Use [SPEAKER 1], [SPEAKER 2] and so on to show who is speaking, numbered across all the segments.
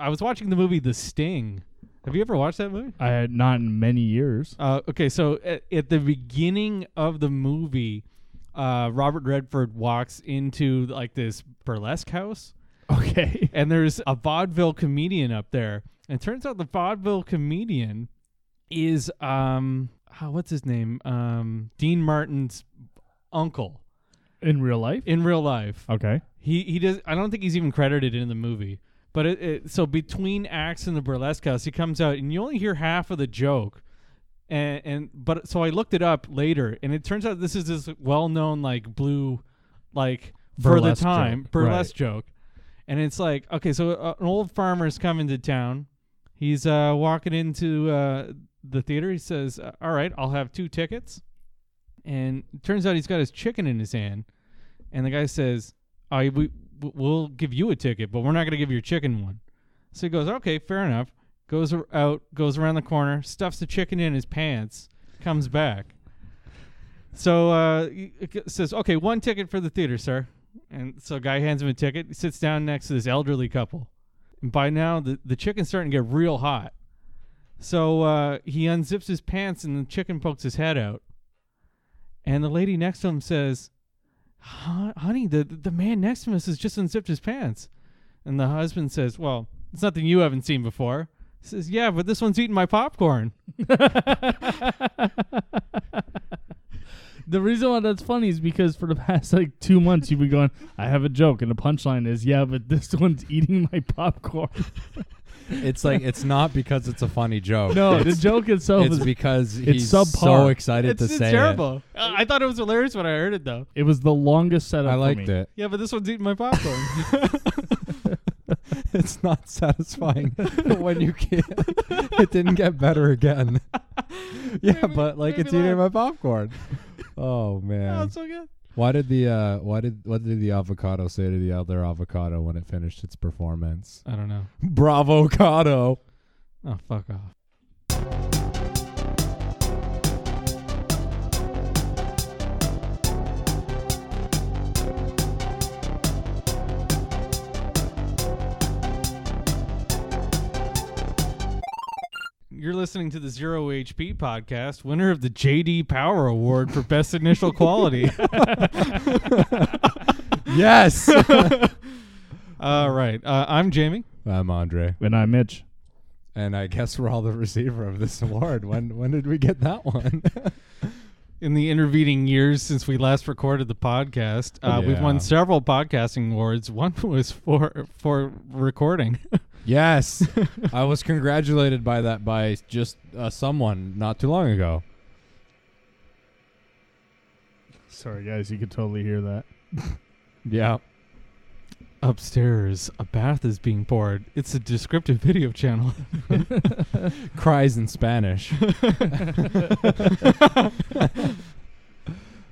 [SPEAKER 1] I was watching the movie The Sting. Have you ever watched that movie?
[SPEAKER 2] I had not in many years.
[SPEAKER 1] Uh, okay, so at, at the beginning of the movie, uh, Robert Redford walks into like this burlesque house,
[SPEAKER 2] Okay.
[SPEAKER 1] and there's a vaudeville comedian up there. And it turns out the vaudeville comedian is um, oh, what's his name? Um, Dean Martin's uncle
[SPEAKER 2] In real life?
[SPEAKER 1] in real life.
[SPEAKER 2] Okay.
[SPEAKER 1] He he does. I don't think he's even credited in the movie. But it, it, so between acts in the burlesque house, he comes out, and you only hear half of the joke. And and but so I looked it up later, and it turns out this is this well-known like blue, like for the
[SPEAKER 2] Burlesque
[SPEAKER 1] time
[SPEAKER 2] joke,
[SPEAKER 1] burlesque joke. And it's like okay, so uh, an old farmer's coming to town. He's uh, walking into uh, the theater. He says, uh, "All right, I'll have two tickets." And it turns out he's got his chicken in his hand, and the guy says, "I we we'll give you a ticket, but we're not gonna give your chicken one." So he goes, "Okay, fair enough." Goes ar- out, goes around the corner, stuffs the chicken in his pants, comes back. So uh, he- he says, "Okay, one ticket for the theater, sir." And so guy hands him a ticket. He sits down next to this elderly couple. And by now, the the chicken's starting to get real hot. So uh, he unzips his pants, and the chicken pokes his head out. And the lady next to him says, "Hon- "Honey, the the man next to us has just unzipped his pants." And the husband says, "Well, it's nothing you haven't seen before." He says, "Yeah, but this one's eating my popcorn."
[SPEAKER 2] The reason why that's funny is because for the past like two months you've been going, I have a joke, and the punchline is, yeah, but this one's eating my popcorn.
[SPEAKER 3] It's like it's not because it's a funny joke.
[SPEAKER 2] No, the
[SPEAKER 3] it's,
[SPEAKER 2] joke itself
[SPEAKER 3] it's
[SPEAKER 2] is
[SPEAKER 3] because he's so
[SPEAKER 2] subpar.
[SPEAKER 3] excited
[SPEAKER 1] It's,
[SPEAKER 3] to
[SPEAKER 1] it's
[SPEAKER 3] say
[SPEAKER 1] terrible. I I thought it was hilarious when I heard it though.
[SPEAKER 2] it was the longest
[SPEAKER 3] it.
[SPEAKER 2] setup.
[SPEAKER 3] I
[SPEAKER 2] for
[SPEAKER 3] liked
[SPEAKER 2] me.
[SPEAKER 3] it.
[SPEAKER 1] Yeah, but this one's eating my popcorn.
[SPEAKER 3] It's not satisfying when you can't. It didn't get better again. yeah,
[SPEAKER 1] Maybe-
[SPEAKER 3] but like
[SPEAKER 1] maybe
[SPEAKER 3] it's eating my
[SPEAKER 1] laugh.
[SPEAKER 3] popcorn.
[SPEAKER 1] oh,
[SPEAKER 3] Oh man.
[SPEAKER 1] it's so good.
[SPEAKER 3] Why did the uh why did what did the avocado say to the other avocado when it finished its performance?
[SPEAKER 1] I don't know.
[SPEAKER 3] Bravo Cado.
[SPEAKER 1] Oh, fuck off. You're listening to the Zero HP podcast, winner of the JD Power Award for Best Initial Quality.
[SPEAKER 3] Yes.
[SPEAKER 1] All right. Uh, I'm Jamie.
[SPEAKER 3] I'm Andre.
[SPEAKER 2] And I'm Mitch.
[SPEAKER 3] And I guess we're all the receiver of this award. When when did we get that one?
[SPEAKER 1] in the intervening years since we last recorded the podcast, uh, we've
[SPEAKER 3] Yeah.
[SPEAKER 1] won several podcasting awards. One was for for recording.
[SPEAKER 3] yes. I was congratulated by that by just uh, someone not too long ago.
[SPEAKER 2] Sorry, guys, you could totally hear that.
[SPEAKER 3] Yeah.
[SPEAKER 1] Upstairs, a bath is being poured. It's a descriptive video channel.
[SPEAKER 3] Cries in Spanish.
[SPEAKER 2] All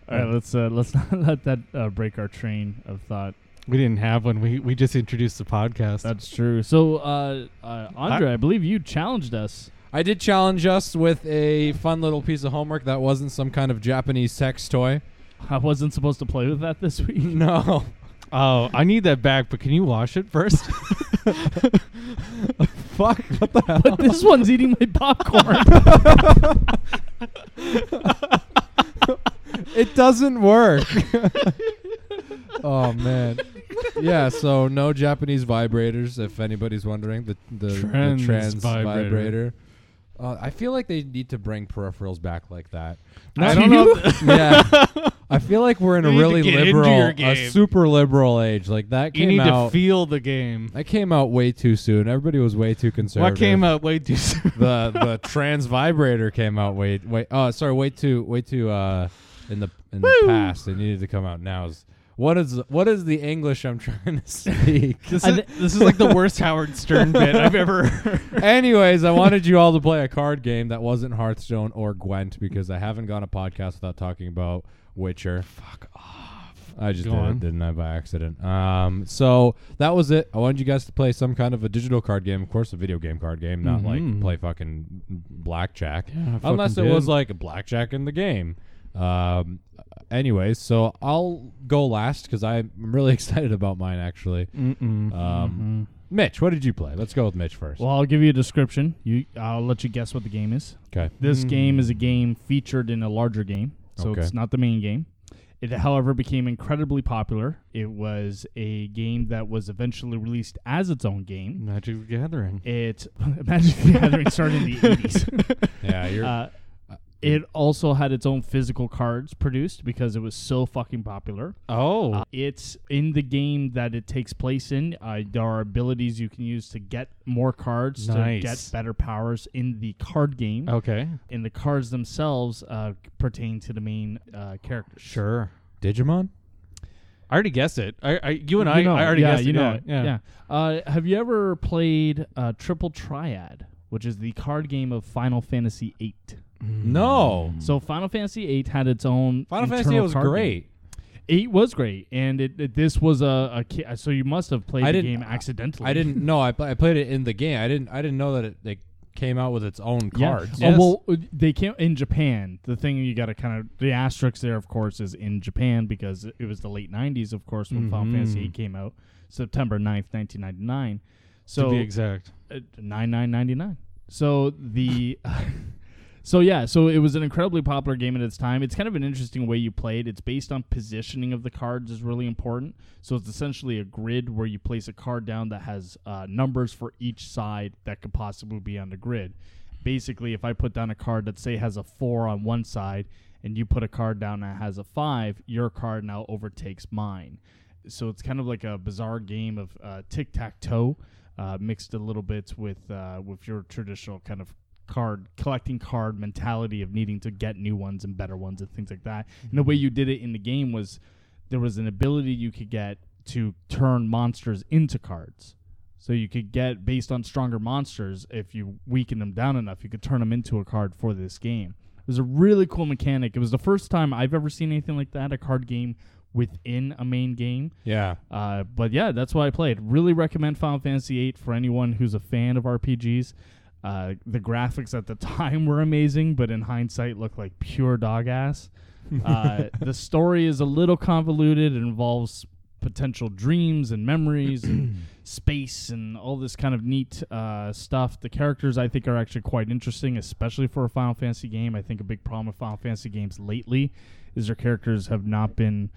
[SPEAKER 2] right, let's uh, let's not let that uh, break our train of thought.
[SPEAKER 1] we didn't have one. We we just introduced the podcast.
[SPEAKER 2] That's true. So, uh, uh, Andre, I, believe you challenged us.
[SPEAKER 3] I did challenge us with a fun little piece of homework that wasn't some kind of Japanese sex toy.
[SPEAKER 2] I wasn't supposed to play with that this week.
[SPEAKER 3] No.
[SPEAKER 1] oh, I need that back, but can you wash it first?
[SPEAKER 3] Fuck. What the hell?
[SPEAKER 2] But this one's eating my popcorn.
[SPEAKER 3] it doesn't work. oh man. Yeah, so no Japanese vibrators if anybody's wondering. The the the
[SPEAKER 1] Trans
[SPEAKER 3] trans
[SPEAKER 1] vibrator.
[SPEAKER 3] vibrator. Uh, I feel like they need to bring peripherals back like that.
[SPEAKER 2] Not
[SPEAKER 3] I don't
[SPEAKER 2] you.
[SPEAKER 3] know. if- yeah, I feel like we're in
[SPEAKER 1] You
[SPEAKER 3] a
[SPEAKER 1] need to
[SPEAKER 3] really
[SPEAKER 1] get into
[SPEAKER 3] liberal,
[SPEAKER 1] your
[SPEAKER 3] a
[SPEAKER 1] game.
[SPEAKER 3] super liberal age. Like that
[SPEAKER 1] you
[SPEAKER 3] came
[SPEAKER 1] need
[SPEAKER 3] out.
[SPEAKER 1] to feel the game.
[SPEAKER 3] that came out way too soon. Everybody was way too conservative.
[SPEAKER 1] What came out way too soon?
[SPEAKER 3] the the trans vibrator came out way way oh sorry way too way too uh in the in the past it needed to come out now is what is what is the english i'm trying to speak
[SPEAKER 1] This
[SPEAKER 2] I
[SPEAKER 1] is,
[SPEAKER 2] thi-
[SPEAKER 1] this is like the worst Howard Stern bit I've ever heard.
[SPEAKER 3] anyways i wanted you all to play a card game that wasn't hearthstone or gwent because i haven't gone a podcast without talking about witcher
[SPEAKER 1] Fuck off.
[SPEAKER 3] I just
[SPEAKER 1] Go
[SPEAKER 3] did
[SPEAKER 1] on.
[SPEAKER 3] it, didn't I, by accident? Um, so that was it. I wanted you guys to play some kind of a digital card game, of course, a video game card game, not
[SPEAKER 1] Mhm.
[SPEAKER 3] like play fucking blackjack,
[SPEAKER 1] Yeah, I fucking
[SPEAKER 3] unless it
[SPEAKER 1] did.
[SPEAKER 3] was like blackjack in the game. Um, anyways, so
[SPEAKER 1] Uh,
[SPEAKER 3] I'll go last because I'm really excited about mine actually.
[SPEAKER 1] Mm-mm.
[SPEAKER 3] Um, Mitch, what did you play? Let's go with Mitch first.
[SPEAKER 2] Well, I'll give you a description. You, I'll let you guess what the game is.
[SPEAKER 3] okay.
[SPEAKER 2] This
[SPEAKER 1] Mm.
[SPEAKER 2] game is a game featured in a larger game, so
[SPEAKER 3] Hmm. Okay.
[SPEAKER 2] it's not the main game. It, however, became incredibly popular. It was a game that was eventually released as its own game.
[SPEAKER 1] Magic the Gathering.
[SPEAKER 3] Hmm.
[SPEAKER 2] It Magic the Gathering started in the eighties.
[SPEAKER 3] Yeah, you're.
[SPEAKER 2] Uh, it also had its own physical cards produced because it was so fucking popular.
[SPEAKER 1] Oh,
[SPEAKER 2] Uh, it's in the game that it takes place in. Uh, there are abilities you can use to get more cards
[SPEAKER 1] Nice. Oh.
[SPEAKER 2] to get better powers in the card game
[SPEAKER 1] okay,
[SPEAKER 2] and the cards themselves uh, pertain to the main uh, characters.
[SPEAKER 1] sure.
[SPEAKER 3] Digimon?
[SPEAKER 1] I already guessed it. I, I you and I,
[SPEAKER 2] You know,
[SPEAKER 1] I already
[SPEAKER 2] yeah,
[SPEAKER 1] guessed
[SPEAKER 2] you
[SPEAKER 1] it.
[SPEAKER 2] know
[SPEAKER 1] yeah,
[SPEAKER 2] it. Yeah. Uh, have you ever played uh, Triple Triad, which is the card game of Final Fantasy VIII?
[SPEAKER 1] Hmm.
[SPEAKER 3] No.
[SPEAKER 2] So Final Fantasy VIII had its own
[SPEAKER 3] Mm. Final
[SPEAKER 2] internal
[SPEAKER 3] Fantasy was
[SPEAKER 2] card game.
[SPEAKER 3] great.
[SPEAKER 2] Eight was great, and it, it- this was a, a ki- so you must have played
[SPEAKER 3] I
[SPEAKER 2] the
[SPEAKER 3] didn't-
[SPEAKER 2] game accidentally.
[SPEAKER 3] I didn't know. I, pl- I played it in the game. I didn't. I didn't know that it like came out with its own
[SPEAKER 2] Yeah.
[SPEAKER 3] cards.
[SPEAKER 1] Yes.
[SPEAKER 2] Oh, well, uh, they came in Japan. The thing you got to kind of the asterisk there, of course, is in Japan because it was the late '90s, of course, when
[SPEAKER 1] Mm-hmm.
[SPEAKER 2] Final Fantasy VIII came out, September 9th, 1999.
[SPEAKER 1] To
[SPEAKER 2] So
[SPEAKER 1] be exact.
[SPEAKER 2] uh, 9999. So the So yeah, so it was an incredibly popular game at its time. It's kind of an interesting way you play it. It's based on positioning of the cards is really important. So it's essentially a grid where you place a card down that has uh, numbers for each side that could possibly be on the grid. Basically, if I put down a card that say has a four on one side, and you put a card down that has a five, your card now overtakes mine. So it's kind of like a bizarre game of uh, tic tac toe, uh, mixed a little bit with uh, with your traditional kind of card collecting card mentality of needing to get new ones and better ones and things like that. And the way you did it in the game was there was an ability you could get to turn monsters into cards. So you could get based on stronger monsters if you weaken them down enough, you could turn them into a card for this game. It was a really cool mechanic. It was the first time I've ever seen anything like that, a card game within a main game.
[SPEAKER 3] Yeah.
[SPEAKER 2] Uh, but yeah, that's why I played. Really recommend Final Fantasy VIII for anyone who's a fan of RPGs. Uh, the graphics at the time were amazing, but in hindsight, look like pure dog ass. Uh, the story is a little convoluted. It involves potential dreams and memories and space and all this kind of neat uh, stuff. The characters I think are actually quite interesting, especially for a Final Fantasy game. I think a big problem with Final Fantasy games lately is their characters have not been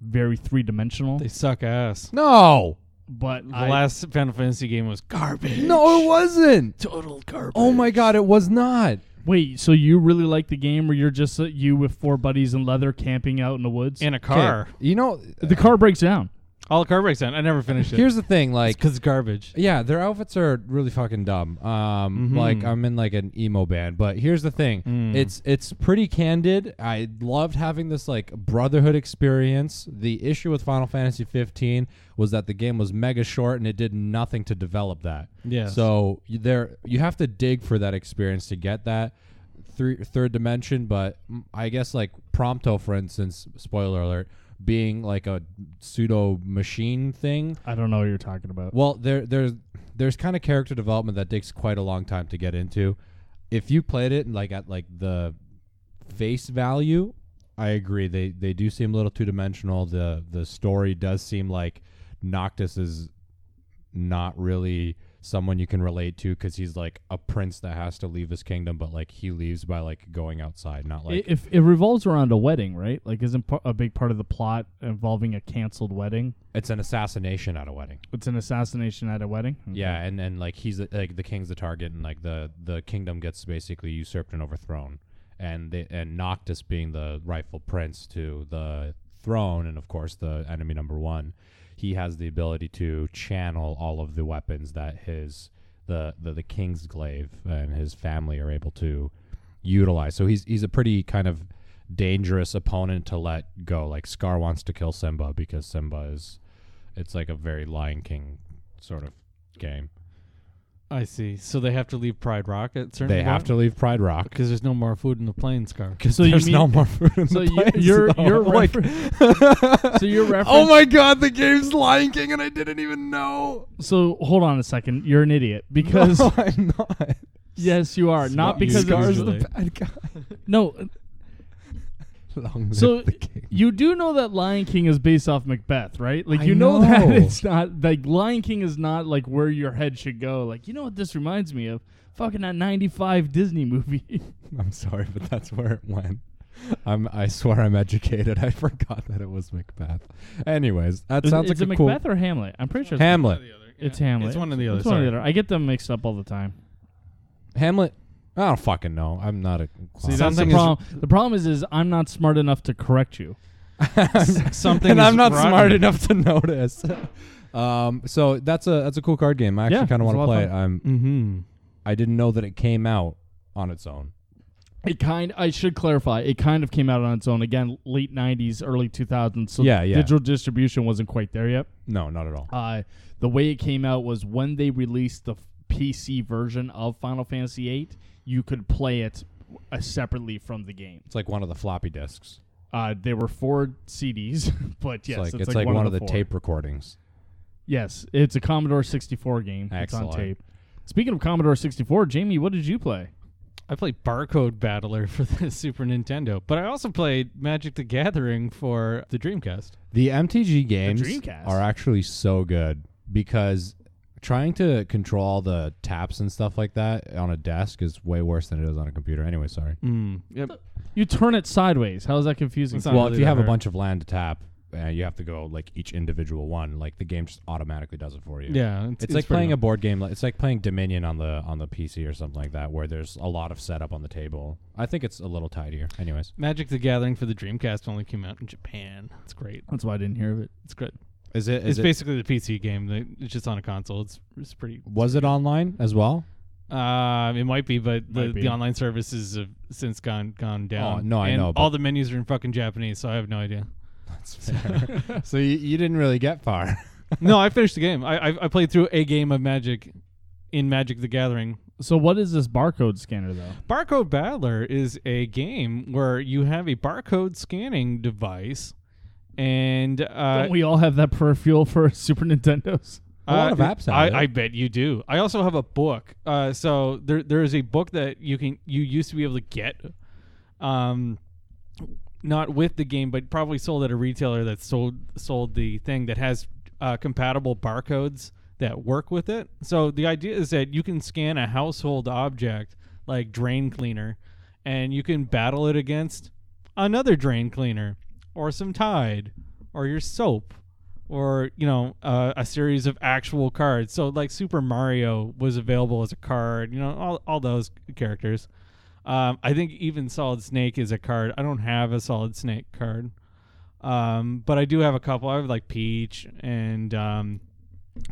[SPEAKER 2] very three dimensional
[SPEAKER 1] They suck ass.
[SPEAKER 3] No.
[SPEAKER 2] but
[SPEAKER 1] The
[SPEAKER 2] I,
[SPEAKER 1] last Final Fantasy game was garbage.
[SPEAKER 3] No, it wasn't.
[SPEAKER 1] total garbage.
[SPEAKER 3] Oh my god, it was not.
[SPEAKER 2] wait, so you really like the game where you're just uh, you with four buddies in leather camping out in the woods?
[SPEAKER 1] In a
[SPEAKER 3] 'Kay,
[SPEAKER 1] car.
[SPEAKER 3] You know,
[SPEAKER 2] the car breaks down.
[SPEAKER 1] All the car breaks down. I never finished it.
[SPEAKER 3] here's the thing. Like,
[SPEAKER 1] because garbage.
[SPEAKER 3] Yeah, their outfits are really fucking dumb. Um,
[SPEAKER 1] Mhm.
[SPEAKER 3] like I'm in like an emo band, but here's the thing:
[SPEAKER 1] Mm.
[SPEAKER 3] it's it's pretty candid. I loved having this like brotherhood experience. The issue with Final Fantasy 15 was that the game was mega short and it did nothing to develop that.
[SPEAKER 1] Yes.
[SPEAKER 3] So you- there, you have to dig for that experience to get that three, third dimension. But mm, I guess like Prompto, for instance, spoiler alert, being like a pseudo machine thing.
[SPEAKER 2] I don't know what you're talking about.
[SPEAKER 3] Well, there there's there's kind of character development that takes quite a long time to get into. If you played it like at like the face value, I agree. They they do seem a little two dimensional. The the story does seem like Noctis is not really someone you can relate to because he's like a prince that has to leave his kingdom, but like he leaves by like going outside, not like
[SPEAKER 2] It- if it revolves around a wedding, right? Like, isn't par- a big part of the plot involving a canceled wedding?
[SPEAKER 3] it's an assassination at a wedding.
[SPEAKER 2] It's an assassination at a wedding. Okay.
[SPEAKER 3] Yeah, and and like he's the, like the king's the target, and like the the kingdom gets basically usurped and overthrown, and they and Noctis being the rightful prince to the throne, and of course the enemy number one, he has the ability to channel all of the weapons that his the the, the king's glaive and his family are able to utilize. So he's he's a pretty kind of dangerous opponent to let go. Like Scar wants to kill Simba because Simba is it's like a very Lion King sort of game.
[SPEAKER 1] I see. So they have to leave Pride Rock at certain.
[SPEAKER 3] They have to leave Pride Rock.
[SPEAKER 1] because there's no more food in the plane, Scar.
[SPEAKER 2] So you
[SPEAKER 3] There's
[SPEAKER 2] mean,
[SPEAKER 3] no more food in
[SPEAKER 2] so
[SPEAKER 3] the
[SPEAKER 2] you-
[SPEAKER 3] place.
[SPEAKER 2] you're
[SPEAKER 3] though.
[SPEAKER 2] you're
[SPEAKER 3] Like,
[SPEAKER 2] refer- so you're reference.
[SPEAKER 3] oh my god, the game's Lion King, and I didn't even know.
[SPEAKER 2] So hold on a second. You're an idiot because
[SPEAKER 3] No, I'm not.
[SPEAKER 2] yes, you are not because
[SPEAKER 1] Scar's
[SPEAKER 2] it was
[SPEAKER 1] the
[SPEAKER 3] bad guy.
[SPEAKER 2] No.
[SPEAKER 3] Long live
[SPEAKER 2] uh, So-
[SPEAKER 3] the king.
[SPEAKER 2] You do know that Lion King is based off Macbeth, right? Like
[SPEAKER 3] I
[SPEAKER 2] you know, that
[SPEAKER 3] know.
[SPEAKER 2] it's not like Lion King is not like where your head should go. Like you know what this reminds me of? Fucking that '95 Disney movie.
[SPEAKER 3] I'm sorry, but that's where it went. I'm, I swear I'm educated. I forgot that it was Macbeth. Anyways, that sounds
[SPEAKER 2] it's
[SPEAKER 3] like
[SPEAKER 2] it
[SPEAKER 3] a cool
[SPEAKER 2] Macbeth or Hamlet. I'm pretty sure it's,
[SPEAKER 3] Hamlet.
[SPEAKER 2] it's Hamlet.
[SPEAKER 1] It's one or the other.
[SPEAKER 2] It's one or the
[SPEAKER 1] sorry.
[SPEAKER 2] other. I get them mixed up all the time.
[SPEAKER 3] Hamlet. I don't fucking know. I'm not a.
[SPEAKER 1] See,
[SPEAKER 2] That's the
[SPEAKER 1] Something is-
[SPEAKER 2] problem. the problem is, is I'm not smart enough to correct you.
[SPEAKER 1] Something
[SPEAKER 3] and
[SPEAKER 1] is
[SPEAKER 3] I'm not
[SPEAKER 1] rotten.
[SPEAKER 3] smart enough to notice. um, so that's a that's a cool card game. I actually
[SPEAKER 2] Yeah,
[SPEAKER 3] kind of
[SPEAKER 2] it's
[SPEAKER 3] want
[SPEAKER 2] a lot
[SPEAKER 3] to play
[SPEAKER 2] of
[SPEAKER 3] it. I'm
[SPEAKER 1] Mm-hmm.
[SPEAKER 3] I didn't know that it came out on its own.
[SPEAKER 2] It kind. I should clarify. It kind of came out on its own. Again, late '90s, early 2000s. So
[SPEAKER 3] Yeah, yeah.
[SPEAKER 2] digital distribution wasn't quite there yet.
[SPEAKER 3] No, not at all.
[SPEAKER 2] Uh, the way it came out was when they released the f- PC version of Final Fantasy VIII, you could play it uh, separately from the game.
[SPEAKER 3] It's like one of the floppy disks.
[SPEAKER 2] Uh, there were four CDs, but yes,
[SPEAKER 3] it's like
[SPEAKER 2] it's, like,
[SPEAKER 3] one, of the
[SPEAKER 2] four.
[SPEAKER 3] tape recordings.
[SPEAKER 2] Yes, it's a Commodore 64 game. It's
[SPEAKER 3] Excellent.
[SPEAKER 2] on tape. Speaking of Commodore 64, Jamie, what did you play?
[SPEAKER 1] I played Barcode Battler for the Super Nintendo, but I also played Magic the Gathering for the Dreamcast.
[SPEAKER 3] The MTG games
[SPEAKER 2] Dreamcast.
[SPEAKER 3] are actually so good because trying to control all the taps and stuff like that on a desk is way worse than it is on a computer. Anyway, sorry.
[SPEAKER 1] Mm. Yep.
[SPEAKER 2] You turn it sideways. How is that confusing?
[SPEAKER 1] It's not
[SPEAKER 3] well,
[SPEAKER 1] really
[SPEAKER 3] if you
[SPEAKER 1] that
[SPEAKER 3] have a
[SPEAKER 1] hard.
[SPEAKER 3] bunch of land to tap, uh, you have to go like each individual one. Like the game just automatically does it for you.
[SPEAKER 1] Yeah,
[SPEAKER 3] It's, like playing a board game. Like, it's like playing Dominion on the on the PC or something like that, where there's a lot of setup on the table. I think it's a little tidier. Anyways,
[SPEAKER 1] Magic the Gathering for the Dreamcast only came out in Japan. It's great.
[SPEAKER 2] That's why I didn't hear of it.
[SPEAKER 1] It's good.
[SPEAKER 3] is it? Is
[SPEAKER 1] it's
[SPEAKER 3] it
[SPEAKER 1] basically the PC game. that- It's just on a console. It's it's pretty.
[SPEAKER 3] was it online as well?
[SPEAKER 1] Uh, it might be, but the,
[SPEAKER 2] Might be.
[SPEAKER 1] the online services have since gone gone down.
[SPEAKER 3] Oh, no, I
[SPEAKER 1] And
[SPEAKER 3] know, but-
[SPEAKER 1] All the menus are in fucking Japanese, so I have no idea.
[SPEAKER 3] That's fair. so you, you didn't really get far.
[SPEAKER 1] no, I finished the game. I, I I played through a game of Magic in Magic the Gathering
[SPEAKER 2] So what is this barcode scanner though?
[SPEAKER 1] Barcode Battler is a game where you have a barcode scanning device, and uh,
[SPEAKER 2] Don't we all have that peripheral for Super Nintendos?
[SPEAKER 3] A lot
[SPEAKER 1] uh,
[SPEAKER 3] of apps have
[SPEAKER 1] I,
[SPEAKER 3] it.
[SPEAKER 1] I bet you do. I also have a book. Uh, so there there is a book that you can you used to be able to get, um, not with the game, but probably sold at a retailer that sold sold the thing that has uh, compatible barcodes that work with it. So the idea is that you can scan a household object like drain cleaner, and you can battle it against another drain cleaner or some Tide or your soap or you know uh, a series of actual cards. So like Super Mario was available as a card. You know all all those characters. Um, I think even Solid Snake is a card. I don't have a Solid Snake card, um, but I do have a couple. I have like Peach and um,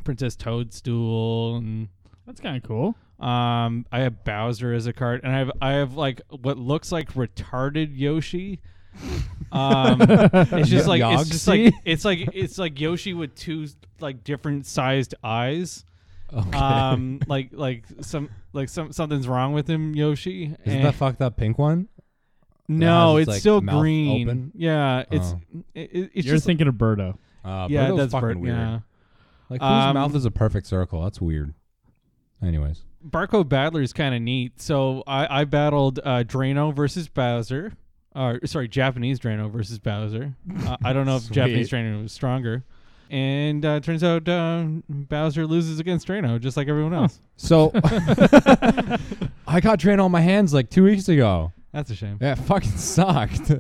[SPEAKER 1] Princess Toadstool and.
[SPEAKER 2] That's kind of cool.
[SPEAKER 1] Um, I have Bowser as a card, and I have I have like what looks like retarded Yoshi. Um, it's just like it's just like
[SPEAKER 3] Yogsy?
[SPEAKER 1] it's like it's like Yoshi with two like different sized eyes.
[SPEAKER 3] Okay.
[SPEAKER 1] Um, like like some like some something's wrong with him, Yoshi.
[SPEAKER 3] Isn't
[SPEAKER 1] Eh.
[SPEAKER 3] that fucked up pink one?
[SPEAKER 1] no, it's
[SPEAKER 3] has its, like,
[SPEAKER 1] still
[SPEAKER 3] mouth
[SPEAKER 1] green.
[SPEAKER 3] open?
[SPEAKER 1] Yeah, it's
[SPEAKER 3] Oh.
[SPEAKER 1] it, it- it's
[SPEAKER 2] You're
[SPEAKER 1] just
[SPEAKER 2] thinking of Birdo.
[SPEAKER 3] Uh,
[SPEAKER 1] yeah,
[SPEAKER 3] Birdo's
[SPEAKER 1] that's
[SPEAKER 3] fucking
[SPEAKER 1] Bert,
[SPEAKER 3] weird.
[SPEAKER 1] yeah.
[SPEAKER 3] Like whose
[SPEAKER 1] Um,
[SPEAKER 3] mouth is a perfect circle? That's weird. Anyways,
[SPEAKER 1] Barcode Battler is kind of neat. So I, I battled uh, Drano versus Bowser. Or sorry, Japanese Drano versus Bowser. Uh, I don't know if
[SPEAKER 3] Sweet.
[SPEAKER 1] Japanese Drano was stronger. And uh, turns out um, Bowser loses against Drano, just like everyone else.
[SPEAKER 3] so I got drained on my hands like two weeks ago.
[SPEAKER 1] That's a shame.
[SPEAKER 3] Yeah, it fucking sucked.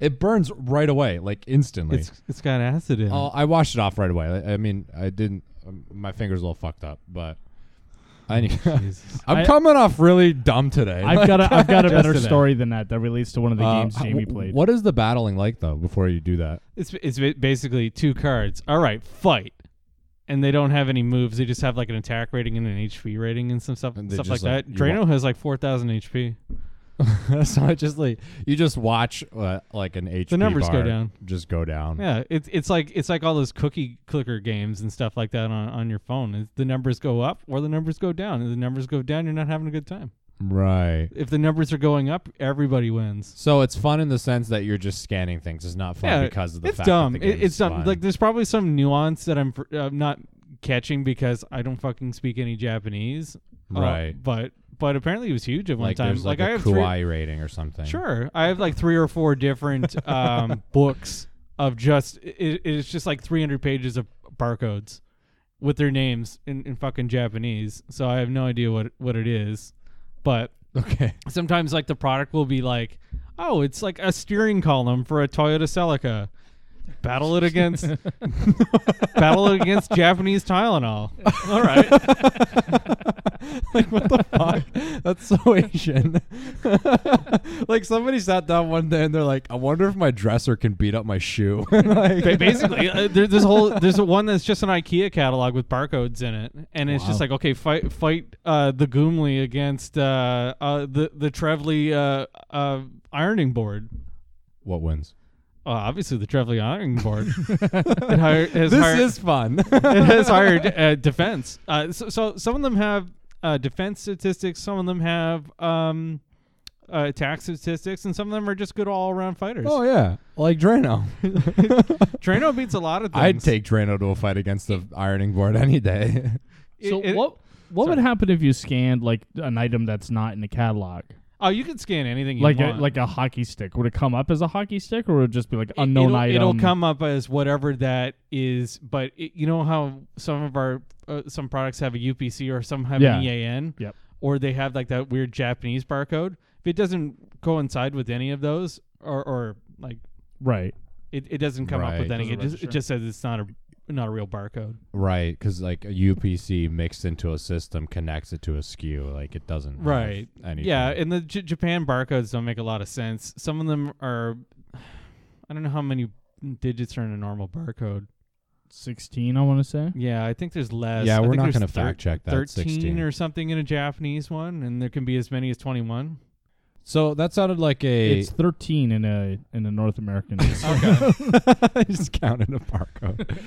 [SPEAKER 3] it burns right away, like instantly.
[SPEAKER 1] It's it's got acid in. it.
[SPEAKER 3] Oh, I washed it off right away. I, I mean, I didn't. Um, my fingers a little fucked up, but I need.
[SPEAKER 1] Jesus.
[SPEAKER 3] I'm
[SPEAKER 2] I-
[SPEAKER 3] coming off really dumb today.
[SPEAKER 2] I've got a, I've got a better
[SPEAKER 3] Just today.
[SPEAKER 2] story than that that relates to one of the
[SPEAKER 3] Uh,
[SPEAKER 2] games
[SPEAKER 3] h-
[SPEAKER 2] Jamie
[SPEAKER 3] w-
[SPEAKER 2] played.
[SPEAKER 3] What is the battling like though? Before you do that,
[SPEAKER 1] It's it's ba- basically two cards. All right, fight. And they don't have any moves. They just have like an attack rating and an HP rating and some stuff
[SPEAKER 3] And they're
[SPEAKER 1] stuff like
[SPEAKER 3] just like,
[SPEAKER 1] that.
[SPEAKER 3] you
[SPEAKER 1] Drano has like four thousand HP.
[SPEAKER 3] so I just like you just watch uh, like an HP.
[SPEAKER 1] numbers go
[SPEAKER 3] bar
[SPEAKER 1] down.
[SPEAKER 3] Just go down.
[SPEAKER 1] Yeah, it's it's like it's like all those cookie clicker games and stuff like that on, on your phone. Is The numbers go up or the numbers go down. If the numbers go down, you're not having a good time.
[SPEAKER 3] Right.
[SPEAKER 1] If the numbers are going up, everybody wins.
[SPEAKER 3] So it's fun in the sense that you're just scanning things. It's not fun
[SPEAKER 1] Yeah,
[SPEAKER 3] because of the
[SPEAKER 1] it's
[SPEAKER 3] fact
[SPEAKER 1] dumb.
[SPEAKER 3] That the
[SPEAKER 1] It,
[SPEAKER 3] game's
[SPEAKER 1] it's dumb.
[SPEAKER 3] fun.
[SPEAKER 1] Like there's probably some nuance that I'm, fr- I'm not catching because I don't fucking speak any Japanese. Uh,
[SPEAKER 3] Right.
[SPEAKER 1] but but apparently it was huge at one
[SPEAKER 3] like
[SPEAKER 1] time.
[SPEAKER 3] there's like,
[SPEAKER 1] I
[SPEAKER 3] a
[SPEAKER 1] have three,
[SPEAKER 3] Kuai rating or something.
[SPEAKER 1] Sure, I have like three or four different um, books of just it, it's just like 300 pages of barcodes with their names in, in fucking Japanese. So I have no idea what what it is, but
[SPEAKER 3] Okay.
[SPEAKER 1] sometimes like the product will be like, oh, it's like a steering column for a Toyota Celica. Battle it against, battle it against Japanese Tylenol. All right,
[SPEAKER 3] like what the fuck? That's so Asian. like somebody sat down one day and they're like, I wonder if my dresser can beat up my shoe.
[SPEAKER 1] Ba- basically uh, there, there's whole there's one that's just an ikea catalog with barcodes in it and it's just
[SPEAKER 3] Wow.
[SPEAKER 1] like okay fight fight uh the goomley against uh uh the the trevly uh uh ironing board
[SPEAKER 3] what wins?
[SPEAKER 1] well, obviously the trevly ironing board it hire- has
[SPEAKER 3] this
[SPEAKER 1] hired,
[SPEAKER 3] is fun.
[SPEAKER 1] it has hired uh, defense uh so, so some of them have uh defense statistics some of them have um uh, attack statistics and some of them are just good all around fighters.
[SPEAKER 3] oh yeah, like Drano.
[SPEAKER 1] Drano beats a lot of things.
[SPEAKER 3] I'd take Drano to a fight against the ironing board any day.
[SPEAKER 1] It-
[SPEAKER 2] So
[SPEAKER 1] it-
[SPEAKER 2] what what would
[SPEAKER 1] sorry.
[SPEAKER 2] happen if you scanned like an item that's not in the catalog,
[SPEAKER 1] Oh, you can scan anything you
[SPEAKER 3] uh,
[SPEAKER 2] like a,
[SPEAKER 1] want.
[SPEAKER 2] like a hockey stick? Would it come up as a hockey stick, or would it just be like
[SPEAKER 1] It-
[SPEAKER 2] unknown
[SPEAKER 1] it'll,
[SPEAKER 2] item?
[SPEAKER 1] It'll come up as whatever that is, but it, you know how some of our uh, some products have a UPC or some have an
[SPEAKER 2] Yeah.
[SPEAKER 1] EAN,
[SPEAKER 2] Yep.
[SPEAKER 1] or they have like that weird Japanese barcode. If it doesn't coincide with any of those, or or like
[SPEAKER 2] right.
[SPEAKER 1] it, it doesn't come up with
[SPEAKER 3] Right.
[SPEAKER 1] any, it
[SPEAKER 2] Doesn't
[SPEAKER 1] just it
[SPEAKER 2] register.
[SPEAKER 1] just says it's not a not a real barcode.
[SPEAKER 3] right, because like a UPC mixed into a system connects it to a SKU. Like it doesn't. have
[SPEAKER 1] Right.
[SPEAKER 3] Anything.
[SPEAKER 1] Yeah, and the J- Japan barcodes don't make a lot of sense. Some of them are, I don't know how many digits are in a normal barcode.
[SPEAKER 2] Sixteen, I want to say.
[SPEAKER 1] Yeah, I think there's less.
[SPEAKER 3] yeah,
[SPEAKER 1] I
[SPEAKER 3] we're
[SPEAKER 1] think
[SPEAKER 3] not
[SPEAKER 1] there's
[SPEAKER 3] going to
[SPEAKER 1] thir-
[SPEAKER 3] fact check that.
[SPEAKER 1] 13
[SPEAKER 3] at 16.
[SPEAKER 1] or something in a Japanese one, and there can be as many as 21.
[SPEAKER 3] so that sounded like a.
[SPEAKER 2] It's thirteen in a in a North American.
[SPEAKER 3] I just counted a barcode.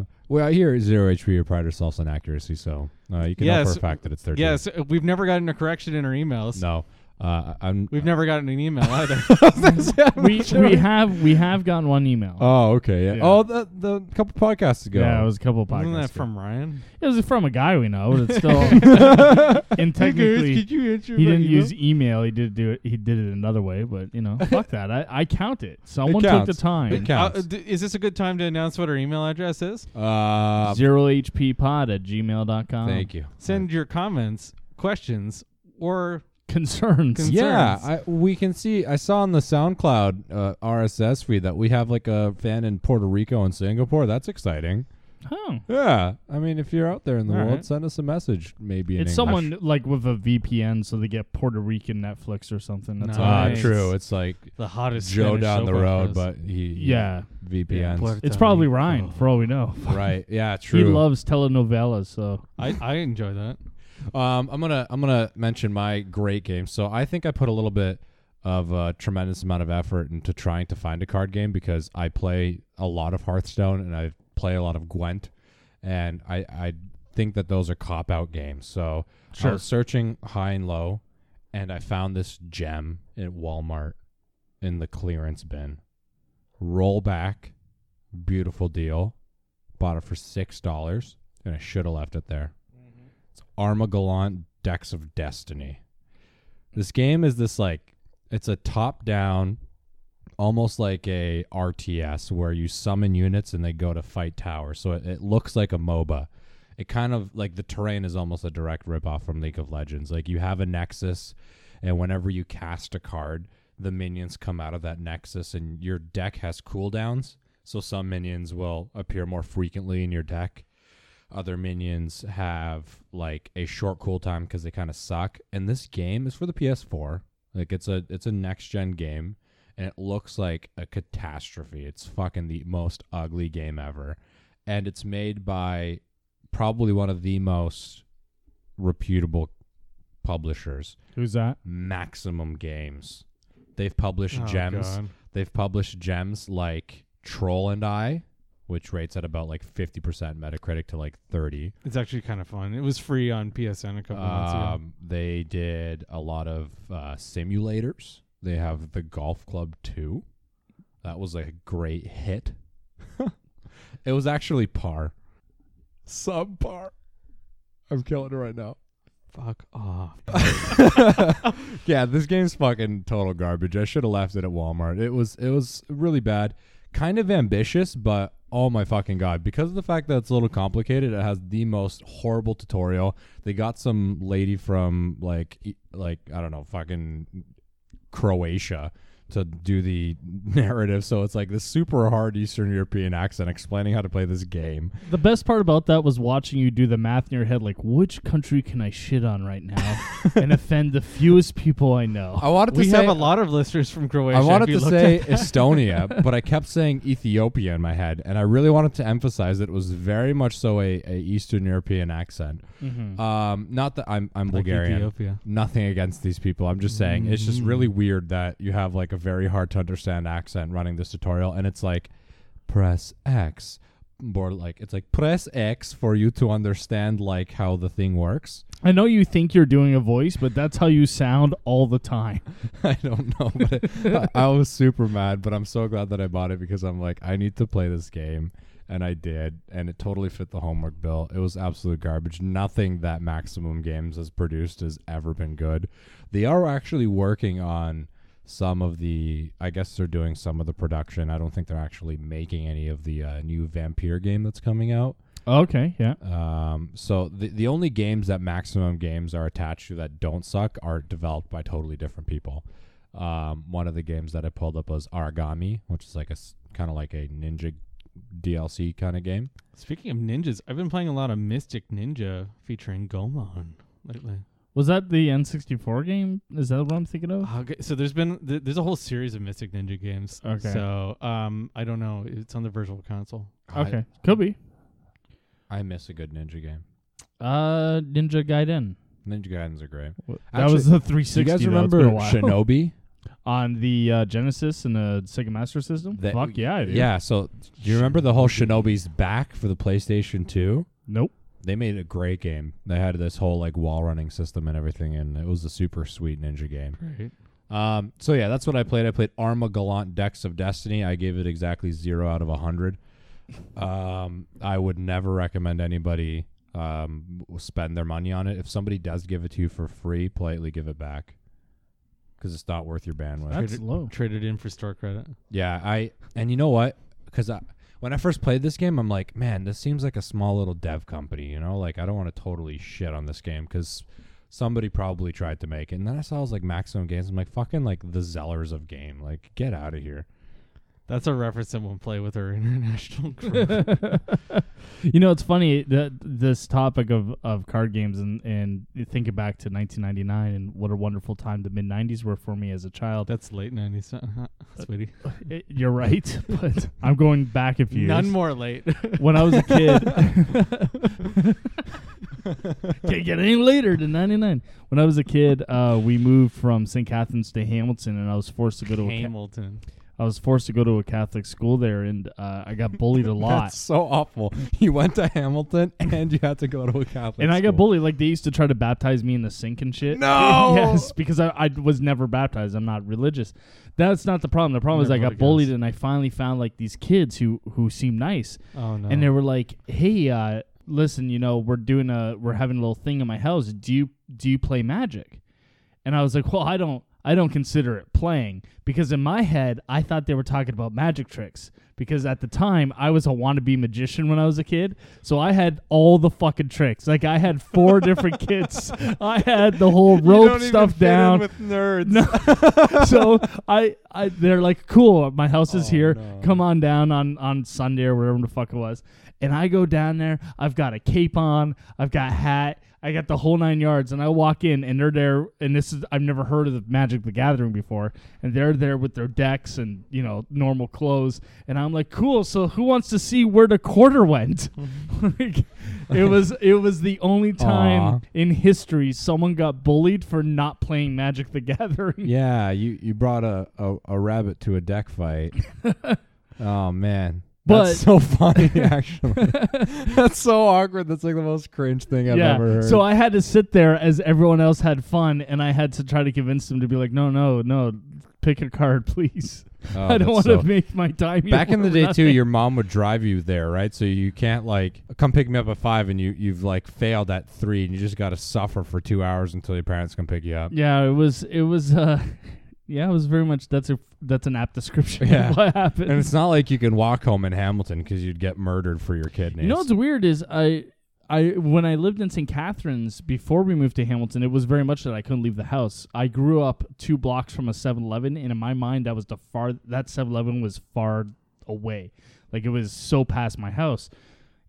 [SPEAKER 3] uh, well, I hear zero HP or pride yourselves on accuracy, so uh, you can know
[SPEAKER 1] Yes.
[SPEAKER 3] for a fact that it's 13.
[SPEAKER 1] Yes, uh, we've never gotten a correction in our emails.
[SPEAKER 3] No. Uh, I'm.
[SPEAKER 1] We've never gotten an email either.
[SPEAKER 2] we we have we have gotten one email.
[SPEAKER 3] Oh, okay. Yeah.
[SPEAKER 2] Yeah.
[SPEAKER 3] Oh, the, the couple podcasts ago.
[SPEAKER 2] yeah, it was a couple of
[SPEAKER 1] Wasn't
[SPEAKER 2] podcasts.
[SPEAKER 1] that from Ryan?
[SPEAKER 2] It was from a guy we know, but it's still and technically
[SPEAKER 1] you
[SPEAKER 2] he didn't use email. He did do it. He did it another way, but you know, fuck that. I, I count it. Someone took the
[SPEAKER 3] counts. It
[SPEAKER 2] time.
[SPEAKER 3] counts.
[SPEAKER 1] Uh, d- is this a good time to announce what our email address is?
[SPEAKER 3] Uh,
[SPEAKER 2] Zero HP pod at gmail.com.
[SPEAKER 3] Thank you.
[SPEAKER 1] Send your comments, questions, or
[SPEAKER 2] Concerns.
[SPEAKER 1] Con-
[SPEAKER 3] Yeah, I,
[SPEAKER 1] concerns.
[SPEAKER 3] we can see. I saw on the SoundCloud uh, RSS feed that we have like a fan in Puerto Rico and Singapore. That's exciting.
[SPEAKER 2] Oh.
[SPEAKER 3] Yeah, I mean, if you're out there in the
[SPEAKER 1] All
[SPEAKER 3] world,
[SPEAKER 1] right.
[SPEAKER 3] send us a message. Maybe in
[SPEAKER 2] It's
[SPEAKER 3] English.
[SPEAKER 2] someone like with a VPN so they get Puerto Rican Netflix or something. That's
[SPEAKER 1] No.
[SPEAKER 2] all.
[SPEAKER 3] Ah,
[SPEAKER 1] Nice.
[SPEAKER 3] true. It's like
[SPEAKER 1] the hottest
[SPEAKER 3] Joe
[SPEAKER 1] Spanish
[SPEAKER 3] down the
[SPEAKER 1] soap
[SPEAKER 3] road,
[SPEAKER 1] operas.
[SPEAKER 3] but he he
[SPEAKER 2] Yeah.
[SPEAKER 3] VPNs.
[SPEAKER 2] It's probably Ryan for all we know.
[SPEAKER 3] right. Yeah,
[SPEAKER 2] He
[SPEAKER 3] true.
[SPEAKER 2] loves telenovelas, so
[SPEAKER 1] I, I enjoy that.
[SPEAKER 3] Um, I'm gonna I'm gonna mention my great game. So I think I put a little bit of a tremendous amount of effort into trying to find a card game because I play a lot of Hearthstone and I play a lot of Gwent, and I I think that those are cop out games. So I
[SPEAKER 2] Sure.
[SPEAKER 3] was searching high and low, and I found this gem at Walmart in the clearance bin. Roll back, beautiful deal. Bought it for six dollars, and I should have left it there. Armagallant Decks of Destiny. This game is this like it's a top down almost like a RTS where you summon units and they go to fight towers. So it, it looks like a MOBA. It kind of like the terrain is almost a direct ripoff from League of Legends. Like you have a nexus and whenever you cast a card, the minions come out of that nexus and your deck has cooldowns. So some minions will appear more frequently in your deck other minions have like a short cooltime because they kind of suck. And this game is for the PS4. Like it's a it's a next gen game, and it looks like a catastrophe. It's fucking the most ugly game ever, and it's made by probably one of the most reputable publishers,
[SPEAKER 2] who's that?
[SPEAKER 3] Maximum Games. They've published
[SPEAKER 1] Oh,
[SPEAKER 3] gems.
[SPEAKER 1] God.
[SPEAKER 3] They've published gems like Troll and I, which rates at about like 50% Metacritic to like 30.
[SPEAKER 1] It's actually kind of fun. It was free on PSN a couple months ago.
[SPEAKER 3] Um, they did a lot of uh, simulators. They have the Golf Club 2. That was a great hit. it was actually par. Subpar. I'm killing it right now.
[SPEAKER 1] Fuck off.
[SPEAKER 3] yeah, this game's fucking total garbage. I should have left it at Walmart. It was it was really bad, kind of ambitious, but oh my fucking god! Because of the fact that it's a little complicated, it has the most horrible tutorial. They got some lady from like e- like I don't know fucking Croatia to do the narrative, so it's like this super hard Eastern European accent explaining how to play this game.
[SPEAKER 2] The best part about that was watching you do the math in your head, like which country can I shit on right now and offend the fewest people I know.
[SPEAKER 3] I wanted to
[SPEAKER 1] we
[SPEAKER 3] say
[SPEAKER 1] have a lot of listeners from Croatia.
[SPEAKER 3] I wanted
[SPEAKER 1] if you
[SPEAKER 3] to
[SPEAKER 1] looked
[SPEAKER 3] say
[SPEAKER 1] at-
[SPEAKER 3] Estonia, but I kept saying Ethiopia in my head, and I really wanted to emphasize that it was very much so a, a Eastern European accent.
[SPEAKER 2] Mm-hmm.
[SPEAKER 3] Um, not that I'm I'm
[SPEAKER 1] Like
[SPEAKER 3] Bulgarian.
[SPEAKER 1] Ethiopia. Mm.
[SPEAKER 3] Nothing against these people. I'm just saying it's just really weird that you have like a very hard to understand accent running this tutorial, and it's like press X, or like it's like press X for you to understand like how the thing works.
[SPEAKER 2] I know you think you're doing a voice, but that's how you sound all the time.
[SPEAKER 3] I don't know, but it, I, I was super mad. But I'm so glad that I bought it because I'm like, I need to play this game, and I did, and it totally fit the homework bill. It was absolute garbage. Nothing that Maximum Games has produced has ever been good. They are actually working on some of the. I guess they're doing some of the production. I don't think they're actually making any of the uh, new Vampire game that's coming out.
[SPEAKER 2] Okay, yeah.
[SPEAKER 3] Um, so the the only games that Maximum Games are attached to that don't suck are developed by totally different people. Um, one of the games that I pulled up was Origami, which is like a kind of like a ninja DLC kind of game.
[SPEAKER 1] Speaking of ninjas, I've been playing a lot of Mystic Ninja featuring Gomon lately.
[SPEAKER 2] Was that the N64 game? Is that what I'm thinking of?
[SPEAKER 1] Okay, so there's been th- there's a whole series of Mystic Ninja games.
[SPEAKER 2] Okay.
[SPEAKER 1] So um, I don't know. It's on the Virtual Console.
[SPEAKER 2] Okay, could be.
[SPEAKER 3] I, I miss a good ninja game.
[SPEAKER 2] Uh, Ninja Gaiden.
[SPEAKER 3] Ninja Gaidens are great.
[SPEAKER 2] That
[SPEAKER 3] Actually,
[SPEAKER 2] was the
[SPEAKER 3] Do
[SPEAKER 2] 360.
[SPEAKER 3] you guys
[SPEAKER 2] though. It's
[SPEAKER 3] remember
[SPEAKER 2] been a while.
[SPEAKER 3] Shinobi?
[SPEAKER 2] on the uh, Genesis and the Sega Master System?
[SPEAKER 3] That-
[SPEAKER 2] Fuck yeah, I do.
[SPEAKER 3] Yeah. So do you remember the whole Shinobi's back for the PlayStation Two?
[SPEAKER 2] Nope.
[SPEAKER 3] They made a great game. They had this whole like wall running system and everything, and it was a super sweet ninja game.
[SPEAKER 1] Great.
[SPEAKER 3] Um, so yeah, that's what I played. I played Arma Gallant Decks of Destiny. I gave it exactly zero out of a hundred. Um, I would never recommend anybody um w- spend their money on it. If somebody does give it to you for free, politely give it back because it's not worth your bandwidth.
[SPEAKER 2] That's low.
[SPEAKER 1] Traded in for store credit.
[SPEAKER 3] Yeah, I and you know what? Because I, when I first played this game, I'm like, man, this seems like a small little dev company. You know, like I don't want to totally shit on this game because somebody probably tried to make it. And then I saw it was like Maximum Games. I'm like, fucking like the Zellers of game. Like, get out of here.
[SPEAKER 1] That's a reference someone play with her international group.
[SPEAKER 2] You know, it's funny that this topic of, of card games and, and thinking back to 1999 and what a wonderful time the mid 90s were for me as a child.
[SPEAKER 1] That's late nineties, huh, sweetie.
[SPEAKER 2] It- you're right, but I'm going back a few years.
[SPEAKER 1] None more late.
[SPEAKER 2] When I was a kid, can't get any later than 99. When I was a kid, uh, we moved from St. Catharines to Hamilton, and I was forced to go to a ca-
[SPEAKER 1] Hamilton.
[SPEAKER 2] I was forced to go to a Catholic school there, and uh, I got bullied a lot.
[SPEAKER 3] That's so awful. You went to Hamilton and you had to go to a Catholic.
[SPEAKER 2] and I got
[SPEAKER 3] school.
[SPEAKER 2] bullied. Like they used to try to baptize me in the sink and shit.
[SPEAKER 3] No!
[SPEAKER 2] yes, because I, I was never baptized. I'm not religious. That's not the problem. The problem is I
[SPEAKER 1] Never
[SPEAKER 2] got
[SPEAKER 1] would've
[SPEAKER 2] bullied,
[SPEAKER 1] guessed.
[SPEAKER 2] and I finally found like these kids who who seemed nice,
[SPEAKER 1] Oh no.
[SPEAKER 2] and they were like, "Hey, uh, listen, you know, we're doing a we're having a little thing in my house. Do you do you play magic?" And I was like, "Well, I don't." I don't consider it playing because in my head I thought they were talking about magic tricks because at the time I was a wannabe magician when I was a kid so I had all the fucking tricks like I had four different kits I had the whole rope stuff down
[SPEAKER 3] with nerds.
[SPEAKER 2] no. so I, I, they're like, cool. My house is here. Come on down on on Sunday or whatever the fuck it was. And I go down there. I've got a cape on. I've got hat. I got the whole nine yards. And I walk in, and they're there. And this is I've never heard of the Magic the Gathering before. And they're there with their decks and you know normal clothes. And I'm like, cool. So who wants to see where the quarter went? like, it was it was the only time
[SPEAKER 3] Aw.
[SPEAKER 2] in history someone got bullied for not playing Magic the Gathering.
[SPEAKER 3] Yeah, you, you brought a, a, a rabbit to a deck fight. oh man. That's so funny actually. That's so awkward. That's like the most cringe thing I've ever heard.
[SPEAKER 2] So I had to sit there as everyone else had fun and I had to try to convince them to be like, no, no, no, pick a card, please.
[SPEAKER 3] Oh,
[SPEAKER 2] I don't
[SPEAKER 3] that's
[SPEAKER 2] want
[SPEAKER 3] so-
[SPEAKER 2] to make my time. here
[SPEAKER 3] Back in the
[SPEAKER 2] for
[SPEAKER 3] day too,
[SPEAKER 2] nothing.
[SPEAKER 3] your mom would drive you there, right? So you can't like come pick me up at five, and you you've like failed at three, and you just got to suffer for two hours until your parents come pick you up.
[SPEAKER 2] Yeah, it was. It was. uh Yeah, it was very much. That's a. That's an apt description.
[SPEAKER 3] Yeah.
[SPEAKER 2] of what happened?
[SPEAKER 3] And it's not like you can walk home in Hamilton because you'd get murdered for your kidneys.
[SPEAKER 2] You know what's weird is I I when I lived in St. Catharines before we moved to Hamilton, it was very much that I couldn't leave the house. I grew up two blocks from a 7-Eleven, and in my mind, that was the far that 7-Eleven was far away, like it was so past my house.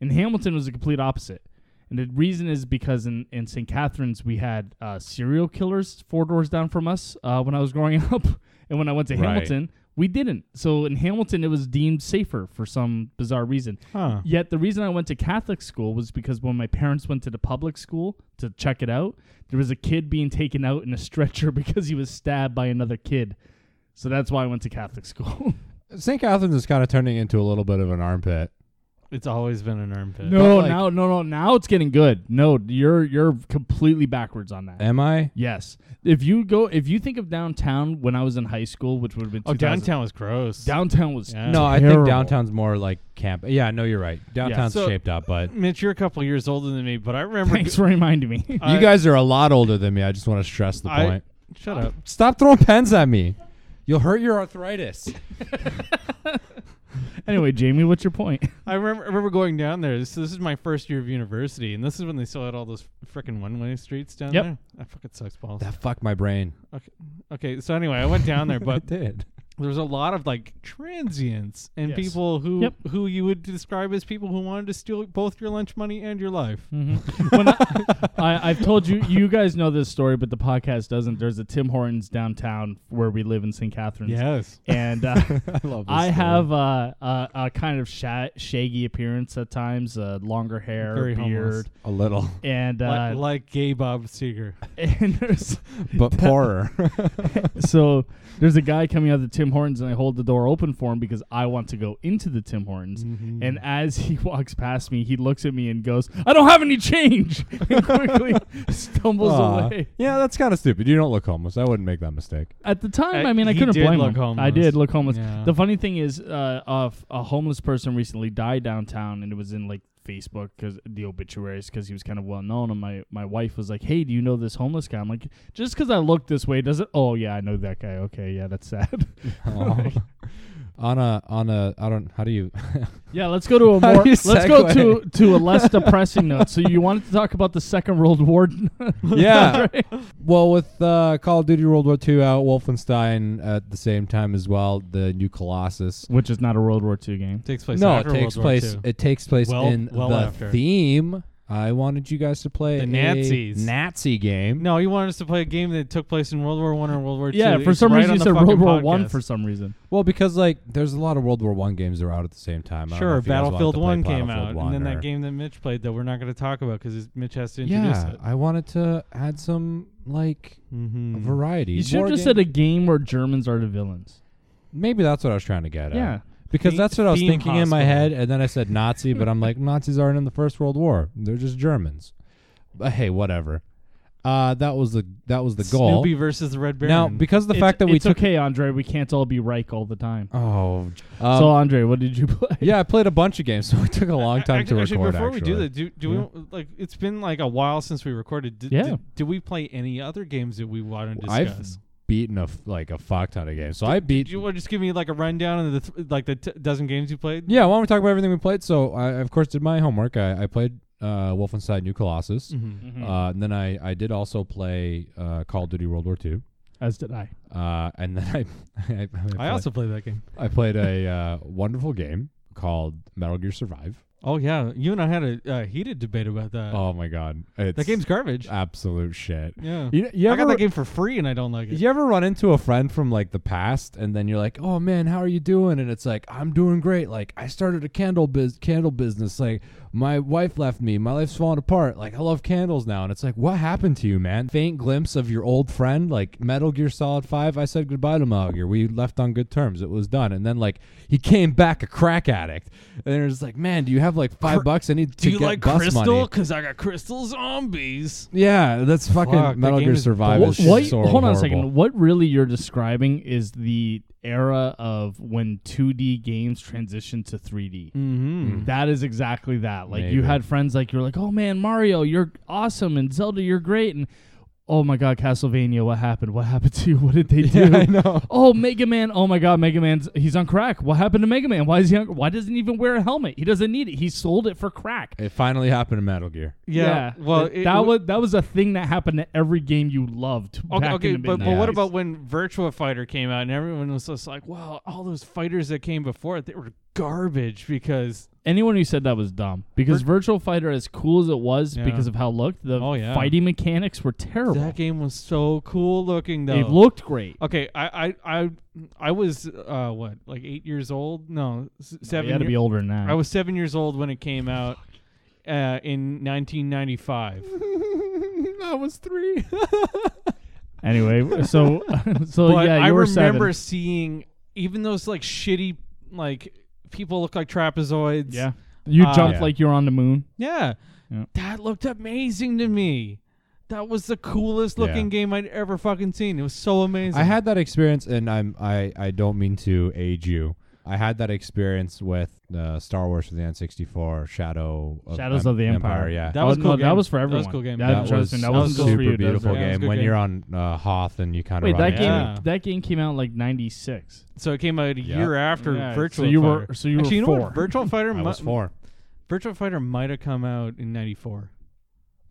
[SPEAKER 2] In Hamilton, it was the complete opposite. And the reason is because in, in St. Catharines, we had uh, serial killers four doors down from us uh, when I was growing up. And when I went to
[SPEAKER 3] Right.
[SPEAKER 2] Hamilton, we didn't. So in Hamilton, it was deemed safer for some bizarre reason.
[SPEAKER 1] Huh.
[SPEAKER 2] Yet the reason I went to Catholic school was because when my parents went to the public school to check it out, there was a kid being taken out in a stretcher because he was stabbed by another kid. So that's why I went to Catholic school.
[SPEAKER 3] St. Catharines is kind of turning into a little bit of an armpit.
[SPEAKER 1] It's always been an armpit.
[SPEAKER 2] no,
[SPEAKER 3] like-
[SPEAKER 2] now no no now it's getting good. No, you're you're completely backwards on that.
[SPEAKER 3] Am I?
[SPEAKER 2] Yes. If you go if you think of downtown when I was in high school, which would have been
[SPEAKER 1] Oh,
[SPEAKER 2] 2000
[SPEAKER 1] downtown was gross.
[SPEAKER 2] downtown was
[SPEAKER 1] Yeah.
[SPEAKER 3] No, I
[SPEAKER 2] terrible.
[SPEAKER 3] think downtown's more like camp. Yeah, no, you're right. Downtown's
[SPEAKER 1] so-
[SPEAKER 3] shaped up, but
[SPEAKER 1] Mitch, you're a couple years older than me, but I remember.
[SPEAKER 2] Thanks for reminding me.
[SPEAKER 1] I-
[SPEAKER 3] you guys are a lot older than me. uh, I just want to stress the
[SPEAKER 1] I-
[SPEAKER 3] point.
[SPEAKER 1] shut up.
[SPEAKER 3] Stop throwing pens at me. You'll hurt your arthritis.
[SPEAKER 2] anyway, Jamie, what's your point?
[SPEAKER 1] I remember, I remember going down there. This, this is my first year of university, and this is when they still had all those freaking one-way streets down
[SPEAKER 2] Yep.
[SPEAKER 1] there. That fucking sucks balls.
[SPEAKER 3] That fucked my brain.
[SPEAKER 1] Okay, so anyway, I went down there, but
[SPEAKER 3] It did.
[SPEAKER 1] there was a lot of like transients and
[SPEAKER 2] Yes.
[SPEAKER 1] people who
[SPEAKER 2] Yep.
[SPEAKER 1] who you would describe as people who wanted to steal both your lunch money and your life.
[SPEAKER 2] Mhm. when I, I, I've told you, you guys know this story, but the podcast doesn't. There's a Tim Hortons downtown where we live in St. Catharines.
[SPEAKER 1] Yes.
[SPEAKER 2] And uh,
[SPEAKER 3] I love this.
[SPEAKER 2] I
[SPEAKER 3] story.
[SPEAKER 2] have uh, a, a kind of sha- shaggy appearance at times, uh, longer hair,
[SPEAKER 1] Very
[SPEAKER 2] beard,
[SPEAKER 1] homeless.
[SPEAKER 3] a little,
[SPEAKER 2] and
[SPEAKER 1] like,
[SPEAKER 2] uh,
[SPEAKER 1] like gay Bob Seger.
[SPEAKER 2] and there's
[SPEAKER 3] but poorer.
[SPEAKER 2] so there's a guy coming out of the Tim Hortons, and I hold the door open for him because I want to go into the Tim Hortons.
[SPEAKER 1] Mm. Mm-hmm.
[SPEAKER 2] And as he walks past me, he looks at me and goes, "I don't have any change," and quickly stumbles
[SPEAKER 3] Aw.
[SPEAKER 2] away.
[SPEAKER 3] Yeah, that's kind of stupid. You don't look homeless. I wouldn't make that mistake.
[SPEAKER 2] At the time,
[SPEAKER 1] Uh,
[SPEAKER 2] I mean, I
[SPEAKER 1] he
[SPEAKER 2] couldn't
[SPEAKER 1] did
[SPEAKER 2] blame
[SPEAKER 1] look
[SPEAKER 2] him.
[SPEAKER 1] homeless.
[SPEAKER 2] I did look homeless.
[SPEAKER 1] Yeah.
[SPEAKER 2] The funny thing is, uh, a, f- a homeless person recently died downtown, and it was in like Facebook because the obituaries because he was kind of well known. And my my wife was like, "Hey, do you know this homeless guy?" I'm like, "Just because I look this way doesn't." Oh yeah, I know that guy. Okay, yeah, that's sad.
[SPEAKER 3] Aw. on a on a I don't how do you
[SPEAKER 2] yeah, let's go to a
[SPEAKER 3] How
[SPEAKER 2] more.
[SPEAKER 3] do you
[SPEAKER 2] Let's go to
[SPEAKER 3] segue?
[SPEAKER 2] to a less depressing note. So you wanted to talk about the Second World War?
[SPEAKER 3] yeah well with uh, Call of Duty World War II out Wolfenstein at the same time as well the new Colossus
[SPEAKER 2] Which is not a World War II game.
[SPEAKER 1] takes place
[SPEAKER 3] no it
[SPEAKER 1] after
[SPEAKER 3] takes
[SPEAKER 1] World War
[SPEAKER 3] place
[SPEAKER 1] II.
[SPEAKER 3] it takes place
[SPEAKER 1] Well-
[SPEAKER 3] in
[SPEAKER 1] well
[SPEAKER 3] the
[SPEAKER 1] after.
[SPEAKER 3] theme I wanted you guys to play
[SPEAKER 1] The
[SPEAKER 3] a
[SPEAKER 1] Nazis.
[SPEAKER 3] Nazi game
[SPEAKER 1] No, you wanted us to play a game that took place in World War One or World War
[SPEAKER 2] Yeah,
[SPEAKER 1] Two.
[SPEAKER 2] for
[SPEAKER 1] It's
[SPEAKER 2] some
[SPEAKER 1] right
[SPEAKER 2] reason
[SPEAKER 1] on
[SPEAKER 2] you
[SPEAKER 1] the
[SPEAKER 2] said
[SPEAKER 1] fucking
[SPEAKER 2] World War One
[SPEAKER 1] podcast.
[SPEAKER 2] for some reason.
[SPEAKER 3] well because like there's a lot of World War One games that are out at the same time I don't know
[SPEAKER 1] Sure,
[SPEAKER 3] if you guys wanted
[SPEAKER 1] Battlefield
[SPEAKER 3] to play
[SPEAKER 1] One came
[SPEAKER 3] Battlefield
[SPEAKER 1] out,
[SPEAKER 3] 1
[SPEAKER 1] and then
[SPEAKER 3] or-
[SPEAKER 1] that game that Mitch played that we're not going to talk about because Mitch has to introduce
[SPEAKER 3] yeah
[SPEAKER 1] it.
[SPEAKER 3] I wanted to add some like
[SPEAKER 1] Mm-hmm.
[SPEAKER 3] variety
[SPEAKER 2] You should have
[SPEAKER 3] War
[SPEAKER 2] just
[SPEAKER 3] game-
[SPEAKER 2] said a game where Germans are the villains.
[SPEAKER 3] maybe that's what I was trying to get at
[SPEAKER 2] Yeah.
[SPEAKER 3] Because
[SPEAKER 1] Theme-
[SPEAKER 3] that's what I was
[SPEAKER 1] theme
[SPEAKER 3] thinking in my
[SPEAKER 1] hospital.
[SPEAKER 3] head, and then I said Nazi, but I'm like, Nazis aren't in the First World War; they're just Germans. But hey, whatever. Uh, that was the that was the goal.
[SPEAKER 1] Snoopy versus the Red Baron.
[SPEAKER 3] Now, because of the fact that we
[SPEAKER 2] it's
[SPEAKER 3] took
[SPEAKER 2] okay, Andre. We can't all be Reich all the time.
[SPEAKER 3] oh, um,
[SPEAKER 2] so, Andre, what did you play?
[SPEAKER 3] yeah, I played a bunch of games, so it took a long time
[SPEAKER 1] actually,
[SPEAKER 3] to
[SPEAKER 1] actually,
[SPEAKER 3] record.
[SPEAKER 1] Before we do
[SPEAKER 3] actually.
[SPEAKER 1] that, do, do
[SPEAKER 3] Yeah.
[SPEAKER 1] we like? It's been like a while since we recorded. Did,
[SPEAKER 2] Yeah.
[SPEAKER 1] Did, did we play any other games that we want to
[SPEAKER 3] I've
[SPEAKER 1] discuss?
[SPEAKER 3] beaten a f- like a fuck ton of games, so I beat.
[SPEAKER 1] Do you want to just give me like a rundown of the th- like the t- dozen games you played?
[SPEAKER 3] yeah, why don't we talk about everything we played? So I, of course, did my homework. I, I played uh, Wolfenstein: New Colossus,
[SPEAKER 1] Mhm.
[SPEAKER 2] Mm-hmm.
[SPEAKER 3] uh, and then I, I did also play uh, Call of Duty World War Two,
[SPEAKER 2] As did I.
[SPEAKER 3] uh, and then I I,
[SPEAKER 1] I
[SPEAKER 3] played-
[SPEAKER 1] also played that game.
[SPEAKER 3] I played a uh, wonderful game called Metal Gear Survive.
[SPEAKER 1] Oh yeah, you and I had a uh, heated debate about that.
[SPEAKER 3] oh my god, it's
[SPEAKER 1] that game's garbage.
[SPEAKER 3] absolute shit.
[SPEAKER 1] yeah,
[SPEAKER 3] You, you
[SPEAKER 1] I
[SPEAKER 3] ever
[SPEAKER 1] got that game for free and I don't like it.
[SPEAKER 3] you ever run into a friend from like the past and then you're like, oh man, how are you doing? And it's like, I'm doing great. Like I started a candle biz candle business. Like my wife left me. My life's falling apart. Like I love candles now. And it's like, what happened to you, man? Faint glimpse of your old friend, like Metal Gear Solid Five. I said goodbye to Metal Gear. We left on good terms. It was done. And then like he came back a crack addict. And it's like, man, do you have have like five
[SPEAKER 1] Cr-
[SPEAKER 3] bucks. I need
[SPEAKER 1] Do
[SPEAKER 3] to
[SPEAKER 1] you
[SPEAKER 3] get
[SPEAKER 1] like
[SPEAKER 3] bus
[SPEAKER 1] crystal?
[SPEAKER 3] money.
[SPEAKER 1] Because I got crystal zombies.
[SPEAKER 3] Yeah, that's fucking
[SPEAKER 1] Fuck, that
[SPEAKER 3] Metal
[SPEAKER 1] game
[SPEAKER 3] Gear
[SPEAKER 1] is
[SPEAKER 3] Survive.
[SPEAKER 2] Wha-
[SPEAKER 3] Is
[SPEAKER 1] bullshit.
[SPEAKER 2] what-
[SPEAKER 3] so
[SPEAKER 2] hold on a
[SPEAKER 3] horrible.
[SPEAKER 2] second. What really you're describing is the era of when 2D games transitioned to 3D.
[SPEAKER 1] Mm-hmm.
[SPEAKER 2] That is exactly that. Like you
[SPEAKER 3] Maybe.
[SPEAKER 2] had friends like you're like, oh man, Mario, you're awesome, and Zelda, you're great, and oh my god, Castlevania, what happened? What happened to you? What did they do?
[SPEAKER 1] Yeah, I know.
[SPEAKER 2] Oh, Mega Man! Oh my God, Mega Man's he's on crack. What happened to Mega Man? Why is he? On, why doesn't he even wear a helmet? He doesn't need it. He sold it for crack.
[SPEAKER 3] It finally happened in Metal Gear.
[SPEAKER 1] Eh, Yeah. Well,
[SPEAKER 2] Th-
[SPEAKER 1] it-
[SPEAKER 2] that
[SPEAKER 1] w-
[SPEAKER 2] was that was a thing that happened to every game you loved.
[SPEAKER 1] Okay,
[SPEAKER 2] back
[SPEAKER 1] okay
[SPEAKER 2] in the
[SPEAKER 1] but, but
[SPEAKER 2] mid-nineties.
[SPEAKER 1] what about when Virtua Fighter came out and everyone was just like, "Wow, all those fighters that came before it, they were garbage." Because
[SPEAKER 2] anyone who said that was dumb? Because Virtual Fighter, as cool as it was,
[SPEAKER 1] Yeah.
[SPEAKER 2] because of how it looked, the
[SPEAKER 1] Oh, yeah.
[SPEAKER 2] fighting mechanics were terrible.
[SPEAKER 1] that game was so cool looking, though.
[SPEAKER 2] It looked great.
[SPEAKER 1] okay, I, I, I, I was uh, what, like eight years old? No, s- seven.
[SPEAKER 2] you had to
[SPEAKER 1] year-
[SPEAKER 2] be older than that.
[SPEAKER 1] I was seven years old when it came out uh, in 1995.
[SPEAKER 3] I was three.
[SPEAKER 2] anyway, so so
[SPEAKER 1] but
[SPEAKER 2] Oh, yeah, you
[SPEAKER 1] I
[SPEAKER 2] were
[SPEAKER 1] remember
[SPEAKER 2] seven.
[SPEAKER 1] seeing even those like shitty like people look like trapezoids.
[SPEAKER 2] Yeah, you
[SPEAKER 1] Uh,
[SPEAKER 2] jumped
[SPEAKER 3] Yeah.
[SPEAKER 2] like you're on the moon.
[SPEAKER 1] Yeah.
[SPEAKER 2] Yeah.
[SPEAKER 1] That looked amazing to me. That was the coolest looking
[SPEAKER 3] Yeah.
[SPEAKER 1] game I'd ever fucking seen. It was so amazing.
[SPEAKER 3] I had that experience, and I'm I I don't mean to age you. I had that experience with uh, Star Wars for the N64, Shadow of
[SPEAKER 2] Shadows
[SPEAKER 3] Em-
[SPEAKER 2] of the Empire.
[SPEAKER 3] Yeah,
[SPEAKER 1] That was
[SPEAKER 2] Oh,
[SPEAKER 1] cool
[SPEAKER 2] no,
[SPEAKER 1] game.
[SPEAKER 2] That was for
[SPEAKER 1] That was
[SPEAKER 2] everyone.
[SPEAKER 1] cool game.
[SPEAKER 2] That,
[SPEAKER 1] That
[SPEAKER 2] was,
[SPEAKER 1] was-
[SPEAKER 2] that
[SPEAKER 1] that
[SPEAKER 2] was
[SPEAKER 1] was
[SPEAKER 2] cool
[SPEAKER 1] super
[SPEAKER 2] for you. That was
[SPEAKER 3] beautiful
[SPEAKER 2] good.
[SPEAKER 1] Yeah, it was
[SPEAKER 3] game.
[SPEAKER 1] good
[SPEAKER 3] When
[SPEAKER 1] game.
[SPEAKER 3] you're on uh, Hoth and you kind of
[SPEAKER 2] Wait,
[SPEAKER 3] run
[SPEAKER 2] that
[SPEAKER 3] into
[SPEAKER 2] game
[SPEAKER 1] Yeah.
[SPEAKER 2] that game came out like '96.
[SPEAKER 1] so it came out a
[SPEAKER 3] Yeah.
[SPEAKER 1] year after
[SPEAKER 2] Yeah,
[SPEAKER 1] Virtual
[SPEAKER 2] so you
[SPEAKER 1] Fighter.
[SPEAKER 2] were so you were
[SPEAKER 1] Actually, you
[SPEAKER 2] four.
[SPEAKER 1] know what? Virtual Fighter
[SPEAKER 3] I
[SPEAKER 1] mi-
[SPEAKER 3] was four.
[SPEAKER 1] Virtual Fighter might have come out in 94.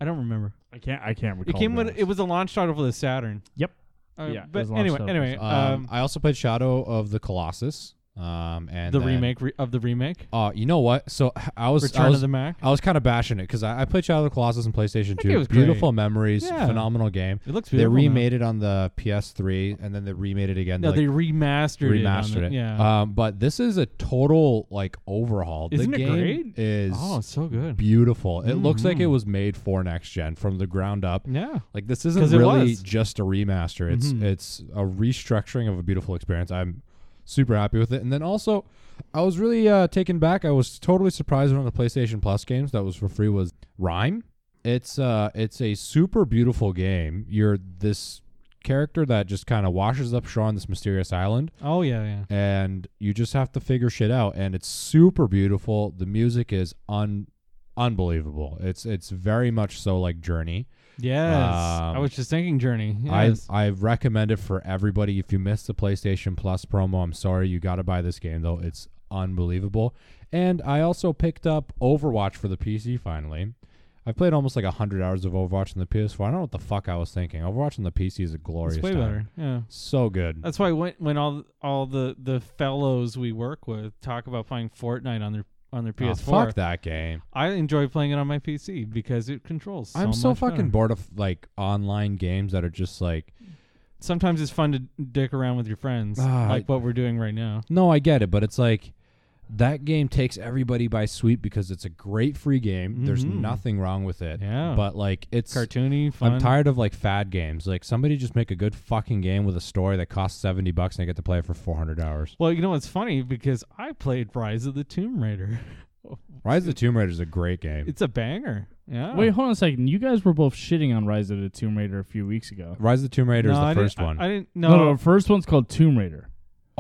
[SPEAKER 1] I don't remember.
[SPEAKER 2] I can't I can't
[SPEAKER 1] It
[SPEAKER 2] recall.
[SPEAKER 1] came
[SPEAKER 2] when
[SPEAKER 1] when it was a launch title for the Saturn.
[SPEAKER 2] Yep.
[SPEAKER 1] Uh,
[SPEAKER 2] Yeah, it
[SPEAKER 1] but
[SPEAKER 2] was a launch
[SPEAKER 1] anyway,
[SPEAKER 2] title for
[SPEAKER 1] anyway,
[SPEAKER 2] Saturn.
[SPEAKER 3] Um,
[SPEAKER 1] um,
[SPEAKER 3] I also played Shadow of the Colossus. Um, and
[SPEAKER 1] the
[SPEAKER 3] then-
[SPEAKER 1] remake re- of the remake,
[SPEAKER 3] Uh, you know what? So I was I
[SPEAKER 1] Return
[SPEAKER 3] was
[SPEAKER 1] of the Mac.
[SPEAKER 3] I was kind of bashing it because I, I played Shadow of the Colossus on PlayStation
[SPEAKER 1] game
[SPEAKER 3] 2.
[SPEAKER 1] was great.
[SPEAKER 3] Beautiful memories,
[SPEAKER 1] Yeah.
[SPEAKER 3] phenomenal game.
[SPEAKER 1] It looks
[SPEAKER 3] They
[SPEAKER 1] beautiful. now.
[SPEAKER 3] remade it on the PS3 and then they remade it again.
[SPEAKER 1] No,
[SPEAKER 3] like,
[SPEAKER 1] they remastered, it. on
[SPEAKER 3] remastered it.
[SPEAKER 1] the- Yeah.
[SPEAKER 3] Um, but this is a total like overhaul.
[SPEAKER 1] Isn't it
[SPEAKER 3] the game
[SPEAKER 1] great?
[SPEAKER 3] is
[SPEAKER 1] oh, it's so good.
[SPEAKER 3] beautiful. It looks like it
[SPEAKER 1] Mhm.
[SPEAKER 3] was made for next gen from the ground up.
[SPEAKER 1] Yeah.
[SPEAKER 3] Like this
[SPEAKER 1] 'Cause
[SPEAKER 3] isn't
[SPEAKER 1] it
[SPEAKER 3] really
[SPEAKER 1] was.
[SPEAKER 3] just a remaster. It's
[SPEAKER 1] Mhm.
[SPEAKER 3] it's a restructuring of a beautiful experience. I'm super happy with it. And then also, I was really uh, taken back. I was totally surprised when one of the PlayStation Plus games that was for free was Rhyme. It's uh it's a super beautiful game. You're this character that just kind of washes up shore on this mysterious island
[SPEAKER 1] Oh yeah, yeah.
[SPEAKER 3] and you just have to figure shit out and it's super beautiful the music is un unbelievable it's it's very much so like journey
[SPEAKER 1] Yes. I
[SPEAKER 3] Um,
[SPEAKER 1] was just thinking Journey. Yes.
[SPEAKER 3] i i recommend it for everybody if you missed the playstation plus promo i'm sorry you gotta buy this game though it's unbelievable and i also picked up overwatch for the pc finally i played almost like 100 hours of overwatch on the ps4 i don't know what the fuck i was thinking overwatch on the pc is a glorious
[SPEAKER 1] it's way
[SPEAKER 3] time.
[SPEAKER 1] better. Yeah.
[SPEAKER 3] so good
[SPEAKER 1] That's why when when all all the the fellows we work with talk about playing Fortnite on their on their
[SPEAKER 3] Oh,
[SPEAKER 1] PS4,
[SPEAKER 3] fuck that game
[SPEAKER 1] I enjoy playing it on my PC because it controls.
[SPEAKER 3] I'm so
[SPEAKER 1] much
[SPEAKER 3] fucking
[SPEAKER 1] better.
[SPEAKER 3] bored of like online games that are just like
[SPEAKER 1] Sometimes it's fun to dick around with your friends,
[SPEAKER 3] Ah,
[SPEAKER 1] like
[SPEAKER 3] I-
[SPEAKER 1] what we're doing right now.
[SPEAKER 3] no, I get it, but it's like that game takes everybody by sweep because it's a great free game. There's
[SPEAKER 1] Mhm.
[SPEAKER 3] nothing wrong with it.
[SPEAKER 1] Yeah.
[SPEAKER 3] But like it's
[SPEAKER 1] Cartoony, fun.
[SPEAKER 3] I'm tired of like fad games. Like somebody just make a good fucking game with a story that costs 70 bucks and I get to play it for 400 hours.
[SPEAKER 1] Well, you know what's funny because I played Rise of the Tomb Raider.
[SPEAKER 3] Rise of the Tomb Raider is a great game.
[SPEAKER 1] It's a banger. Yeah.
[SPEAKER 2] Wait, hold on a second. You guys were both shitting on Rise of the Tomb Raider a few weeks ago.
[SPEAKER 3] Rise of the Tomb Raider
[SPEAKER 1] no,
[SPEAKER 3] is the
[SPEAKER 1] I didn't-
[SPEAKER 3] first
[SPEAKER 1] I-
[SPEAKER 3] one.
[SPEAKER 1] I, didn't
[SPEAKER 2] No, no,
[SPEAKER 1] know.
[SPEAKER 2] the first one's called Tomb Raider.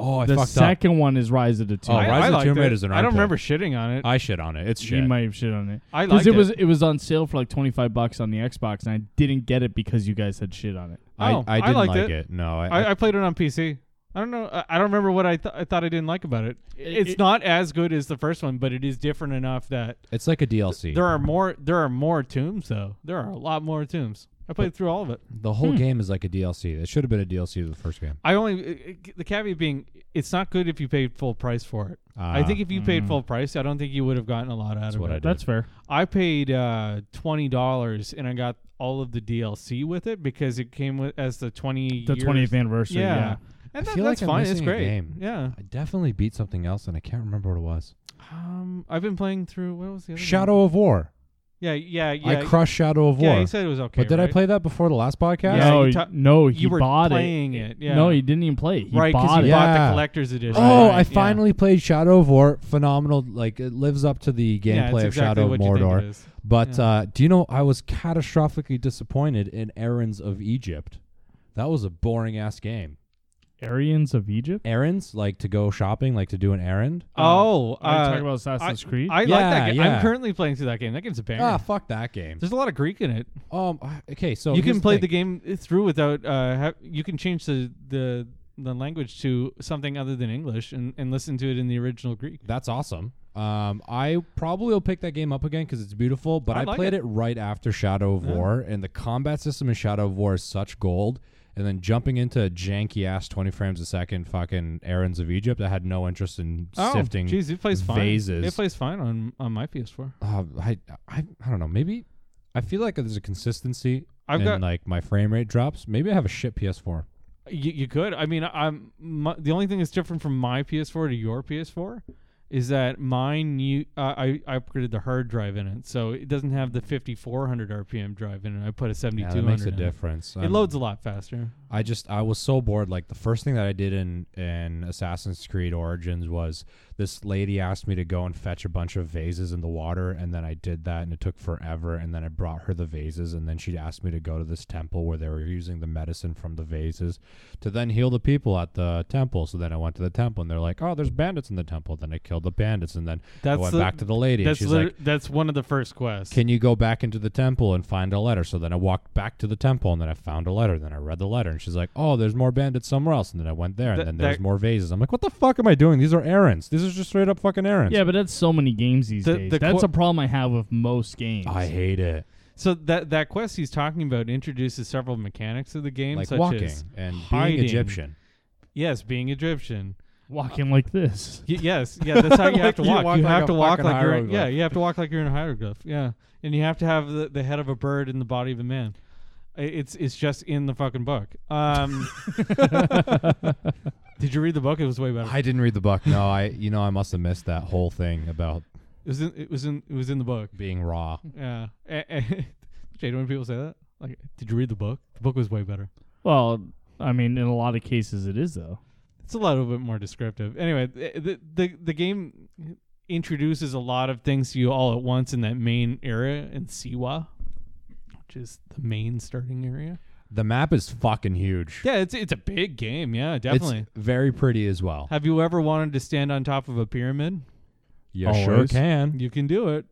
[SPEAKER 3] oh, I
[SPEAKER 2] the
[SPEAKER 3] fucked up.
[SPEAKER 2] second one is Rise of the Tomb.
[SPEAKER 3] Oh,
[SPEAKER 1] I,
[SPEAKER 2] Raider.
[SPEAKER 3] Rise
[SPEAKER 1] I
[SPEAKER 3] of the
[SPEAKER 1] liked
[SPEAKER 3] Tomb
[SPEAKER 1] it.
[SPEAKER 3] Raider is an
[SPEAKER 1] I don't
[SPEAKER 3] armpit.
[SPEAKER 1] remember shitting on it. I,
[SPEAKER 3] I shit on it. It's
[SPEAKER 2] You
[SPEAKER 3] shit.
[SPEAKER 2] might have shit on it
[SPEAKER 1] liked
[SPEAKER 2] it was it was on sale for like twenty five bucks on the Xbox, and I didn't get it because you guys had shit on it.
[SPEAKER 3] I,
[SPEAKER 1] Oh, I
[SPEAKER 3] I didn't
[SPEAKER 1] liked
[SPEAKER 3] like
[SPEAKER 1] it.
[SPEAKER 3] it. No, I,
[SPEAKER 1] I, I played it on PC. I don't know. I, I don't remember what I, th- I thought I didn't like about it. It's
[SPEAKER 2] it-
[SPEAKER 1] not as good as the first one, but it is different enough that
[SPEAKER 3] it's like a DLC.
[SPEAKER 1] there are more. There are more tombs though. There are a lot more tombs. I played through all of it.
[SPEAKER 3] the whole
[SPEAKER 2] Hmm.
[SPEAKER 3] game is like a DLC. It should have been a DLC to the first game.
[SPEAKER 1] I only uh, uh, the caveat being it's not good if you paid full price for it. I
[SPEAKER 3] Ah.
[SPEAKER 1] think if you paid
[SPEAKER 2] Mm.
[SPEAKER 1] full price, I don't think you would have gotten a lot out
[SPEAKER 3] That's
[SPEAKER 1] of
[SPEAKER 3] what
[SPEAKER 1] it.
[SPEAKER 3] I did.
[SPEAKER 2] That's fair.
[SPEAKER 1] I paid uh, twenty dollars and I got all of the DLC with it because it came with as the twenty
[SPEAKER 2] The
[SPEAKER 1] years-
[SPEAKER 2] twentieth anniversary.
[SPEAKER 1] Yeah.
[SPEAKER 2] yeah.
[SPEAKER 1] and
[SPEAKER 3] I
[SPEAKER 1] that,
[SPEAKER 3] feel
[SPEAKER 1] that's
[SPEAKER 3] like I'm
[SPEAKER 1] fine. It's
[SPEAKER 3] missing a
[SPEAKER 1] great.
[SPEAKER 3] game.
[SPEAKER 1] Yeah.
[SPEAKER 3] I definitely beat something else, and I can't remember what it was.
[SPEAKER 1] Um, I've been playing through what was the other
[SPEAKER 3] Shadow of War.
[SPEAKER 1] Yeah, yeah, yeah.
[SPEAKER 3] I crushed Shadow of War.
[SPEAKER 1] yeah, he said it was okay.
[SPEAKER 3] but did I
[SPEAKER 1] right?
[SPEAKER 3] play that before the last podcast?
[SPEAKER 1] Yeah,
[SPEAKER 2] no,
[SPEAKER 1] you
[SPEAKER 2] y-
[SPEAKER 1] ta-
[SPEAKER 2] no, he
[SPEAKER 1] you were
[SPEAKER 2] bought
[SPEAKER 1] playing
[SPEAKER 2] it.
[SPEAKER 1] it, yeah.
[SPEAKER 2] No, he didn't even play. He
[SPEAKER 1] right?
[SPEAKER 2] bought
[SPEAKER 1] you
[SPEAKER 2] it.
[SPEAKER 3] Yeah.
[SPEAKER 1] bought the collector's edition.
[SPEAKER 3] Oh,
[SPEAKER 1] right,
[SPEAKER 3] I finally played Shadow of War. Phenomenal. Like it lives up to the
[SPEAKER 1] yeah.
[SPEAKER 3] gameplay
[SPEAKER 1] yeah, it's
[SPEAKER 3] of
[SPEAKER 1] exactly
[SPEAKER 3] Shadow of
[SPEAKER 1] what you think
[SPEAKER 3] Mordor.
[SPEAKER 1] it is.
[SPEAKER 3] But
[SPEAKER 1] Yeah.
[SPEAKER 3] uh, do you know I was catastrophically disappointed in Errands of Egypt. That was a boring ass game.
[SPEAKER 2] Aryans of Egypt.
[SPEAKER 3] Errands, like to go shopping, like to do an errand.
[SPEAKER 1] Oh,
[SPEAKER 2] Are you
[SPEAKER 1] uh,
[SPEAKER 2] talking about Assassin's Creed.
[SPEAKER 1] I like
[SPEAKER 3] Yeah,
[SPEAKER 1] that. Game. I'm
[SPEAKER 3] yeah.
[SPEAKER 1] currently playing through that game. That game's a banger.
[SPEAKER 3] Ah, fuck that game.
[SPEAKER 1] There's a lot of Greek in it.
[SPEAKER 3] Um, I- okay, so
[SPEAKER 1] you
[SPEAKER 3] here's
[SPEAKER 1] can play Oh, the,
[SPEAKER 3] thing.
[SPEAKER 1] game through without. Uh, ha- you can change the the the language to something other than English and, and listen to it in the original Greek.
[SPEAKER 3] That's awesome. Um, I probably will pick that game up again because it's beautiful. But
[SPEAKER 1] I
[SPEAKER 3] I,
[SPEAKER 1] like
[SPEAKER 3] played
[SPEAKER 1] it.
[SPEAKER 3] it. right after Shadow of War, and the combat system in Shadow of War is such gold. And then jumping into a janky ass twenty frames a second fucking errands of Egypt, I had no interest in
[SPEAKER 1] Oh,
[SPEAKER 3] sifting.
[SPEAKER 1] jeez, it plays fine.
[SPEAKER 3] vases.
[SPEAKER 1] It plays fine on on my PS4.
[SPEAKER 3] Uh, I, I I don't know. Maybe I feel like there's a consistency.
[SPEAKER 1] I've
[SPEAKER 3] in,
[SPEAKER 1] got-
[SPEAKER 3] like my frame rate drops. Maybe I have a shit PS4.
[SPEAKER 1] You, you could. I mean, I- I'm my, the only thing that's different from my PS4 to your PS4 is that mine you uh, I, I upgraded the hard drive in it, so it doesn't have the 5400 RPM drive in it. I put a Um, Oh,
[SPEAKER 3] Yeah,
[SPEAKER 1] 7200.
[SPEAKER 3] that makes a
[SPEAKER 1] in it.
[SPEAKER 3] difference.
[SPEAKER 1] It loads a lot faster.
[SPEAKER 3] I just I was so bored. Like the first thing that I did in in Assassin's Creed Origins was this lady asked me to go and fetch a bunch of vases in the water, and then I did that, and it took forever. And then I brought her the vases, and then she asked me to go to this temple where they were using the medicine from the vases to then heal the people at the temple. So then I went to the temple, and they're like, "Oh, there's bandits in the temple." Then I killed the bandits, and then
[SPEAKER 1] That's
[SPEAKER 3] I went
[SPEAKER 1] the-
[SPEAKER 3] back to the lady, and
[SPEAKER 1] That's
[SPEAKER 3] she's
[SPEAKER 1] liter-
[SPEAKER 3] like,
[SPEAKER 1] that's one of the first quests.
[SPEAKER 3] can you go back into the temple and find a letter? So then I walked back to the temple and then I found a letter. Then I read the letter and she's like, oh, there's more bandits somewhere else. And then I went there and
[SPEAKER 1] That-
[SPEAKER 3] then there's
[SPEAKER 1] that-
[SPEAKER 3] more vases. I'm like, what the fuck am I doing? These are errands. These are just straight up fucking errands.
[SPEAKER 2] Yeah, but that's so many games these
[SPEAKER 1] The-
[SPEAKER 2] days.
[SPEAKER 1] the
[SPEAKER 2] that's
[SPEAKER 1] qu-
[SPEAKER 2] a problem I have with most games.
[SPEAKER 3] I hate it.
[SPEAKER 1] So that that quest he's talking about introduces several mechanics of the game,
[SPEAKER 3] Like
[SPEAKER 1] such
[SPEAKER 3] walking
[SPEAKER 1] as
[SPEAKER 3] and
[SPEAKER 1] hiding.
[SPEAKER 3] being Egyptian.
[SPEAKER 1] yes, being Egyptian.
[SPEAKER 2] Walking like this.
[SPEAKER 1] Y- yes, yeah, that's how you have
[SPEAKER 3] Like
[SPEAKER 1] to
[SPEAKER 3] you
[SPEAKER 1] walk. You,
[SPEAKER 3] walk like
[SPEAKER 1] have
[SPEAKER 3] a
[SPEAKER 1] to walk
[SPEAKER 3] fucking
[SPEAKER 1] like you're
[SPEAKER 3] hieroglyph.
[SPEAKER 1] yeah, you have to walk like you're in a hieroglyph. Yeah, and you have to have the, the head of a bird and the body of a man. I- It's it's just in the fucking book. Um, did you read the book? It was way better.
[SPEAKER 3] I didn't read the book. No, I, you know, I must have missed that whole thing about
[SPEAKER 1] It was in it was in it was in the book.
[SPEAKER 3] being raw.
[SPEAKER 1] Yeah. Eh, eh, Jade, when people say that, like, did you read the book? The book was way better.
[SPEAKER 2] Well, I mean, in a lot of cases, it is though.
[SPEAKER 1] it's a little bit more descriptive. Anyway, th- the the, the game introduces a lot of things to you all at once in that main area in Siwa, which is the main starting area.
[SPEAKER 3] The map is fucking huge.
[SPEAKER 1] Yeah, it's it's a big game. Yeah,
[SPEAKER 3] It's
[SPEAKER 1] definitely.
[SPEAKER 3] very pretty as well.
[SPEAKER 1] Have you ever wanted to stand on top of a pyramid?
[SPEAKER 3] You sure
[SPEAKER 2] Always.
[SPEAKER 3] can.
[SPEAKER 1] You can do it.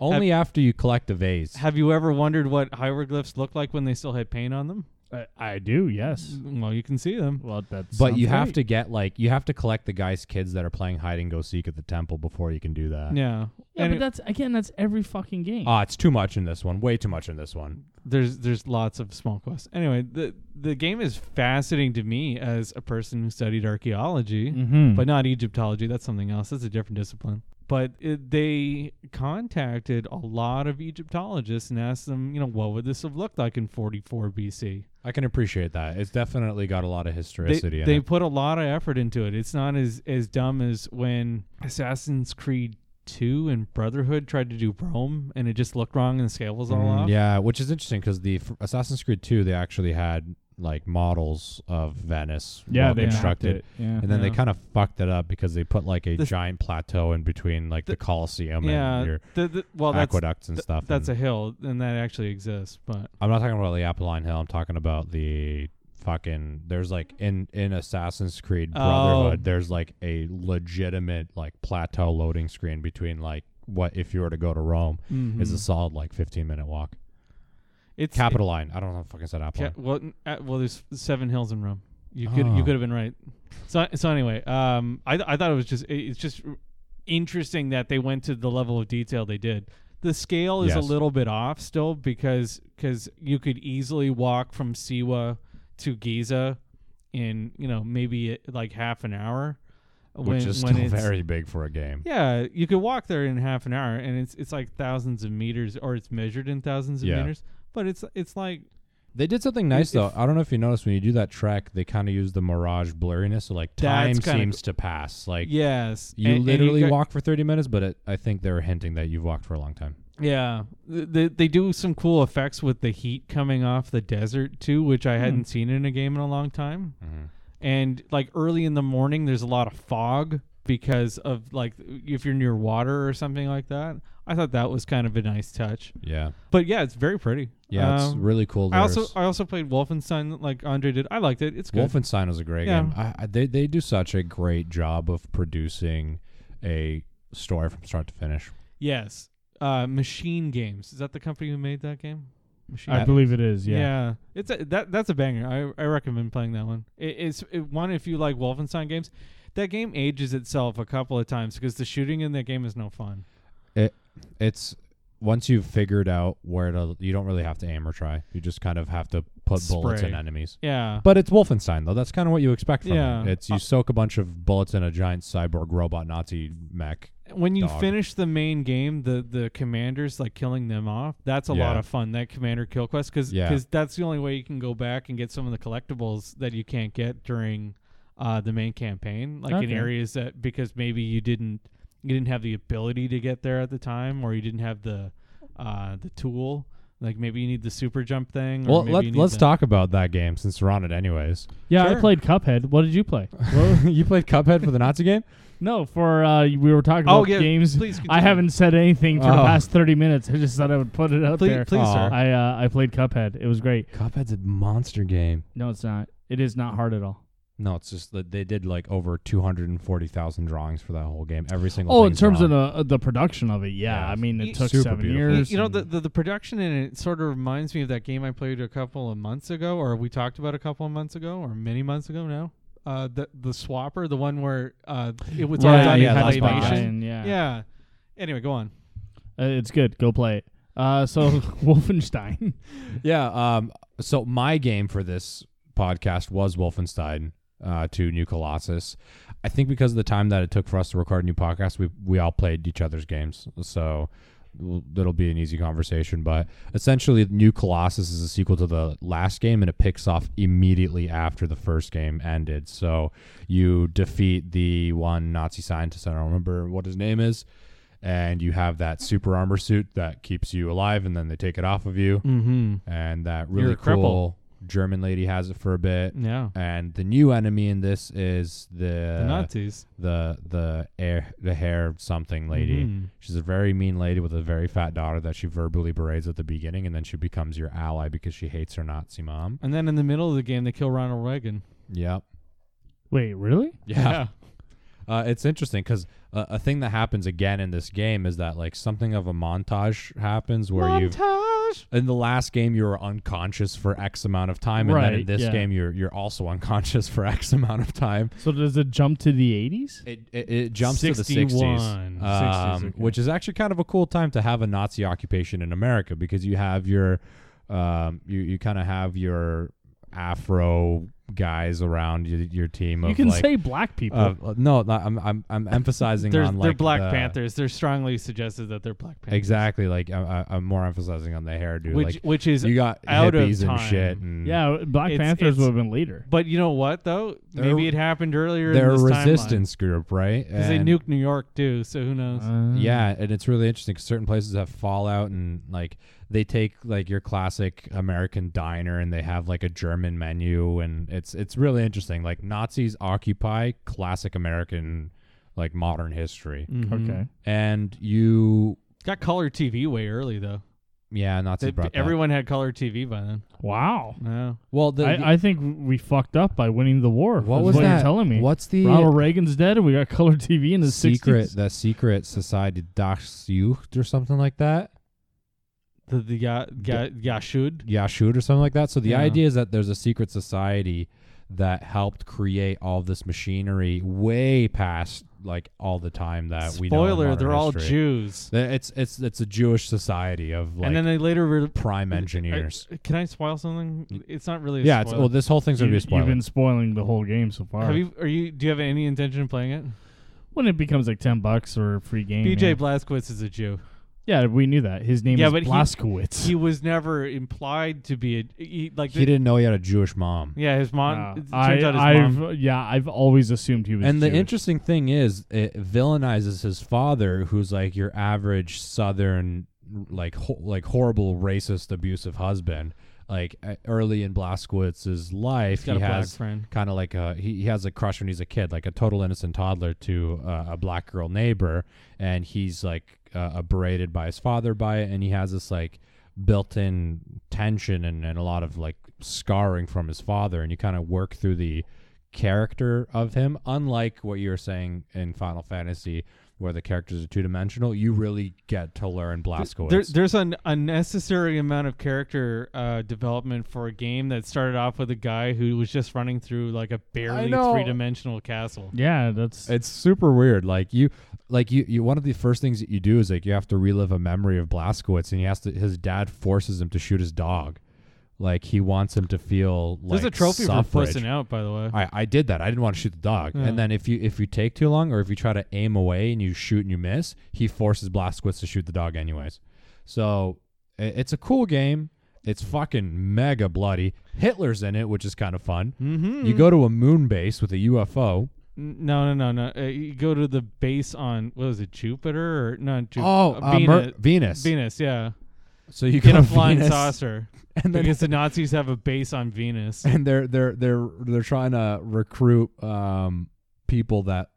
[SPEAKER 3] Only after you collect a vase.
[SPEAKER 1] Have you ever wondered what hieroglyphs looked like when they still had paint on them?
[SPEAKER 2] I, I do, yes.
[SPEAKER 1] Well, you can see them.
[SPEAKER 2] Well, that's.
[SPEAKER 3] But you have to get like you have to collect the guy's kids that are playing hide and go seek at the temple before you can do that.
[SPEAKER 1] Yeah.
[SPEAKER 2] Yeah,
[SPEAKER 1] And
[SPEAKER 2] but
[SPEAKER 1] it-
[SPEAKER 2] that's again, that's every fucking game.
[SPEAKER 3] Ah, it's too much in this one. Way too much in this one.
[SPEAKER 1] there's there's lots of small quests. Anyway, the the game is fascinating to me as a person who studied archaeology,
[SPEAKER 3] Hmm.
[SPEAKER 2] mm-hmm.
[SPEAKER 1] but not Egyptology. That's something else. That's a different discipline. But it, they contacted a lot of Egyptologists and asked them, you know, what would this have looked like in 44 BC?
[SPEAKER 3] I can appreciate that. It's definitely got a lot of historicity
[SPEAKER 1] They,
[SPEAKER 3] in
[SPEAKER 1] they
[SPEAKER 3] it.
[SPEAKER 1] put a lot of effort into it. It's not as as dumb as when Assassin's Creed 2 and Brotherhood tried to do Rome and it just looked wrong and the scale was all
[SPEAKER 3] Mm,
[SPEAKER 1] off.
[SPEAKER 3] Yeah, which is interesting because the f- Assassin's Creed 2, they actually had like models of Venice
[SPEAKER 2] yeah,
[SPEAKER 3] well
[SPEAKER 2] they mapped
[SPEAKER 3] constructed.
[SPEAKER 2] it. Yeah.
[SPEAKER 3] And then they
[SPEAKER 1] Yeah.
[SPEAKER 3] kind of fucked it up because they put like a
[SPEAKER 1] This-
[SPEAKER 3] giant plateau in between like the,
[SPEAKER 1] The-
[SPEAKER 3] Colosseum
[SPEAKER 1] Yeah,
[SPEAKER 3] and your
[SPEAKER 1] the, the, well, that's
[SPEAKER 3] aqueducts and
[SPEAKER 1] Th-
[SPEAKER 3] stuff.
[SPEAKER 1] That's
[SPEAKER 3] and-
[SPEAKER 1] a hill, and that actually exists. But
[SPEAKER 3] I'm not talking about the Apolline Hill. I'm talking about the fucking. There's like in in Assassin's Creed
[SPEAKER 1] Oh.
[SPEAKER 3] Brotherhood. There's like a legitimate like plateau loading screen between like what if you were to go to Rome
[SPEAKER 1] Hmm.
[SPEAKER 3] is a solid like 15 minute walk.
[SPEAKER 1] mm-hmm. it's
[SPEAKER 3] Capitoline. I don't know if I fucking said
[SPEAKER 1] ca-
[SPEAKER 3] Apolline.
[SPEAKER 1] well, n- uh, well, there's seven hills in Rome. You could you
[SPEAKER 3] Oh.
[SPEAKER 1] could have been right. So so anyway, um, I th- I thought it was just it- it's just r- interesting that they went to the level of detail they did. The scale is a
[SPEAKER 3] Yes.
[SPEAKER 1] little bit off still because because you could easily walk from Siwa to Giza in you know maybe uh, like half an hour,
[SPEAKER 3] which is
[SPEAKER 1] when
[SPEAKER 3] still
[SPEAKER 1] it's-
[SPEAKER 3] very big for a game.
[SPEAKER 1] Yeah, you could walk there in half an hour, and it's it's like thousands of meters, or it's measured in thousands of
[SPEAKER 3] Yeah.
[SPEAKER 1] meters. But it's it's like
[SPEAKER 3] They did something nice
[SPEAKER 1] If-
[SPEAKER 3] though. I don't know if you noticed when you do that track, they kind of use the mirage blurriness. So like time
[SPEAKER 1] That's kinda
[SPEAKER 3] seems to pass. Like
[SPEAKER 1] yes,
[SPEAKER 3] you
[SPEAKER 1] and- and
[SPEAKER 3] literally
[SPEAKER 1] got-
[SPEAKER 3] walk for 30 minutes, but it, I think they're hinting that you've walked for a long time.
[SPEAKER 1] Yeah, Th- they they do some cool effects with the heat coming off the desert too, which
[SPEAKER 3] Hmm.
[SPEAKER 1] I hadn't seen in a game in a long time. And like early in the morning, there's a lot of fog because of like if you're near water or something like that. I thought that was kind of a nice touch.
[SPEAKER 3] Yeah,
[SPEAKER 1] But yeah, it's very pretty.
[SPEAKER 3] yeah, it's
[SPEAKER 1] Um,
[SPEAKER 3] really cool.
[SPEAKER 1] I also
[SPEAKER 3] There's-
[SPEAKER 1] I also played Wolfenstein like Andre did. I liked it. It's good.
[SPEAKER 3] Wolfenstein was a great
[SPEAKER 1] Yeah.
[SPEAKER 3] game. I, I, they they do such a great job of producing a story from start to finish.
[SPEAKER 1] yes. Uh, Machine Games is that the company who made that game? Machine.
[SPEAKER 2] I
[SPEAKER 1] Games.
[SPEAKER 2] believe it is.
[SPEAKER 1] Yeah.
[SPEAKER 2] Yeah.
[SPEAKER 1] it's a, that that's a banger. I I recommend playing that one. It, it's it, one if you like Wolfenstein games. That game ages itself a couple of times because the shooting in that game is no fun.
[SPEAKER 3] It's once you've figured out where to, you don't really have to aim or try. You just kind of have to put bullets
[SPEAKER 1] Spray.
[SPEAKER 3] in enemies.
[SPEAKER 1] Yeah,
[SPEAKER 3] But it's Wolfenstein though. That's kind of what you expect from
[SPEAKER 1] Yeah. Uh,
[SPEAKER 3] it. It's you soak a bunch of bullets in a giant cyborg robot Nazi mech.
[SPEAKER 1] when you
[SPEAKER 3] Dog.
[SPEAKER 1] finish the main game, the the commanders like killing them off. That's a lot
[SPEAKER 3] Yeah.
[SPEAKER 1] of fun. That commander kill quest because
[SPEAKER 3] Yeah.
[SPEAKER 1] that's the only way you can go back and get some of the collectibles that you can't get during uh, the main campaign, like in
[SPEAKER 2] Okay.
[SPEAKER 1] areas that because maybe you didn't you didn't have the ability to get there at the time, or you didn't have the uh, the tool. Like maybe you need the super jump thing. Or
[SPEAKER 3] Well,
[SPEAKER 1] maybe you
[SPEAKER 3] let,
[SPEAKER 1] need
[SPEAKER 3] let's
[SPEAKER 1] the-
[SPEAKER 3] talk about that game since we're on it, anyways.
[SPEAKER 2] Yeah,
[SPEAKER 1] Sure.
[SPEAKER 2] I played Cuphead. What did you play?
[SPEAKER 3] you played Cuphead for the Nazi game?
[SPEAKER 2] No, for uh, we were talking
[SPEAKER 1] Oh,
[SPEAKER 2] about
[SPEAKER 1] yeah,
[SPEAKER 2] games.
[SPEAKER 1] please
[SPEAKER 2] I
[SPEAKER 1] continue.
[SPEAKER 2] haven't said anything for the
[SPEAKER 3] Oh.
[SPEAKER 2] past thirty minutes. I just thought I would put it out
[SPEAKER 1] Please,
[SPEAKER 2] there.
[SPEAKER 1] please,
[SPEAKER 3] Aw.
[SPEAKER 1] sir.
[SPEAKER 2] I uh, I played Cuphead. It was great.
[SPEAKER 3] Cuphead's a monster game.
[SPEAKER 2] No, it's not. It is not hard at all.
[SPEAKER 3] No, it's just that they did like over two hundred and forty thousand drawings for that whole game. Every single.
[SPEAKER 2] Oh, in
[SPEAKER 3] thing's
[SPEAKER 2] terms of
[SPEAKER 3] drawn.
[SPEAKER 2] the the production of it, yeah.
[SPEAKER 3] Yeah,
[SPEAKER 2] I mean,
[SPEAKER 1] y-
[SPEAKER 2] it took
[SPEAKER 3] super
[SPEAKER 2] seven
[SPEAKER 3] beautiful.
[SPEAKER 1] Y-
[SPEAKER 2] years.
[SPEAKER 1] You know,
[SPEAKER 2] and-
[SPEAKER 1] the, the the production in it sort of reminds me of that game I played a couple of months ago, or we talked about a couple of months ago, or many months ago now. Uh, the the swapper, the one where uh, it was all
[SPEAKER 2] Yeah,
[SPEAKER 1] done
[SPEAKER 3] yeah,
[SPEAKER 1] in
[SPEAKER 3] that's
[SPEAKER 1] animation.
[SPEAKER 2] fine, yeah.
[SPEAKER 1] Yeah. Anyway, go on.
[SPEAKER 2] Uh, it's good. Go play it. Uh, so Wolfenstein.
[SPEAKER 3] yeah. Um. So my game for this podcast was Wolfenstein. Uh, to New Colossus, I think because of the time that it took for us to record a new podcast, we we all played each other's games, so l- it'll be an easy conversation. But essentially, New Colossus is a sequel to the last game, and it picks off immediately after the first game ended. So you defeat the one Nazi scientist I don't remember what his name is, and you have that super armor suit that keeps you alive, and then they take it off of you
[SPEAKER 1] Mm-hmm.
[SPEAKER 3] and that
[SPEAKER 1] You're
[SPEAKER 3] really
[SPEAKER 1] a cripple.
[SPEAKER 3] cool German lady has it for a bit.
[SPEAKER 1] Yeah.
[SPEAKER 3] And the new enemy in this is
[SPEAKER 1] the
[SPEAKER 3] the
[SPEAKER 1] Nazis.
[SPEAKER 3] the the air the hair something lady.
[SPEAKER 1] Mhm.
[SPEAKER 3] She's a very mean lady with a very fat daughter that she verbally berates at the beginning, and then she becomes your ally because she hates her Nazi mom.
[SPEAKER 1] And then in the middle of the game, they kill Ronald Reagan.
[SPEAKER 3] Yep.
[SPEAKER 2] Wait, really?
[SPEAKER 3] Yeah. Uh, it's interesting because uh, a thing that happens again in this game is that like something of a montage happens where you've
[SPEAKER 1] Montage.
[SPEAKER 3] in the last game you were unconscious for X amount of time, and then in
[SPEAKER 2] Right,
[SPEAKER 3] this
[SPEAKER 2] yeah.
[SPEAKER 3] game you're you're also unconscious for X amount of time.
[SPEAKER 2] So does it jump to the eighties?
[SPEAKER 3] It it, it jumps to the
[SPEAKER 1] 61.
[SPEAKER 3] sixties, Um,
[SPEAKER 1] 60s, okay.
[SPEAKER 3] which is actually kind of a cool time to have a Nazi occupation in America because you have your, um, you you kind of have your Afro guys around your, your team. Of
[SPEAKER 2] You can
[SPEAKER 3] like,
[SPEAKER 2] say black people.
[SPEAKER 3] uh, no, not- I'm I'm I'm emphasizing
[SPEAKER 1] They're,
[SPEAKER 3] on
[SPEAKER 1] they're
[SPEAKER 3] like
[SPEAKER 1] Black
[SPEAKER 3] the-
[SPEAKER 1] Panthers. They're strongly suggested that they're Black Panthers.
[SPEAKER 3] Exactly, like I, I, I'm more emphasizing on the hairdo.
[SPEAKER 1] Which,
[SPEAKER 3] like
[SPEAKER 1] which is
[SPEAKER 3] you got
[SPEAKER 1] out of
[SPEAKER 3] hippies and
[SPEAKER 1] time.
[SPEAKER 3] shit. And
[SPEAKER 2] yeah, Black
[SPEAKER 1] it's-
[SPEAKER 2] Panthers
[SPEAKER 1] it's-
[SPEAKER 2] would have been later.
[SPEAKER 1] But you know what though?
[SPEAKER 3] They're-
[SPEAKER 1] Maybe it happened earlier.
[SPEAKER 3] they're
[SPEAKER 1] in
[SPEAKER 3] a
[SPEAKER 1] this timeline.
[SPEAKER 3] resistance group, right?
[SPEAKER 1] Because they
[SPEAKER 3] And-
[SPEAKER 1] nuked New York too, so who knows?
[SPEAKER 2] Uh,
[SPEAKER 3] Yeah, and it's really interesting. 'cause certain places have Fallout, and like they take like your classic American diner, and they have like a German menu, and it's it's really interesting. Like Nazis occupy classic American, like modern
[SPEAKER 1] Mm.
[SPEAKER 3] history,
[SPEAKER 2] Okay.
[SPEAKER 3] and you,
[SPEAKER 1] Mm-hmm. Got color TV way early though.
[SPEAKER 3] yeah, Nazis
[SPEAKER 1] They-
[SPEAKER 3] brought that.
[SPEAKER 1] everyone had color TV by then.
[SPEAKER 2] Wow.
[SPEAKER 1] No.
[SPEAKER 3] Well, the, the-
[SPEAKER 2] I, I think we fucked up by winning the war.
[SPEAKER 3] what
[SPEAKER 2] is
[SPEAKER 3] was
[SPEAKER 2] what
[SPEAKER 3] that?
[SPEAKER 2] you're telling me?
[SPEAKER 3] What's the
[SPEAKER 2] Ronald Reagan's dead, and we got color TV in the
[SPEAKER 3] secret?
[SPEAKER 2] 60s.
[SPEAKER 3] The secret society Das Jugend or something like that.
[SPEAKER 1] The the ya, ya, Yashud.
[SPEAKER 3] Yashud or something like that. So the
[SPEAKER 1] Yeah.
[SPEAKER 3] idea is that there's a secret society that helped create all this machinery way past like all the time that we know. in
[SPEAKER 1] Spoiler:
[SPEAKER 3] modern
[SPEAKER 1] They're all
[SPEAKER 3] history.
[SPEAKER 1] Jews.
[SPEAKER 3] Th- It's it's it's a Jewish society of like
[SPEAKER 1] and then they later. Re-
[SPEAKER 3] prime engineers.
[SPEAKER 1] I- can I spoil something? It's not really. A
[SPEAKER 3] yeah, it's,
[SPEAKER 1] spoiler.
[SPEAKER 3] well, this whole thing's gonna
[SPEAKER 2] You-
[SPEAKER 3] be a spoiler.
[SPEAKER 2] You've been spoiling the whole game so far.
[SPEAKER 1] have you? Are you? Do you have any intention of playing it?
[SPEAKER 2] when it becomes like ten bucks or a free game.
[SPEAKER 1] BJ
[SPEAKER 2] yeah.
[SPEAKER 1] Blazkowicz is a Jew.
[SPEAKER 2] yeah, we knew that. His name
[SPEAKER 1] Yeah,
[SPEAKER 2] is
[SPEAKER 1] but he-
[SPEAKER 2] Blaskowitz.
[SPEAKER 1] He was never implied to be a he, like.
[SPEAKER 3] he
[SPEAKER 1] the-
[SPEAKER 3] didn't know he had a Jewish mom.
[SPEAKER 1] Yeah, his mom.
[SPEAKER 2] Uh,
[SPEAKER 1] it turns
[SPEAKER 2] I,
[SPEAKER 1] out his
[SPEAKER 2] I've
[SPEAKER 1] mom.
[SPEAKER 2] yeah, I've always assumed he was.
[SPEAKER 3] And the
[SPEAKER 2] Jewish.
[SPEAKER 3] interesting thing is, it villainizes his father, who's like your average Southern like ho- like horrible racist abusive husband. Like e- early in Blaskowitz's life,
[SPEAKER 1] He's got
[SPEAKER 3] he
[SPEAKER 1] a black
[SPEAKER 3] has
[SPEAKER 1] friend.
[SPEAKER 3] kind of like a he, he has a crush when he's a kid, like a total innocent toddler to uh, a black girl neighbor, and he's like uh, berated by his father by it, and he has this like built-in tension and, and a lot of like scarring from his father, and you kind of work through the character of him. Unlike what you were saying in Final Fantasy, where the characters are two-dimensional, you really get to learn Blaskowitz.
[SPEAKER 1] There, there's an unnecessary amount of character uh, development for a game that started off with a guy who was just running through like a barely
[SPEAKER 3] know.
[SPEAKER 1] three dimensional castle.
[SPEAKER 2] Yeah, that's
[SPEAKER 3] It's super weird. Like you, like you, you. One of the first things that you do is like you have to relive a memory of Blaskowitz, and he has to. His dad forces him to shoot his dog. Like he wants him to feel. Like
[SPEAKER 1] There's a trophy for
[SPEAKER 3] suffrage.
[SPEAKER 1] pussing out, by the way.
[SPEAKER 3] I, I did that. I didn't want to shoot the dog.
[SPEAKER 1] Yeah.
[SPEAKER 3] And then if you if you take too long or if you try to aim away and you shoot and you miss, he forces Blaskowitz to shoot the dog anyways. So i- it's a cool game. It's fucking mega bloody. Hitler's in it, which is kind of fun.
[SPEAKER 1] mm-hmm.
[SPEAKER 3] You go to a moon base with a UFO.
[SPEAKER 1] No, no, no, no. Uh, you go to the base on what was it, Jupiter or not Jupiter?
[SPEAKER 3] Oh, uh, Mer-
[SPEAKER 1] Venus.
[SPEAKER 3] Venus.
[SPEAKER 1] Venus, yeah.
[SPEAKER 3] So you
[SPEAKER 1] Get
[SPEAKER 3] go
[SPEAKER 1] a
[SPEAKER 3] to
[SPEAKER 1] flying
[SPEAKER 3] Venus.
[SPEAKER 1] saucer,
[SPEAKER 3] and then
[SPEAKER 1] because the Nazis have a base on Venus.
[SPEAKER 3] and they're they're they're they're trying to recruit um people that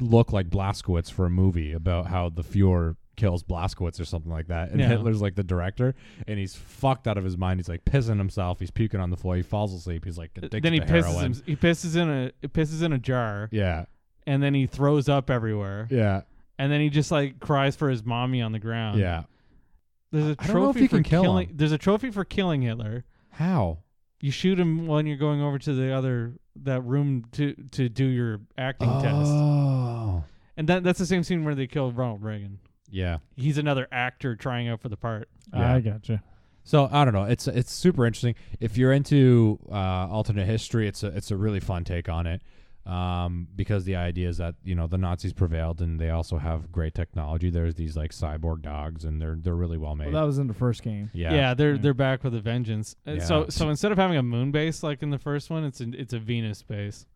[SPEAKER 3] look like Blaskowitz for a movie about how the Fuhrer kills Blaskowitz or something like that. And
[SPEAKER 1] Yeah.
[SPEAKER 3] Hitler's like the director, and he's fucked out of his mind. He's like pissing himself. He's puking on the floor. He falls asleep. He's like addicted
[SPEAKER 1] then he
[SPEAKER 3] to
[SPEAKER 1] pisses
[SPEAKER 3] heroin.
[SPEAKER 1] him, he pisses in a he pisses in a jar,
[SPEAKER 3] Yeah,
[SPEAKER 1] and then he throws up everywhere,
[SPEAKER 3] yeah,
[SPEAKER 1] and then he just like cries for his mommy on the ground.
[SPEAKER 3] yeah.
[SPEAKER 1] There's a
[SPEAKER 3] I don't know if
[SPEAKER 1] trophy
[SPEAKER 3] you
[SPEAKER 1] for
[SPEAKER 3] can kill
[SPEAKER 1] killing.
[SPEAKER 3] him.
[SPEAKER 1] There's a trophy for killing Hitler.
[SPEAKER 3] How?
[SPEAKER 1] You shoot him when you're going over to the other that room to to do your acting test,
[SPEAKER 3] Oh,
[SPEAKER 1] and that that's the same scene where they kill Ronald Reagan.
[SPEAKER 3] yeah.
[SPEAKER 1] He's another actor trying out for the part.
[SPEAKER 3] yeah.
[SPEAKER 2] I gotcha.
[SPEAKER 3] So I don't know. It's it's super interesting. If you're into uh, alternate history, it's a it's a really fun take on it. Um, because the idea is that you know the Nazis prevailed and they also have great technology. There's these like cyborg dogs and they're they're really well made.
[SPEAKER 2] Well, that was in the first game.
[SPEAKER 1] Yeah,
[SPEAKER 3] yeah.
[SPEAKER 1] they're
[SPEAKER 2] Yeah.
[SPEAKER 1] they're back with a vengeance. Uh, So
[SPEAKER 3] Yeah.
[SPEAKER 1] so instead of having a moon base like in the first one, it's an, it's a Venus base.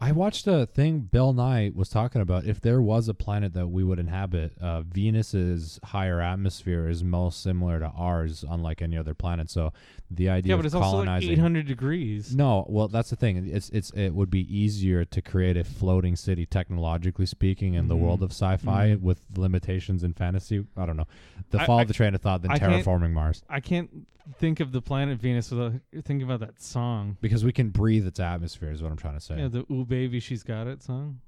[SPEAKER 3] I watched a thing Bill Nye was talking about. If there was a planet that we would inhabit, uh, Venus's higher atmosphere is most similar to ours, unlike any other planet. So the idea
[SPEAKER 1] Yeah, but
[SPEAKER 3] of
[SPEAKER 1] it's also like
[SPEAKER 3] colonizing
[SPEAKER 1] 800 degrees.
[SPEAKER 3] No, well, that's the thing. It's it's it would be easier to create a floating city, technologically speaking, in the
[SPEAKER 2] Mhm.
[SPEAKER 1] Mm-hmm.
[SPEAKER 3] world of sci-fi with limitations in fantasy. I don't know. The
[SPEAKER 1] I-
[SPEAKER 3] fall
[SPEAKER 1] I-
[SPEAKER 3] of the train of thought than
[SPEAKER 1] I can't-
[SPEAKER 3] terraforming Mars
[SPEAKER 1] I can't think of the planet Venus without thinking about that song.
[SPEAKER 3] because we can breathe its atmosphere. Is what I'm trying to say.
[SPEAKER 1] Yeah, the "Ooh Baby She's Got It" song.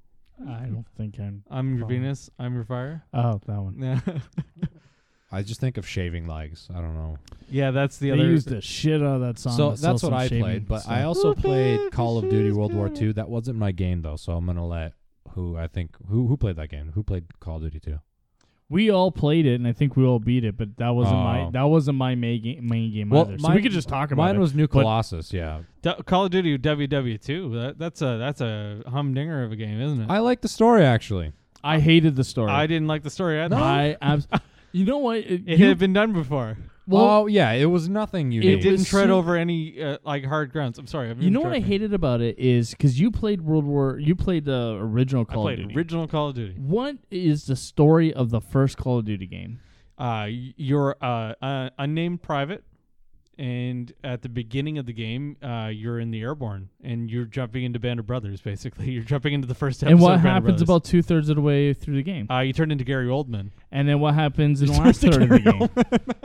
[SPEAKER 2] I don't think I'm.
[SPEAKER 1] I'm your
[SPEAKER 2] Fine.
[SPEAKER 1] Venus. I'm your fire.
[SPEAKER 2] Oh, that one.
[SPEAKER 1] Yeah,
[SPEAKER 3] I just think of shaving legs. I don't know.
[SPEAKER 1] yeah, that's the
[SPEAKER 2] They
[SPEAKER 1] other.
[SPEAKER 2] used the shit out of that song.
[SPEAKER 3] so
[SPEAKER 2] to sell
[SPEAKER 3] that's what
[SPEAKER 2] some
[SPEAKER 3] I
[SPEAKER 2] shaving
[SPEAKER 3] played, but I
[SPEAKER 2] stuff.
[SPEAKER 3] also
[SPEAKER 1] Ooh, baby,
[SPEAKER 3] played Call of Duty
[SPEAKER 1] she's
[SPEAKER 3] World War
[SPEAKER 1] got
[SPEAKER 3] II. That wasn't my game though, so I'm gonna let who I think who who played that game. Who played Call of Duty 2?
[SPEAKER 2] we all played it, and I think we all beat it. But that wasn't my
[SPEAKER 3] Oh.
[SPEAKER 2] that wasn't my main game, main game
[SPEAKER 3] Well,
[SPEAKER 2] either. So we
[SPEAKER 3] mine-
[SPEAKER 2] could just talk about
[SPEAKER 3] Mine
[SPEAKER 2] it.
[SPEAKER 3] was New
[SPEAKER 2] but-
[SPEAKER 3] Colossus. Yeah,
[SPEAKER 1] Du- Call of Duty WW two. That, that's a that's a humdinger of a game, isn't it?
[SPEAKER 3] I like the story actually.
[SPEAKER 2] I hated the story.
[SPEAKER 1] I didn't like the story either.
[SPEAKER 2] I abs- You know what? It,
[SPEAKER 1] it
[SPEAKER 2] you-
[SPEAKER 1] had been done before.
[SPEAKER 2] well,
[SPEAKER 3] oh yeah, it was nothing
[SPEAKER 1] It
[SPEAKER 3] unique.
[SPEAKER 1] didn't
[SPEAKER 2] was
[SPEAKER 1] tread
[SPEAKER 2] so-
[SPEAKER 1] over any uh, like hard grounds. I'm sorry. I've
[SPEAKER 2] you know what I
[SPEAKER 1] interrupted.
[SPEAKER 2] hated about it is because you played World War. You played the original
[SPEAKER 1] I
[SPEAKER 2] Call
[SPEAKER 1] played
[SPEAKER 2] of Duty.
[SPEAKER 1] original Call of Duty.
[SPEAKER 2] what is the story of the first Call of Duty game?
[SPEAKER 1] Uh, y- you're uh, uh, unnamed private, and at the beginning of the game, uh, you're in the airborne, and you're jumping into Band of Brothers. Basically, you're jumping into the first episode.
[SPEAKER 2] and what
[SPEAKER 1] of Band of
[SPEAKER 2] happens
[SPEAKER 1] Brothers.
[SPEAKER 2] about two thirds of the way through the game?
[SPEAKER 1] Uh, you turn into Gary Oldman.
[SPEAKER 2] and then what happens in the last third of the game?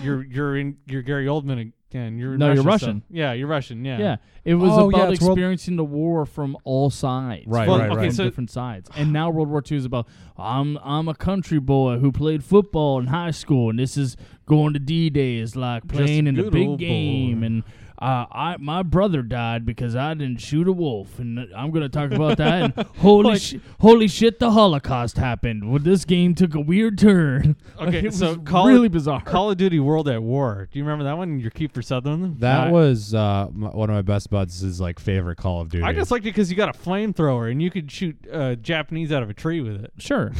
[SPEAKER 1] You're you're in you're Gary Oldman again. You're in
[SPEAKER 2] No, you're
[SPEAKER 1] Russia, so-
[SPEAKER 2] Russian.
[SPEAKER 1] yeah, you're Russian. Yeah.
[SPEAKER 2] Yeah. it was
[SPEAKER 3] Oh, yeah,
[SPEAKER 2] about
[SPEAKER 3] it's world-
[SPEAKER 2] experiencing the war from all sides,
[SPEAKER 3] Right,
[SPEAKER 2] from,
[SPEAKER 1] right,
[SPEAKER 2] from
[SPEAKER 1] right. Okay, so-
[SPEAKER 2] different sides. And now World War II is about I'm I'm a country boy who played football in high school, and this is going to D Day is like playing in the
[SPEAKER 1] good
[SPEAKER 2] big
[SPEAKER 1] old
[SPEAKER 2] game,
[SPEAKER 1] boy.
[SPEAKER 2] and uh, I my brother died because I didn't shoot a wolf, and I'm gonna talk about that. And holy
[SPEAKER 1] Like-
[SPEAKER 2] sh- holy shit, the Holocaust happened. Well, this game took a weird turn. Like,
[SPEAKER 1] Okay,
[SPEAKER 2] it
[SPEAKER 1] so
[SPEAKER 2] was
[SPEAKER 1] Call
[SPEAKER 2] really bizarre.
[SPEAKER 1] Call of Duty World at War. Do you remember that one? Your Keeper Sutherland.
[SPEAKER 3] That
[SPEAKER 2] I-
[SPEAKER 3] was uh, m- one of my best buds. Is like favorite Call of Duty.
[SPEAKER 1] I just liked it because you got a flamethrower and you could shoot uh, Japanese out of a tree with it.
[SPEAKER 2] sure,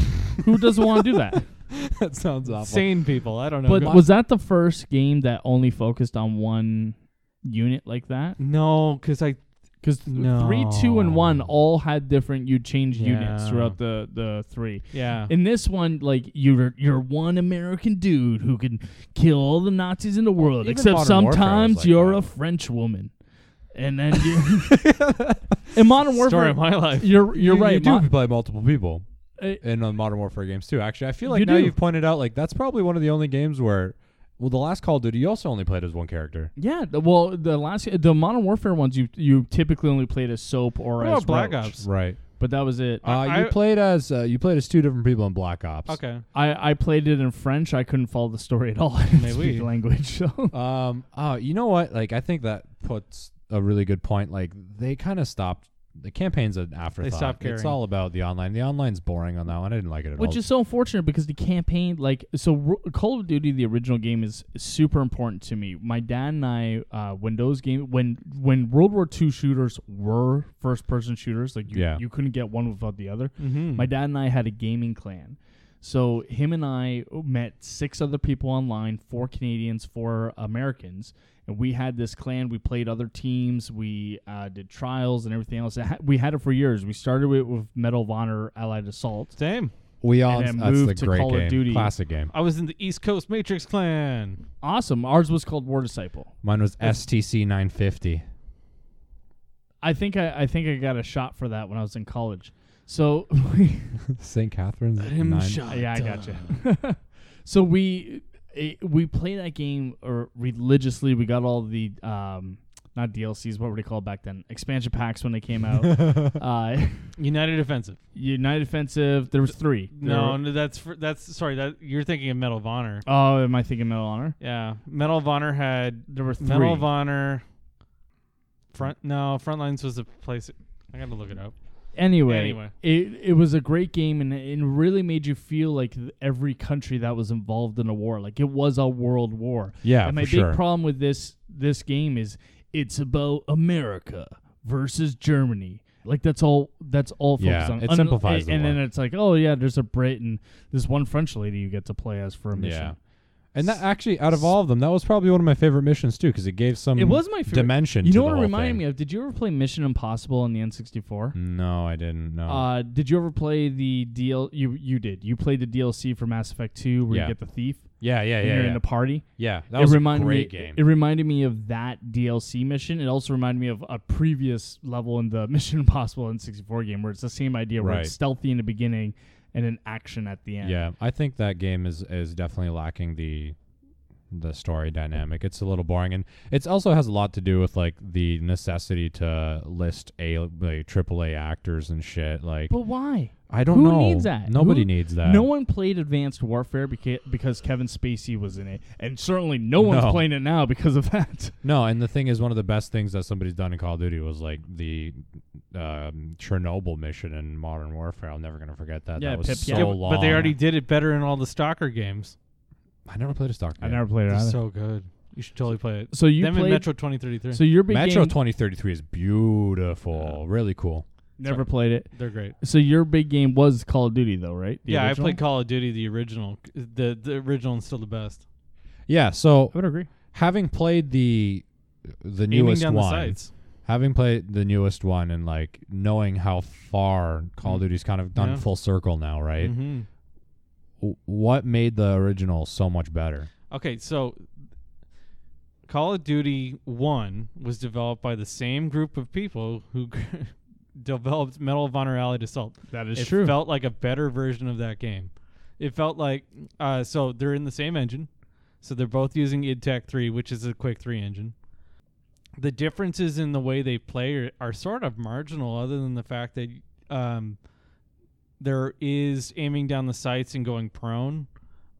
[SPEAKER 2] who doesn't want to do that?
[SPEAKER 3] that sounds awful.
[SPEAKER 1] Sane people. I don't know.
[SPEAKER 2] But
[SPEAKER 1] Go-
[SPEAKER 2] was that the first game that only focused on one unit like that?
[SPEAKER 1] no, because I
[SPEAKER 2] Because three, two, and one
[SPEAKER 1] No.
[SPEAKER 2] all had different. You change units
[SPEAKER 1] Yeah.
[SPEAKER 2] throughout the the three.
[SPEAKER 1] Yeah.
[SPEAKER 2] In this one, like you're you're one American dude who can kill all the Nazis in the world,
[SPEAKER 3] even
[SPEAKER 2] except
[SPEAKER 3] Modern Warfare was
[SPEAKER 2] sometimes
[SPEAKER 3] like
[SPEAKER 2] you're
[SPEAKER 3] that.
[SPEAKER 2] a French woman, and then you in Modern Warfare.
[SPEAKER 1] Story of my life.
[SPEAKER 2] You're you're
[SPEAKER 3] You
[SPEAKER 2] right.
[SPEAKER 3] do
[SPEAKER 2] Mo-
[SPEAKER 3] play multiple people
[SPEAKER 2] uh,
[SPEAKER 3] in uh, Modern Warfare games too. Actually, I feel like
[SPEAKER 2] You
[SPEAKER 3] now
[SPEAKER 2] do.
[SPEAKER 3] you've pointed out like that's probably one of the only games where, well, the last Call of Duty you also only played as one character.
[SPEAKER 2] yeah. The, well, the last the Modern Warfare ones you you typically only played as Soap or
[SPEAKER 1] What
[SPEAKER 2] as
[SPEAKER 1] about Black
[SPEAKER 2] Roach,
[SPEAKER 1] Ops?
[SPEAKER 3] Right.
[SPEAKER 2] but that was it.
[SPEAKER 3] Uh,
[SPEAKER 1] I-
[SPEAKER 3] you played as uh, you played as two different people in Black Ops.
[SPEAKER 1] Okay.
[SPEAKER 2] I, I played it in French. I couldn't follow the story at all. I didn't
[SPEAKER 1] Mais
[SPEAKER 2] speak
[SPEAKER 1] oui.
[SPEAKER 2] the language. So.
[SPEAKER 3] Um. Oh, you know what? Like, I think that puts a really good point. Like, they kind of stopped. The campaign's an afterthought.
[SPEAKER 1] stopped
[SPEAKER 3] It's
[SPEAKER 1] caring.
[SPEAKER 3] all about the online. The online's boring on that one. I didn't like it at all.
[SPEAKER 2] Which is so unfortunate because the campaign, like, so R- Call of Duty, the original game, is super important to me. My dad and I, uh, when those game, when when World War II shooters were first person shooters, like, you,
[SPEAKER 3] Yeah.
[SPEAKER 2] you couldn't get one without the other.
[SPEAKER 1] Mm-hmm.
[SPEAKER 2] My dad and I had a gaming clan. So him and I met six other people online, four Canadians, four Americans, and we had this clan. We played other teams. We uh, did trials and everything else. It ha- We had it for years. We started with, with Medal of Honor Allied Assault.
[SPEAKER 1] Same.
[SPEAKER 3] we all.
[SPEAKER 2] and then
[SPEAKER 3] That's the
[SPEAKER 2] moved to
[SPEAKER 3] great
[SPEAKER 2] Call of
[SPEAKER 3] game.
[SPEAKER 2] Duty.
[SPEAKER 3] Classic game.
[SPEAKER 1] I was in the East Coast Matrix Clan.
[SPEAKER 2] Awesome. Ours was called War Disciple.
[SPEAKER 3] Mine was STC 950.
[SPEAKER 2] I think I, I think I got a shot for that when I was in college. So
[SPEAKER 3] St. Catherine's.
[SPEAKER 1] Him
[SPEAKER 3] nine-
[SPEAKER 1] shot.
[SPEAKER 2] yeah, I gotcha. so we it, we play that game or religiously. We got all the um, not DLCs. What were they called back then? Expansion packs when they came out. uh,
[SPEAKER 1] United Offensive.
[SPEAKER 2] United Offensive. There was three.
[SPEAKER 1] No,
[SPEAKER 2] There-
[SPEAKER 1] no, that's for, that's sorry. That you're thinking of Medal of Honor.
[SPEAKER 2] Oh, am I thinking Medal of Honor?
[SPEAKER 1] Yeah, Medal of Honor had
[SPEAKER 2] There were three.
[SPEAKER 1] Medal of Honor. Front no, Frontlines was a place. I gotta look it up.
[SPEAKER 2] anyway,
[SPEAKER 1] Anyway.
[SPEAKER 2] it it was a great game and it really made you feel like th- every country that was involved in a war, like it was a world war.
[SPEAKER 3] Yeah,
[SPEAKER 2] and my
[SPEAKER 3] for
[SPEAKER 2] big
[SPEAKER 3] sure.
[SPEAKER 2] problem with this this game is it's about America versus Germany. Like that's all. That's all.
[SPEAKER 3] Yeah,
[SPEAKER 2] focused on.
[SPEAKER 3] it
[SPEAKER 2] Un-
[SPEAKER 3] simplifies the
[SPEAKER 2] And,
[SPEAKER 3] war.
[SPEAKER 2] then it's like, oh yeah, there's a Brit and this one French lady you get to play as for a mission.
[SPEAKER 3] Yeah. And that actually, out of all of them, that was probably one of my favorite missions too, because it gave some.
[SPEAKER 2] It was my favorite.
[SPEAKER 3] dimension.
[SPEAKER 2] You
[SPEAKER 3] to
[SPEAKER 2] know
[SPEAKER 3] the
[SPEAKER 2] what it
[SPEAKER 3] whole
[SPEAKER 2] reminded
[SPEAKER 3] thing.
[SPEAKER 2] me of? Did you ever play Mission Impossible on the N64?
[SPEAKER 3] No, I didn't. know.
[SPEAKER 2] Uh, did you ever play the DL? You you did. You played the DLC for Mass Effect Two, where you
[SPEAKER 3] Yeah.
[SPEAKER 2] get the thief
[SPEAKER 3] yeah, yeah,
[SPEAKER 2] and
[SPEAKER 3] yeah,
[SPEAKER 2] you're
[SPEAKER 3] yeah.
[SPEAKER 2] in the party.
[SPEAKER 3] yeah that
[SPEAKER 2] it
[SPEAKER 3] was
[SPEAKER 2] reminded
[SPEAKER 3] a great
[SPEAKER 2] me.
[SPEAKER 3] game.
[SPEAKER 2] It reminded me of that DLC mission. It also reminded me of a previous level in the Mission Impossible N64 game, where it's the same idea, where
[SPEAKER 3] Right.
[SPEAKER 2] it's stealthy in the beginning and an action at the end.
[SPEAKER 3] Yeah, I think that game is is definitely lacking the the story dynamic. It's a little boring, and it also has a lot to do with like the necessity to list a like, AAA actors and shit. Like,
[SPEAKER 2] But why?
[SPEAKER 3] I don't
[SPEAKER 2] who
[SPEAKER 3] know.
[SPEAKER 2] needs that?
[SPEAKER 3] Nobody
[SPEAKER 2] Who-
[SPEAKER 3] needs that.
[SPEAKER 2] No one played Advanced Warfare beca- because Kevin Spacey was in it, and certainly no one's
[SPEAKER 3] No.
[SPEAKER 2] playing it now because of that.
[SPEAKER 3] No, and the thing is, one of the best things that somebody's done in Call of Duty was like the um, Chernobyl mission in Modern Warfare. I'm never gonna forget that.
[SPEAKER 2] Yeah,
[SPEAKER 3] that was
[SPEAKER 2] Pip,
[SPEAKER 3] so
[SPEAKER 2] yeah.
[SPEAKER 1] Yeah,
[SPEAKER 3] long.
[SPEAKER 1] But they already did it better in all the Stalker games.
[SPEAKER 3] I never played a Stalker.
[SPEAKER 2] I
[SPEAKER 3] game.
[SPEAKER 2] never played it
[SPEAKER 1] They're
[SPEAKER 2] either.
[SPEAKER 1] so good. You should totally play it.
[SPEAKER 2] So you
[SPEAKER 1] Them and
[SPEAKER 2] played
[SPEAKER 1] Metro 2033.
[SPEAKER 2] So your big
[SPEAKER 3] Metro
[SPEAKER 2] game
[SPEAKER 3] 2033 is beautiful. really cool.
[SPEAKER 2] never played it.
[SPEAKER 1] They're great.
[SPEAKER 2] So your big game was Call of Duty though, right? The
[SPEAKER 1] yeah,
[SPEAKER 2] original?
[SPEAKER 1] I played Call of Duty the original. The the original is still the best.
[SPEAKER 3] Yeah. So
[SPEAKER 2] I would agree.
[SPEAKER 3] having played the the
[SPEAKER 1] Aiming
[SPEAKER 3] newest
[SPEAKER 1] down the
[SPEAKER 3] one,
[SPEAKER 1] sights.
[SPEAKER 3] having played the newest one, and like knowing how far Call of
[SPEAKER 2] Mm-hmm.
[SPEAKER 3] Duty's kind of done
[SPEAKER 1] Yeah.
[SPEAKER 3] full circle now, right?
[SPEAKER 1] Mm-hmm.
[SPEAKER 3] W- What made the original so much better?
[SPEAKER 1] Okay, so Call of Duty 1 was developed by the same group of people who developed Medal of Honor Allied Assault.
[SPEAKER 2] That
[SPEAKER 1] it felt like a better version of that game. It felt like uh, so they're in the same engine, so they're both using id Tech 3, which is a Quick 3 engine. The differences in the way they play are, are sort of marginal, other than the fact that um, there is aiming down the sights and going prone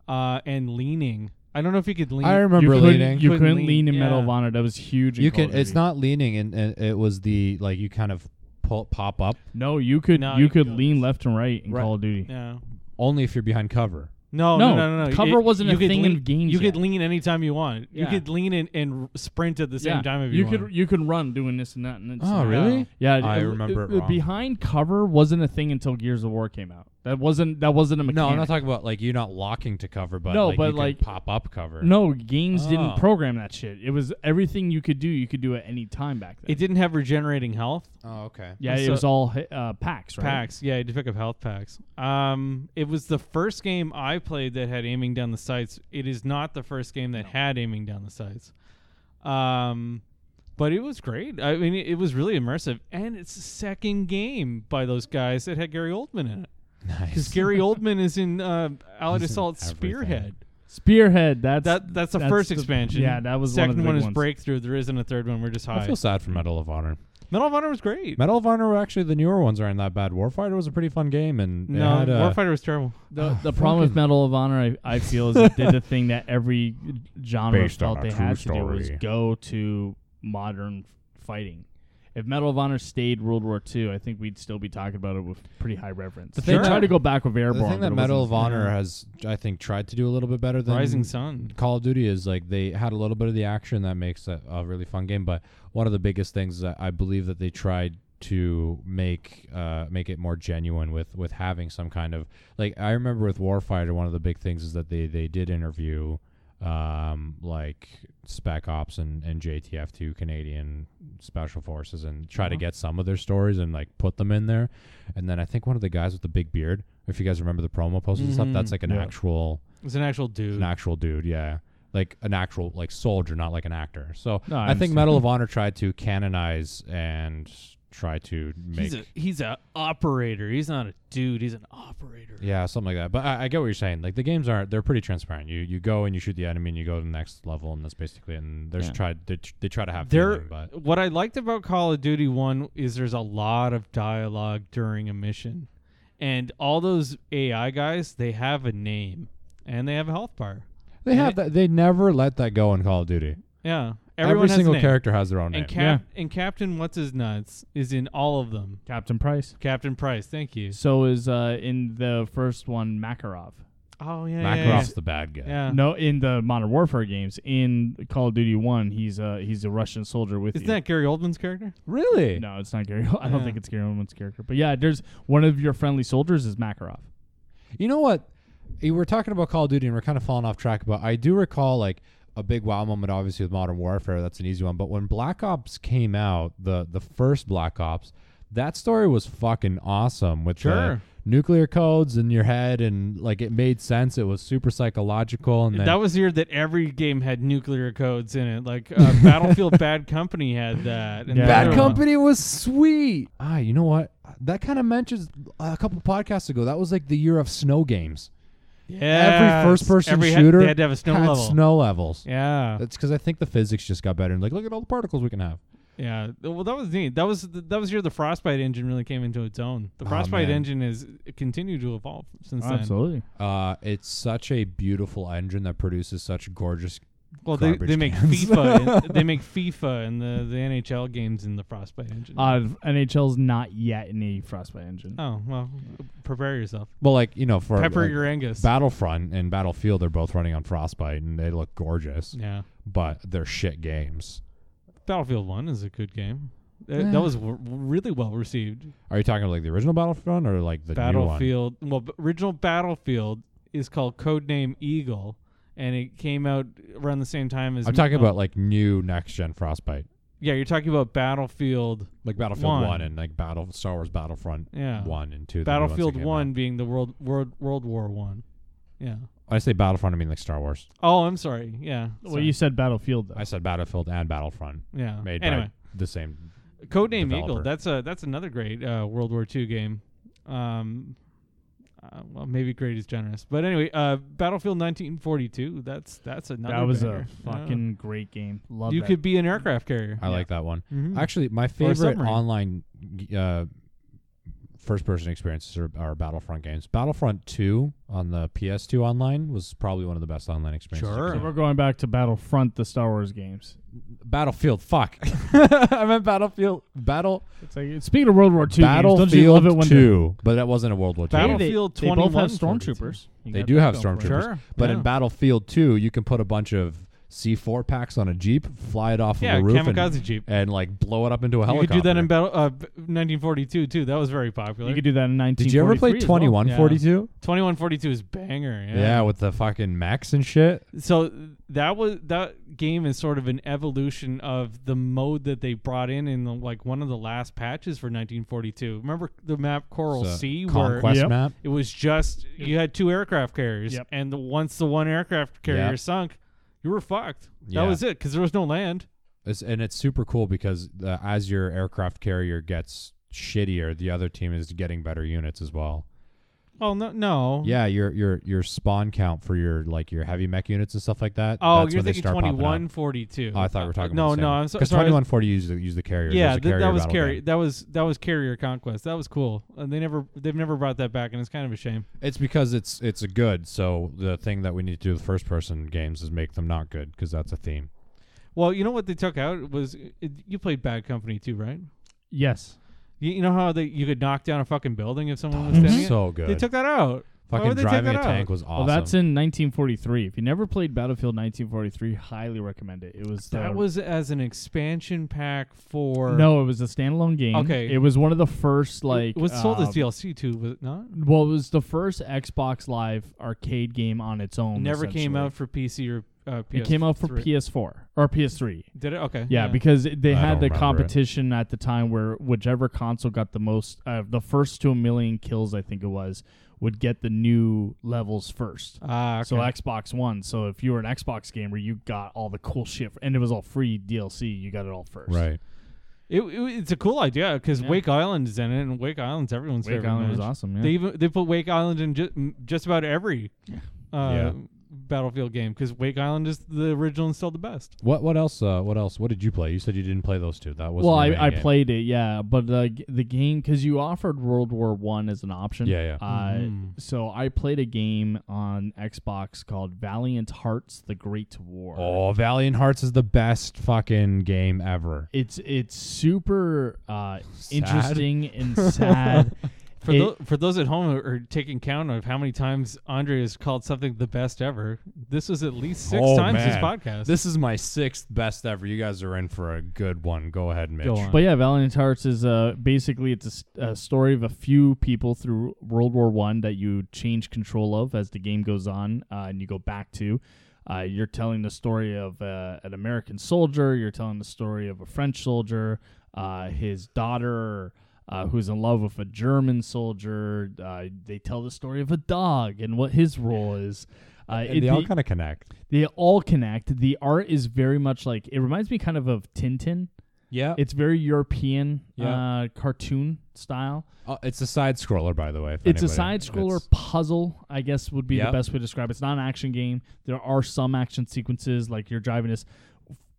[SPEAKER 1] uh, and leaning. I don't know if you could lean.
[SPEAKER 3] I
[SPEAKER 2] you
[SPEAKER 3] remember
[SPEAKER 2] couldn't,
[SPEAKER 3] leaning.
[SPEAKER 2] You
[SPEAKER 1] Couldn't
[SPEAKER 2] couldn't
[SPEAKER 1] lean,
[SPEAKER 2] lean, in Medal
[SPEAKER 1] yeah.
[SPEAKER 2] of Honor. That was huge. in
[SPEAKER 3] You
[SPEAKER 2] Call
[SPEAKER 3] can.
[SPEAKER 2] of
[SPEAKER 3] It's
[SPEAKER 2] Duty.
[SPEAKER 3] not leaning, and, and it was the like you kind of pull pop up
[SPEAKER 2] No, you could.
[SPEAKER 1] No,
[SPEAKER 2] you
[SPEAKER 1] you
[SPEAKER 2] could
[SPEAKER 1] could.
[SPEAKER 2] lean left and right in
[SPEAKER 3] Right.
[SPEAKER 2] Call of Duty.
[SPEAKER 1] yeah.
[SPEAKER 3] only if you're behind cover.
[SPEAKER 1] No, no,
[SPEAKER 2] No,
[SPEAKER 1] no, no. no.
[SPEAKER 2] cover wasn't a
[SPEAKER 1] you could
[SPEAKER 2] thing
[SPEAKER 1] lean,
[SPEAKER 2] in games
[SPEAKER 1] You could
[SPEAKER 2] yet.
[SPEAKER 1] lean anytime you want. You
[SPEAKER 2] Yeah.
[SPEAKER 1] could lean and, and sprint at the same time if you,
[SPEAKER 2] you
[SPEAKER 1] want.
[SPEAKER 2] could. You could run doing this and that. And this and
[SPEAKER 3] Oh,
[SPEAKER 2] that.
[SPEAKER 1] really?
[SPEAKER 3] really?
[SPEAKER 2] Yeah,
[SPEAKER 3] I
[SPEAKER 2] it-
[SPEAKER 3] remember it
[SPEAKER 2] it-
[SPEAKER 3] wrong.
[SPEAKER 2] Behind cover wasn't a thing until Gears of War came out. That wasn't that wasn't a mechanic.
[SPEAKER 3] No, I'm not talking about like you not locking to cover, but
[SPEAKER 2] No,
[SPEAKER 3] like,
[SPEAKER 2] but,
[SPEAKER 3] you can
[SPEAKER 2] like-
[SPEAKER 3] pop up cover.
[SPEAKER 2] No, games didn't
[SPEAKER 3] Oh.
[SPEAKER 2] program that shit. It was everything you could do. You could do at any time back then.
[SPEAKER 1] It didn't have regenerating health
[SPEAKER 3] Oh, okay.
[SPEAKER 2] yeah, it
[SPEAKER 1] so-
[SPEAKER 2] was all hi- uh, packs, right?
[SPEAKER 1] packs. Yeah, you had to pick up health packs. Um, it was the first game I played that had aiming down the sights. It is not the first game that had aiming down the sights. Um, but it was great. I mean, it, it was really immersive, and it's the second game by those guys that had Gary Oldman in it. Because
[SPEAKER 3] Nice.
[SPEAKER 1] Gary Oldman is in uh, Allied
[SPEAKER 3] He's in
[SPEAKER 1] Assault
[SPEAKER 3] everything.
[SPEAKER 1] Spearhead.
[SPEAKER 2] Spearhead. That's
[SPEAKER 1] That that's the first expansion.
[SPEAKER 2] Yeah, that was
[SPEAKER 1] second
[SPEAKER 2] one, of the big
[SPEAKER 1] is
[SPEAKER 2] ones.
[SPEAKER 1] Breakthrough. There isn't a third one. We're just
[SPEAKER 3] I
[SPEAKER 1] high.
[SPEAKER 3] feel sad for Medal of Honor.
[SPEAKER 1] Medal of Honor was great.
[SPEAKER 3] Medal of Honor, actually, the newer ones aren't that bad. Warfighter was a pretty fun game, and it
[SPEAKER 1] no,
[SPEAKER 3] had, uh,
[SPEAKER 1] Warfighter was terrible.
[SPEAKER 3] Oh,
[SPEAKER 2] The, the problem with Medal of Honor, I, I feel, is it did the thing that every genre
[SPEAKER 3] Based on
[SPEAKER 2] felt
[SPEAKER 3] a
[SPEAKER 2] they
[SPEAKER 3] true
[SPEAKER 2] had to do was
[SPEAKER 3] story.
[SPEAKER 2] go to modern fighting. If Medal of Honor stayed World War II, I think we'd still be talking about it with pretty high reverence.
[SPEAKER 3] The
[SPEAKER 2] they
[SPEAKER 3] thing
[SPEAKER 2] tried
[SPEAKER 3] that-
[SPEAKER 2] to go back with Airborne.
[SPEAKER 3] the thing
[SPEAKER 2] but
[SPEAKER 3] that
[SPEAKER 2] it
[SPEAKER 3] Medal of
[SPEAKER 2] wasn't-
[SPEAKER 3] Honor has, I think, tried to do a little bit better than
[SPEAKER 1] Rising Sun.
[SPEAKER 3] Call of Duty is like they had a little bit of the action that makes a, a really fun game, but one of the biggest things that I believe that they tried to make uh, make it more genuine with with having some kind of like I remember with Warfighter, one of the big things is that they they did interview um like spec ops and, and jtf2 canadian special forces and try to
[SPEAKER 1] Uh-huh.
[SPEAKER 3] get some of their stories and like put them in there and then i think one of the guys with the big beard if you guys remember the promo posts and stuff
[SPEAKER 1] Mhm.
[SPEAKER 3] that's like an
[SPEAKER 2] Yeah.
[SPEAKER 3] actual
[SPEAKER 1] It's an actual dude.
[SPEAKER 3] an actual dude, yeah. Like an actual like soldier, not like an actor. So
[SPEAKER 2] No, I
[SPEAKER 3] I, think
[SPEAKER 2] understand.
[SPEAKER 3] Medal of Honor tried to canonize and try to make
[SPEAKER 1] He's a he's a operator. He's not a dude. He's an operator.
[SPEAKER 3] yeah something like that. But I, I get what you're saying. Like the games aren't they're pretty transparent. You you go and you shoot the enemy and you go to the next level and that's basically it. and there's
[SPEAKER 2] Yeah.
[SPEAKER 3] tried they, tr- they try to have
[SPEAKER 1] There-
[SPEAKER 3] feeling, but
[SPEAKER 1] What I liked about Call of Duty One is there's a lot of dialogue during a mission, and all those AI guys they have a name and they have a health bar.
[SPEAKER 3] they
[SPEAKER 1] And
[SPEAKER 3] have
[SPEAKER 1] it-
[SPEAKER 3] that. They never let that go in Call of Duty.
[SPEAKER 1] Yeah, everyone
[SPEAKER 3] Every
[SPEAKER 1] has a
[SPEAKER 3] single
[SPEAKER 1] name.
[SPEAKER 3] character has their own name.
[SPEAKER 1] And Cap and Captain What's His Nuts is in all of them.
[SPEAKER 2] Captain Price.
[SPEAKER 1] Captain Price, thank you.
[SPEAKER 2] So is uh, in the first one Makarov.
[SPEAKER 1] Oh yeah, yeah,
[SPEAKER 3] Makarov's the bad guy.
[SPEAKER 1] yeah. yeah.
[SPEAKER 2] No, in the Modern Warfare games, in Call of Duty One, he's uh, he's a Russian soldier with
[SPEAKER 1] Isn't
[SPEAKER 2] you.
[SPEAKER 1] that Gary Oldman's character?
[SPEAKER 3] Really?
[SPEAKER 2] No, it's not Gary. I don't
[SPEAKER 1] Yeah.
[SPEAKER 2] think it's Gary Oldman's character. But yeah, there's one of your friendly soldiers is Makarov.
[SPEAKER 3] You know what? Eh, We're talking about Call of Duty and we're kind of falling off track, but I do recall like a big wow moment, obviously with Modern Warfare. That's an easy one. But when Black Ops came out, the the first Black Ops, that story was fucking awesome with the
[SPEAKER 1] Sure.
[SPEAKER 3] nuclear codes in your head and like it made sense. It was super psychological and then
[SPEAKER 1] That was the year that every game had nuclear codes in it. Like uh, Battlefield Bad Company had that. And
[SPEAKER 2] Yeah.
[SPEAKER 1] the
[SPEAKER 2] Bad
[SPEAKER 1] other one-
[SPEAKER 2] Company
[SPEAKER 3] was sweet. Ah, you know what? That kind of mentions uh, a couple podcasts ago. That was like the year of snow games.
[SPEAKER 1] Yeah.
[SPEAKER 3] Every first person
[SPEAKER 1] Every ha-
[SPEAKER 3] shooter
[SPEAKER 1] they had to have a snow
[SPEAKER 3] had
[SPEAKER 1] level.
[SPEAKER 3] snow levels.
[SPEAKER 1] Yeah.
[SPEAKER 3] That's because I think the physics just got better. And like, look at all the particles we can have.
[SPEAKER 1] Yeah. Well, that was neat. That was that was the year the Frostbite engine really came into its own. The
[SPEAKER 3] Oh,
[SPEAKER 1] Frostbite
[SPEAKER 3] man.
[SPEAKER 1] engine has continued to evolve since then.
[SPEAKER 2] Absolutely.
[SPEAKER 3] Uh, it's such a beautiful engine that produces such gorgeous.
[SPEAKER 1] Well, they,
[SPEAKER 3] Garbage
[SPEAKER 1] they make
[SPEAKER 3] cans.
[SPEAKER 1] FIFA. and, they make FIFA and the, the NHL games in the Frostbite engine.
[SPEAKER 2] Uh, NHL's not yet in the Frostbite engine.
[SPEAKER 1] oh well, prepare yourself.
[SPEAKER 3] Well, like you know, for
[SPEAKER 1] Pepper
[SPEAKER 3] like,
[SPEAKER 1] your Angus.
[SPEAKER 3] Battlefront and Battlefield, they're both running on Frostbite, and they look gorgeous,
[SPEAKER 1] yeah.
[SPEAKER 3] but they're shit games.
[SPEAKER 1] Battlefield One is a good game. That,
[SPEAKER 3] Yeah.
[SPEAKER 1] that was w- really well received.
[SPEAKER 3] Are you talking like the original Battlefront or like the new
[SPEAKER 1] Battlefield. Well, b- original Battlefield is called Codename Eagle, and it came out around the same time as.
[SPEAKER 3] one? I'm talking
[SPEAKER 1] uh,
[SPEAKER 3] about like new next gen Frostbite,
[SPEAKER 1] Yeah, you're talking about Battlefield.
[SPEAKER 3] like Battlefield
[SPEAKER 1] One.
[SPEAKER 3] One, and like Battle Star Wars Battlefront
[SPEAKER 1] Yeah.
[SPEAKER 3] One and Two. the new ones that
[SPEAKER 1] Battlefield
[SPEAKER 3] came
[SPEAKER 1] One
[SPEAKER 3] out.
[SPEAKER 1] being the world world World War One. Yeah.
[SPEAKER 3] When I say Battlefront, I mean like Star Wars.
[SPEAKER 1] Oh, I'm sorry. Yeah.
[SPEAKER 2] Well,
[SPEAKER 1] sorry.
[SPEAKER 2] you said Battlefield though.
[SPEAKER 3] I said Battlefield and Battlefront
[SPEAKER 1] yeah.
[SPEAKER 3] made
[SPEAKER 1] anyway,
[SPEAKER 3] by the same.
[SPEAKER 1] Codename Eagle.
[SPEAKER 3] developer.
[SPEAKER 1] That's a that's another great uh, World War II game. Um, uh, well, maybe great is generous, but anyway, uh, Battlefield 1942. That's that's another.
[SPEAKER 2] that was
[SPEAKER 1] banger.
[SPEAKER 2] a fucking great game. Love
[SPEAKER 1] Yeah. You
[SPEAKER 2] that.
[SPEAKER 1] could be an aircraft carrier.
[SPEAKER 3] I like that one.
[SPEAKER 1] Mhm.
[SPEAKER 3] Actually, my favorite
[SPEAKER 1] submarine.
[SPEAKER 3] online g- uh, first-person experiences are, are Battlefront games. Battlefront Two on the PS2 online was probably one of the best online experiences. I've
[SPEAKER 1] Sure.
[SPEAKER 2] So
[SPEAKER 3] seen.
[SPEAKER 2] we're going back to Battlefront, the Star Wars games.
[SPEAKER 3] Battlefield. Fuck. I meant Battlefield. Battle.
[SPEAKER 2] It's like speaking of World War II games,
[SPEAKER 3] Battlefield
[SPEAKER 2] don't you love it when
[SPEAKER 3] Two, but that wasn't a World War Two.
[SPEAKER 2] they're-
[SPEAKER 1] Battle-
[SPEAKER 3] game.
[SPEAKER 2] they,
[SPEAKER 1] Battlefield
[SPEAKER 2] they both have
[SPEAKER 1] 21
[SPEAKER 2] stormtroopers? You
[SPEAKER 3] They
[SPEAKER 2] got
[SPEAKER 3] do
[SPEAKER 2] that going
[SPEAKER 3] have
[SPEAKER 2] for it.
[SPEAKER 3] stormtroopers.
[SPEAKER 1] Sure.
[SPEAKER 3] But
[SPEAKER 1] Yeah.
[SPEAKER 3] in Battlefield Two, you can put a bunch of C4 packs on a jeep, fly it off
[SPEAKER 1] Yeah,
[SPEAKER 3] of a roof, and-
[SPEAKER 1] kamikaze jeep.
[SPEAKER 3] and like blow it up into a
[SPEAKER 1] You could
[SPEAKER 3] helicopter.
[SPEAKER 1] do that in battle, uh, b- 1942 too. That was very popular.
[SPEAKER 2] You could do that in 19.
[SPEAKER 3] Did you ever play
[SPEAKER 2] Twenty One?
[SPEAKER 3] 2142?
[SPEAKER 1] 2142 is banger.
[SPEAKER 3] Yeah. with the fucking max and shit.
[SPEAKER 1] so that was that game is sort of an evolution of the mode that they brought in in the, like one of the last patches for 1942. Remember the map Coral
[SPEAKER 3] So,
[SPEAKER 1] Sea where
[SPEAKER 3] Conquest
[SPEAKER 2] Yep.
[SPEAKER 3] map.
[SPEAKER 1] it was just you had two aircraft carriers
[SPEAKER 2] Yep.
[SPEAKER 1] and the, once the one aircraft carrier
[SPEAKER 3] Yep.
[SPEAKER 1] sunk, you were fucked. That
[SPEAKER 3] Yeah.
[SPEAKER 1] was it cuz there was no land.
[SPEAKER 3] It's, and it's super cool because uh, as your aircraft carrier gets shittier, the other team is getting better units as well.
[SPEAKER 1] Oh no no.
[SPEAKER 3] Yeah, your your your spawn count for your like your heavy mech units and stuff like that.
[SPEAKER 1] Oh,
[SPEAKER 3] that's
[SPEAKER 1] you're
[SPEAKER 3] when they
[SPEAKER 1] thinking
[SPEAKER 3] start popping up.
[SPEAKER 1] 2142.
[SPEAKER 3] Oh, I thought we were talking.
[SPEAKER 1] No,
[SPEAKER 3] about
[SPEAKER 1] no, I'm so,
[SPEAKER 3] Because
[SPEAKER 1] sorry. I was-
[SPEAKER 3] 2140 use the, use the carriers.
[SPEAKER 1] Yeah,
[SPEAKER 3] There's a
[SPEAKER 1] th- that
[SPEAKER 3] carrier
[SPEAKER 1] was
[SPEAKER 3] battle
[SPEAKER 1] carrier.
[SPEAKER 3] game.
[SPEAKER 1] That was that was carrier conquest. That was cool. And they never they've never brought that back, and it's kind of a shame.
[SPEAKER 3] It's because it's it's a good. So the thing that we need to do with first person games is make them not good because that's a theme.
[SPEAKER 1] Well, you know what they took out was it, you played Bad Company too, right?
[SPEAKER 2] Yes.
[SPEAKER 1] You, you know how they you could knock down a fucking building if someone was standing.
[SPEAKER 3] so
[SPEAKER 1] it?
[SPEAKER 3] good.
[SPEAKER 1] They took that out. Why
[SPEAKER 3] Fucking
[SPEAKER 1] would they take
[SPEAKER 3] driving
[SPEAKER 1] that
[SPEAKER 3] a
[SPEAKER 1] out?
[SPEAKER 3] tank was awesome.
[SPEAKER 2] Well, that's in 1943. If you never played Battlefield 1943, highly recommend it. It was the,
[SPEAKER 1] That was as an expansion pack for
[SPEAKER 2] no, it was a standalone game.
[SPEAKER 1] Okay.
[SPEAKER 2] it was one of the first
[SPEAKER 1] It
[SPEAKER 2] like
[SPEAKER 1] was sold as
[SPEAKER 2] um,
[SPEAKER 1] DLC too, was it not?
[SPEAKER 2] Well, it was the first Xbox Live arcade game on its own.
[SPEAKER 1] Never came
[SPEAKER 2] essentially.
[SPEAKER 1] out for PC or uh, PS.
[SPEAKER 2] It came out for
[SPEAKER 1] three.
[SPEAKER 2] PS4 or PS3.
[SPEAKER 1] Did it? Okay.
[SPEAKER 2] Yeah, because it- they
[SPEAKER 3] I
[SPEAKER 2] had
[SPEAKER 3] don't
[SPEAKER 2] the
[SPEAKER 3] remember it.
[SPEAKER 2] competition at the time where whichever console got the most, uh, the first to a million kills, I think it was, would get the new levels first.
[SPEAKER 1] Ah, okay.
[SPEAKER 2] So Xbox One. So if you were an Xbox gamer, you got all the cool shit, and it was all free DLC. You got it all first.
[SPEAKER 3] right.
[SPEAKER 1] It, it- it's a cool idea because
[SPEAKER 2] Yeah.
[SPEAKER 1] Wake Island is in it, and Wake Island's everyone's
[SPEAKER 2] Wake
[SPEAKER 1] favorite.
[SPEAKER 2] Island was
[SPEAKER 1] match.
[SPEAKER 2] awesome. Yeah.
[SPEAKER 1] They even they put Wake Island in ju- m- just about every uh,
[SPEAKER 3] Yeah.
[SPEAKER 1] battlefield game because Wake Island is the original and still the best.
[SPEAKER 3] What what else? Uh, what else? What did you play? You said you didn't play those two. That was
[SPEAKER 2] well, I, I played it, yeah, but the g- the game because you offered World War One as an option.
[SPEAKER 3] Yeah, yeah.
[SPEAKER 2] Uh,
[SPEAKER 1] Mhm.
[SPEAKER 2] So I played a game on Xbox called Valiant Hearts: The Great War.
[SPEAKER 3] Oh, Valiant Hearts is the best fucking game ever.
[SPEAKER 2] It's it's super uh,
[SPEAKER 3] Sad.
[SPEAKER 2] interesting and sad.
[SPEAKER 1] For
[SPEAKER 2] It-
[SPEAKER 1] tho- for those at home who are taking count of how many times Andre has called something the best ever, this was at least six
[SPEAKER 3] Oh,
[SPEAKER 1] times his
[SPEAKER 3] man.
[SPEAKER 1] podcast.
[SPEAKER 3] This is my sixth best ever. You guys are in for a good one. Go ahead, Mitch.
[SPEAKER 1] Go on.
[SPEAKER 2] But yeah, Valiant Hearts is uh, basically it's a s- a, story of a few people through World War One that you change control of as the game goes on, uh, and you go back to. Uh, you're telling the story of uh, an American soldier. You're telling the story of a French soldier, uh, his daughter, uh, who's in love with a German soldier. Uh, they tell the story of a dog and what his role is. Uh,
[SPEAKER 3] And
[SPEAKER 2] it-
[SPEAKER 3] they all
[SPEAKER 2] the-
[SPEAKER 3] kind of connect.
[SPEAKER 2] they all connect. The art is very much like it reminds me kind of of Tintin.
[SPEAKER 3] Yeah.
[SPEAKER 2] It's very European
[SPEAKER 3] Yeah.
[SPEAKER 2] uh, cartoon style.
[SPEAKER 3] Uh, it's a side scroller, by the way. if
[SPEAKER 2] It's a
[SPEAKER 3] anybody-
[SPEAKER 2] side scroller
[SPEAKER 3] it's-
[SPEAKER 2] puzzle, I guess would be
[SPEAKER 3] Yep.
[SPEAKER 2] the best way to describe it. It's not an action game. There are some action sequences, like you're driving this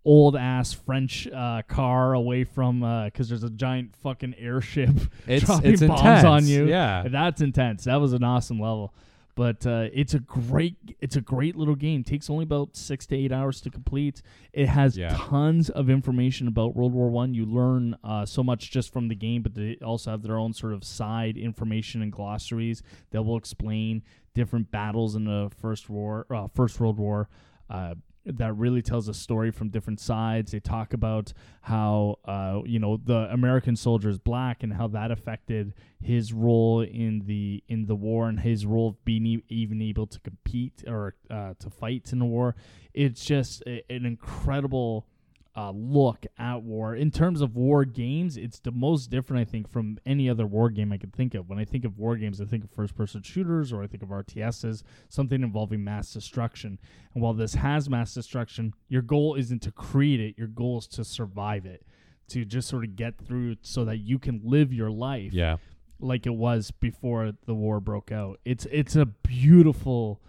[SPEAKER 2] old ass French uh, car away from because there's a giant fucking airship
[SPEAKER 3] It's,
[SPEAKER 2] dropping
[SPEAKER 3] it's
[SPEAKER 2] bombs
[SPEAKER 3] intense.
[SPEAKER 2] on you.
[SPEAKER 3] Yeah.
[SPEAKER 2] That's intense. That was an awesome level. But uh, it's a great it's a great little game. Takes only about six to eight hours to complete. It has
[SPEAKER 3] Yeah.
[SPEAKER 2] tons of information about World War One. You learn uh, so much just from the game, but they also have their own sort of side information and glossaries that will explain different battles in the first war, uh, first World War. Uh, that really tells a story from different sides. They talk about how uh, you know the American soldier is black and how that affected his role in the in the war and his role of being e- even able to compete or uh, to fight in the war. It's just a, an incredible uh, look at war. In terms of war games, it's the most different, I think, from any other war game I could think of. When I think of war games, I think of first person shooters or I think of RTSs, something involving mass destruction. And while this has mass destruction, your goal isn't to create it, your goal is to survive it, to just sort of get through so that you can live your life
[SPEAKER 3] Yeah.
[SPEAKER 2] like it was before the war broke out. It's it's a beautiful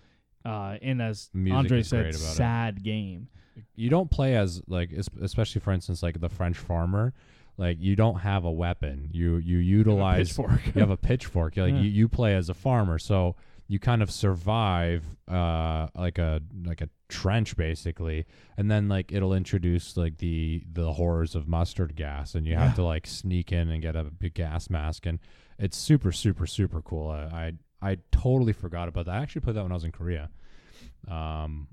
[SPEAKER 2] uh, and as
[SPEAKER 3] Music
[SPEAKER 2] Andre
[SPEAKER 3] is great
[SPEAKER 2] said,
[SPEAKER 3] about it.
[SPEAKER 2] sad game.
[SPEAKER 3] you don't play as like es- especially for instance like the french farmer like you don't have a weapon you you utilize
[SPEAKER 2] pitchfork.
[SPEAKER 3] you have a pitchfork like
[SPEAKER 2] Yeah.
[SPEAKER 3] you, you play as a farmer so you kind of survive uh like a like a trench basically and then like it'll introduce like the the horrors of mustard gas and you have to like sneak in and get a big gas mask and it's super super super cool i i, I totally forgot about that i actually played that when i was in korea um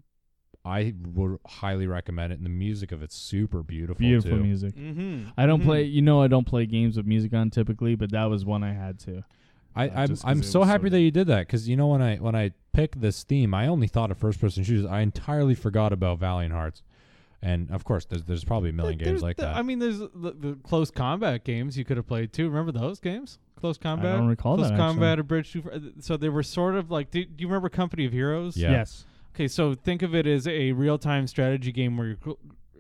[SPEAKER 3] I would highly recommend it. And the music of it's super beautiful.
[SPEAKER 2] Beautiful
[SPEAKER 3] too.
[SPEAKER 2] music.
[SPEAKER 1] Mm-hmm.
[SPEAKER 2] I don't play. You know, I don't play games with music on typically, but that was one I had to.
[SPEAKER 3] I,
[SPEAKER 2] Uh,
[SPEAKER 3] I'm
[SPEAKER 2] just 'cause
[SPEAKER 3] I'm
[SPEAKER 2] it
[SPEAKER 3] so
[SPEAKER 2] was so
[SPEAKER 3] happy that
[SPEAKER 2] good.
[SPEAKER 3] you did that because you know when I when I picked this theme, I only thought of first person shooters. I entirely forgot about Valiant Hearts, and of course, there's there's probably a million games
[SPEAKER 1] There's
[SPEAKER 3] like
[SPEAKER 1] the-
[SPEAKER 3] that.
[SPEAKER 1] I mean, there's the, the close combat games you could have played too. Remember those games? Close combat.
[SPEAKER 2] don't recall
[SPEAKER 1] close
[SPEAKER 2] that, actually.
[SPEAKER 1] combat or bridge too. Far. uh, So they were sort of like. Do, do you remember Company of Heroes?
[SPEAKER 3] Yeah.
[SPEAKER 2] Yes.
[SPEAKER 1] Okay, so think of it as a real-time strategy game where you're cl-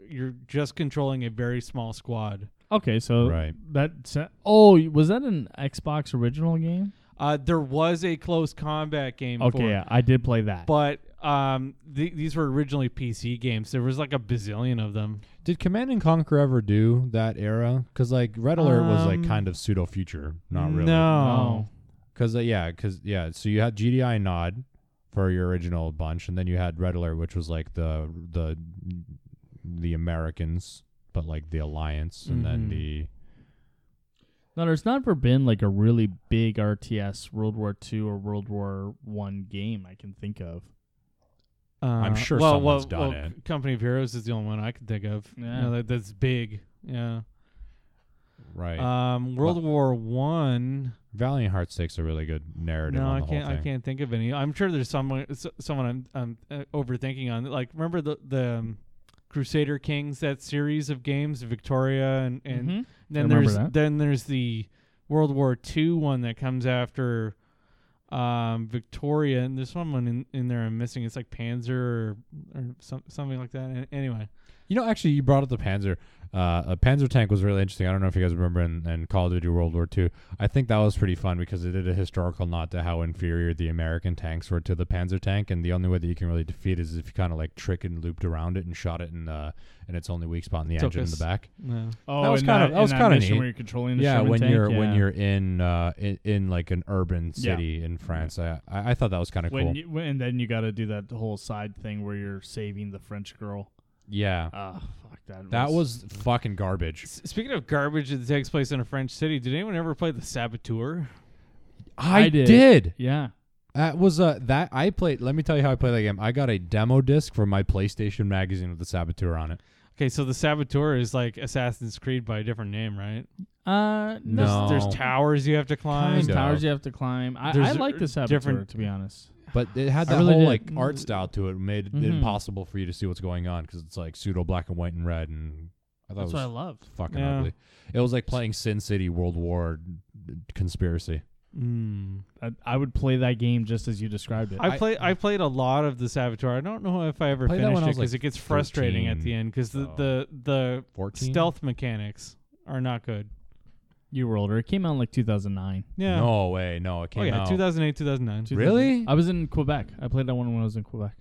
[SPEAKER 1] you're just controlling a very small squad.
[SPEAKER 2] Okay, so
[SPEAKER 3] Right.
[SPEAKER 2] that. Sa- oh, was that an Xbox original game?
[SPEAKER 1] Uh, there was a close combat game. for
[SPEAKER 2] Okay,
[SPEAKER 1] it,
[SPEAKER 2] yeah, I did play that.
[SPEAKER 1] But um, th- these were originally PC games. There was like a bazillion of them.
[SPEAKER 3] Did Command and Conquer ever do that era? Because like Red Alert was like
[SPEAKER 1] Um,
[SPEAKER 3] kind of pseudo future, not really.
[SPEAKER 1] No.
[SPEAKER 3] Because uh, yeah, because yeah, so you had GDI and Nod for your original bunch, and then you had Red Alert, which was like the the the Americans, but like the Alliance, and then
[SPEAKER 1] Mhm.
[SPEAKER 3] the
[SPEAKER 2] No, there's not ever been like a really big RTS World War II or World War One game I can think of.
[SPEAKER 1] Uh,
[SPEAKER 3] I'm sure
[SPEAKER 1] well,
[SPEAKER 3] someone's
[SPEAKER 1] well,
[SPEAKER 3] done
[SPEAKER 1] well,
[SPEAKER 3] it.
[SPEAKER 1] Company of Heroes is the only one I could think of. You
[SPEAKER 2] Yeah.
[SPEAKER 1] know, that, that's big. Yeah.
[SPEAKER 3] right.
[SPEAKER 1] Um, World War One.
[SPEAKER 3] Valiant Hearts takes a really good narrative.
[SPEAKER 1] No,
[SPEAKER 3] on
[SPEAKER 1] I
[SPEAKER 3] the
[SPEAKER 1] can't.
[SPEAKER 3] Whole
[SPEAKER 1] I
[SPEAKER 3] thing.
[SPEAKER 1] can't think of any. I'm sure there's someone. s- Someone I'm, I'm uh, overthinking on. Like remember the the um, Crusader Kings that series of games, Victoria, and and
[SPEAKER 2] Mhm.
[SPEAKER 1] then
[SPEAKER 2] remember
[SPEAKER 1] there's
[SPEAKER 2] that.
[SPEAKER 1] then there's the World War Two one that comes after um Victoria, and there's someone in in there I'm missing. It's like Panzer or, or some, something like that. An- Anyway.
[SPEAKER 3] You know, actually, you brought up the Panzer. Uh, a Panzer tank was really interesting. I don't know if you guys remember in, in Call of Duty World War II. I think that was pretty fun because it did a historical nod to how inferior the American tanks were to the Panzer tank, and the only way that you can really defeat it is if you kind of like trick and looped around it and shot it in uh, in its only weak spot in the
[SPEAKER 1] Took
[SPEAKER 3] engine in the
[SPEAKER 1] us.
[SPEAKER 3] back.
[SPEAKER 1] No.
[SPEAKER 2] Oh,
[SPEAKER 3] That was
[SPEAKER 2] in
[SPEAKER 3] kinda-
[SPEAKER 2] that,
[SPEAKER 3] that was
[SPEAKER 2] in
[SPEAKER 3] kinda
[SPEAKER 2] mission
[SPEAKER 3] neat.
[SPEAKER 2] Where you're controlling the
[SPEAKER 3] Yeah,
[SPEAKER 2] Sherman
[SPEAKER 3] when
[SPEAKER 2] tank,
[SPEAKER 3] you're
[SPEAKER 2] yeah.
[SPEAKER 3] when you're in uh, in, in like an urban
[SPEAKER 2] Yeah.
[SPEAKER 3] city in France, I, I I thought that was kind of
[SPEAKER 2] when
[SPEAKER 3] cool.
[SPEAKER 2] you, when, and then you got to do that whole side thing where you're saving the French girl.
[SPEAKER 3] yeah,
[SPEAKER 2] Ah, fuck that.
[SPEAKER 3] that was fucking garbage.
[SPEAKER 1] S- Speaking of garbage that takes place in a French city, did anyone ever play the Saboteur?
[SPEAKER 3] I,
[SPEAKER 2] I did.
[SPEAKER 3] did.
[SPEAKER 2] yeah.
[SPEAKER 3] That was uh that I played. Let me tell you how I played that game. I got a demo disc from my PlayStation magazine with the Saboteur on it.
[SPEAKER 1] Okay, so the Saboteur is like Assassin's Creed by a different name, right?
[SPEAKER 2] Uh,
[SPEAKER 3] no, No.
[SPEAKER 1] There's towers you have to climb.
[SPEAKER 2] There's
[SPEAKER 3] Kinda.
[SPEAKER 2] towers you have to climb. I, I
[SPEAKER 1] There's
[SPEAKER 2] like the saboteur,
[SPEAKER 1] different-
[SPEAKER 2] to be honest.
[SPEAKER 3] But it had
[SPEAKER 2] I
[SPEAKER 3] that
[SPEAKER 2] really
[SPEAKER 3] whole
[SPEAKER 2] did. Mm.
[SPEAKER 3] like art style to it, made it
[SPEAKER 2] Mhm.
[SPEAKER 3] impossible for you to see what's going on because it's like pseudo black and white and red, and I thought
[SPEAKER 2] That's
[SPEAKER 3] it
[SPEAKER 2] what I
[SPEAKER 3] was
[SPEAKER 2] loved.
[SPEAKER 3] fucking
[SPEAKER 1] Yeah.
[SPEAKER 3] ugly. It was like playing Sin City World War uh, conspiracy.
[SPEAKER 1] Mm.
[SPEAKER 2] I, I would play that game just as you described it.
[SPEAKER 1] I
[SPEAKER 3] I-
[SPEAKER 1] play I played a lot of the Saboteur. I don't know if I ever
[SPEAKER 3] Played that
[SPEAKER 1] finished
[SPEAKER 3] when
[SPEAKER 1] it
[SPEAKER 3] I was,
[SPEAKER 1] because
[SPEAKER 3] like,
[SPEAKER 1] it gets frustrating at
[SPEAKER 3] 13,
[SPEAKER 1] the end because
[SPEAKER 3] so-
[SPEAKER 1] the the, the
[SPEAKER 3] Fourteen
[SPEAKER 1] stealth mechanics are not good.
[SPEAKER 2] you were older. It came out in like 2009.
[SPEAKER 1] Yeah.
[SPEAKER 3] No way. No, it came
[SPEAKER 1] oh yeah,
[SPEAKER 3] out.
[SPEAKER 1] 2008, 2009.
[SPEAKER 3] Really?
[SPEAKER 2] I was in Quebec. I played that one when I was in Quebec.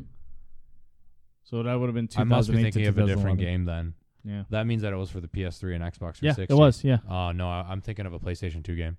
[SPEAKER 2] So that would have been 2008
[SPEAKER 3] I must be
[SPEAKER 2] to
[SPEAKER 3] thinking of a different
[SPEAKER 2] 2011.
[SPEAKER 3] game then.
[SPEAKER 2] Yeah.
[SPEAKER 3] That means that it was for the PS3 and Xbox 360.
[SPEAKER 2] Yeah, it was. Yeah.
[SPEAKER 3] Oh no, I, I'm thinking of a PlayStation 2 game.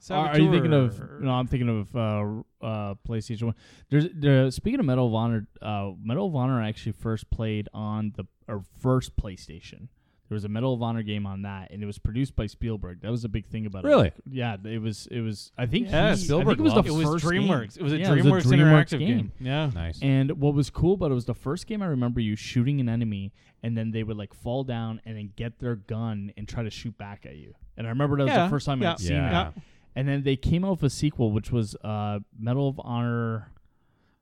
[SPEAKER 1] Saboteur.
[SPEAKER 2] uh, Are you thinking of? No, I'm thinking of uh, uh, PlayStation One. There's there, speaking of Medal of Honor. Uh, Medal of Honor actually first played on the or first PlayStation. There was a Medal of Honor game on that, and it was produced by Spielberg. That was a big thing about it.
[SPEAKER 3] Really?
[SPEAKER 2] Yeah, it was. It was. I think.
[SPEAKER 1] Yeah,
[SPEAKER 2] he- I
[SPEAKER 1] Spielberg
[SPEAKER 2] think it was the
[SPEAKER 1] it was
[SPEAKER 2] first game.
[SPEAKER 1] DreamWorks. It was a
[SPEAKER 2] Yeah,
[SPEAKER 1] DreamWorks, interactive game. Yeah.
[SPEAKER 3] Nice.
[SPEAKER 2] And what was cool about it was the first game I remember you shooting an enemy, and then they would like fall down and then get their gun and try to shoot back at you. And I remember that was
[SPEAKER 1] Yeah,
[SPEAKER 2] the first time
[SPEAKER 1] yeah,
[SPEAKER 2] I'd seen
[SPEAKER 3] yeah.
[SPEAKER 2] that. And then they came out with a sequel, which was uh, Medal of Honor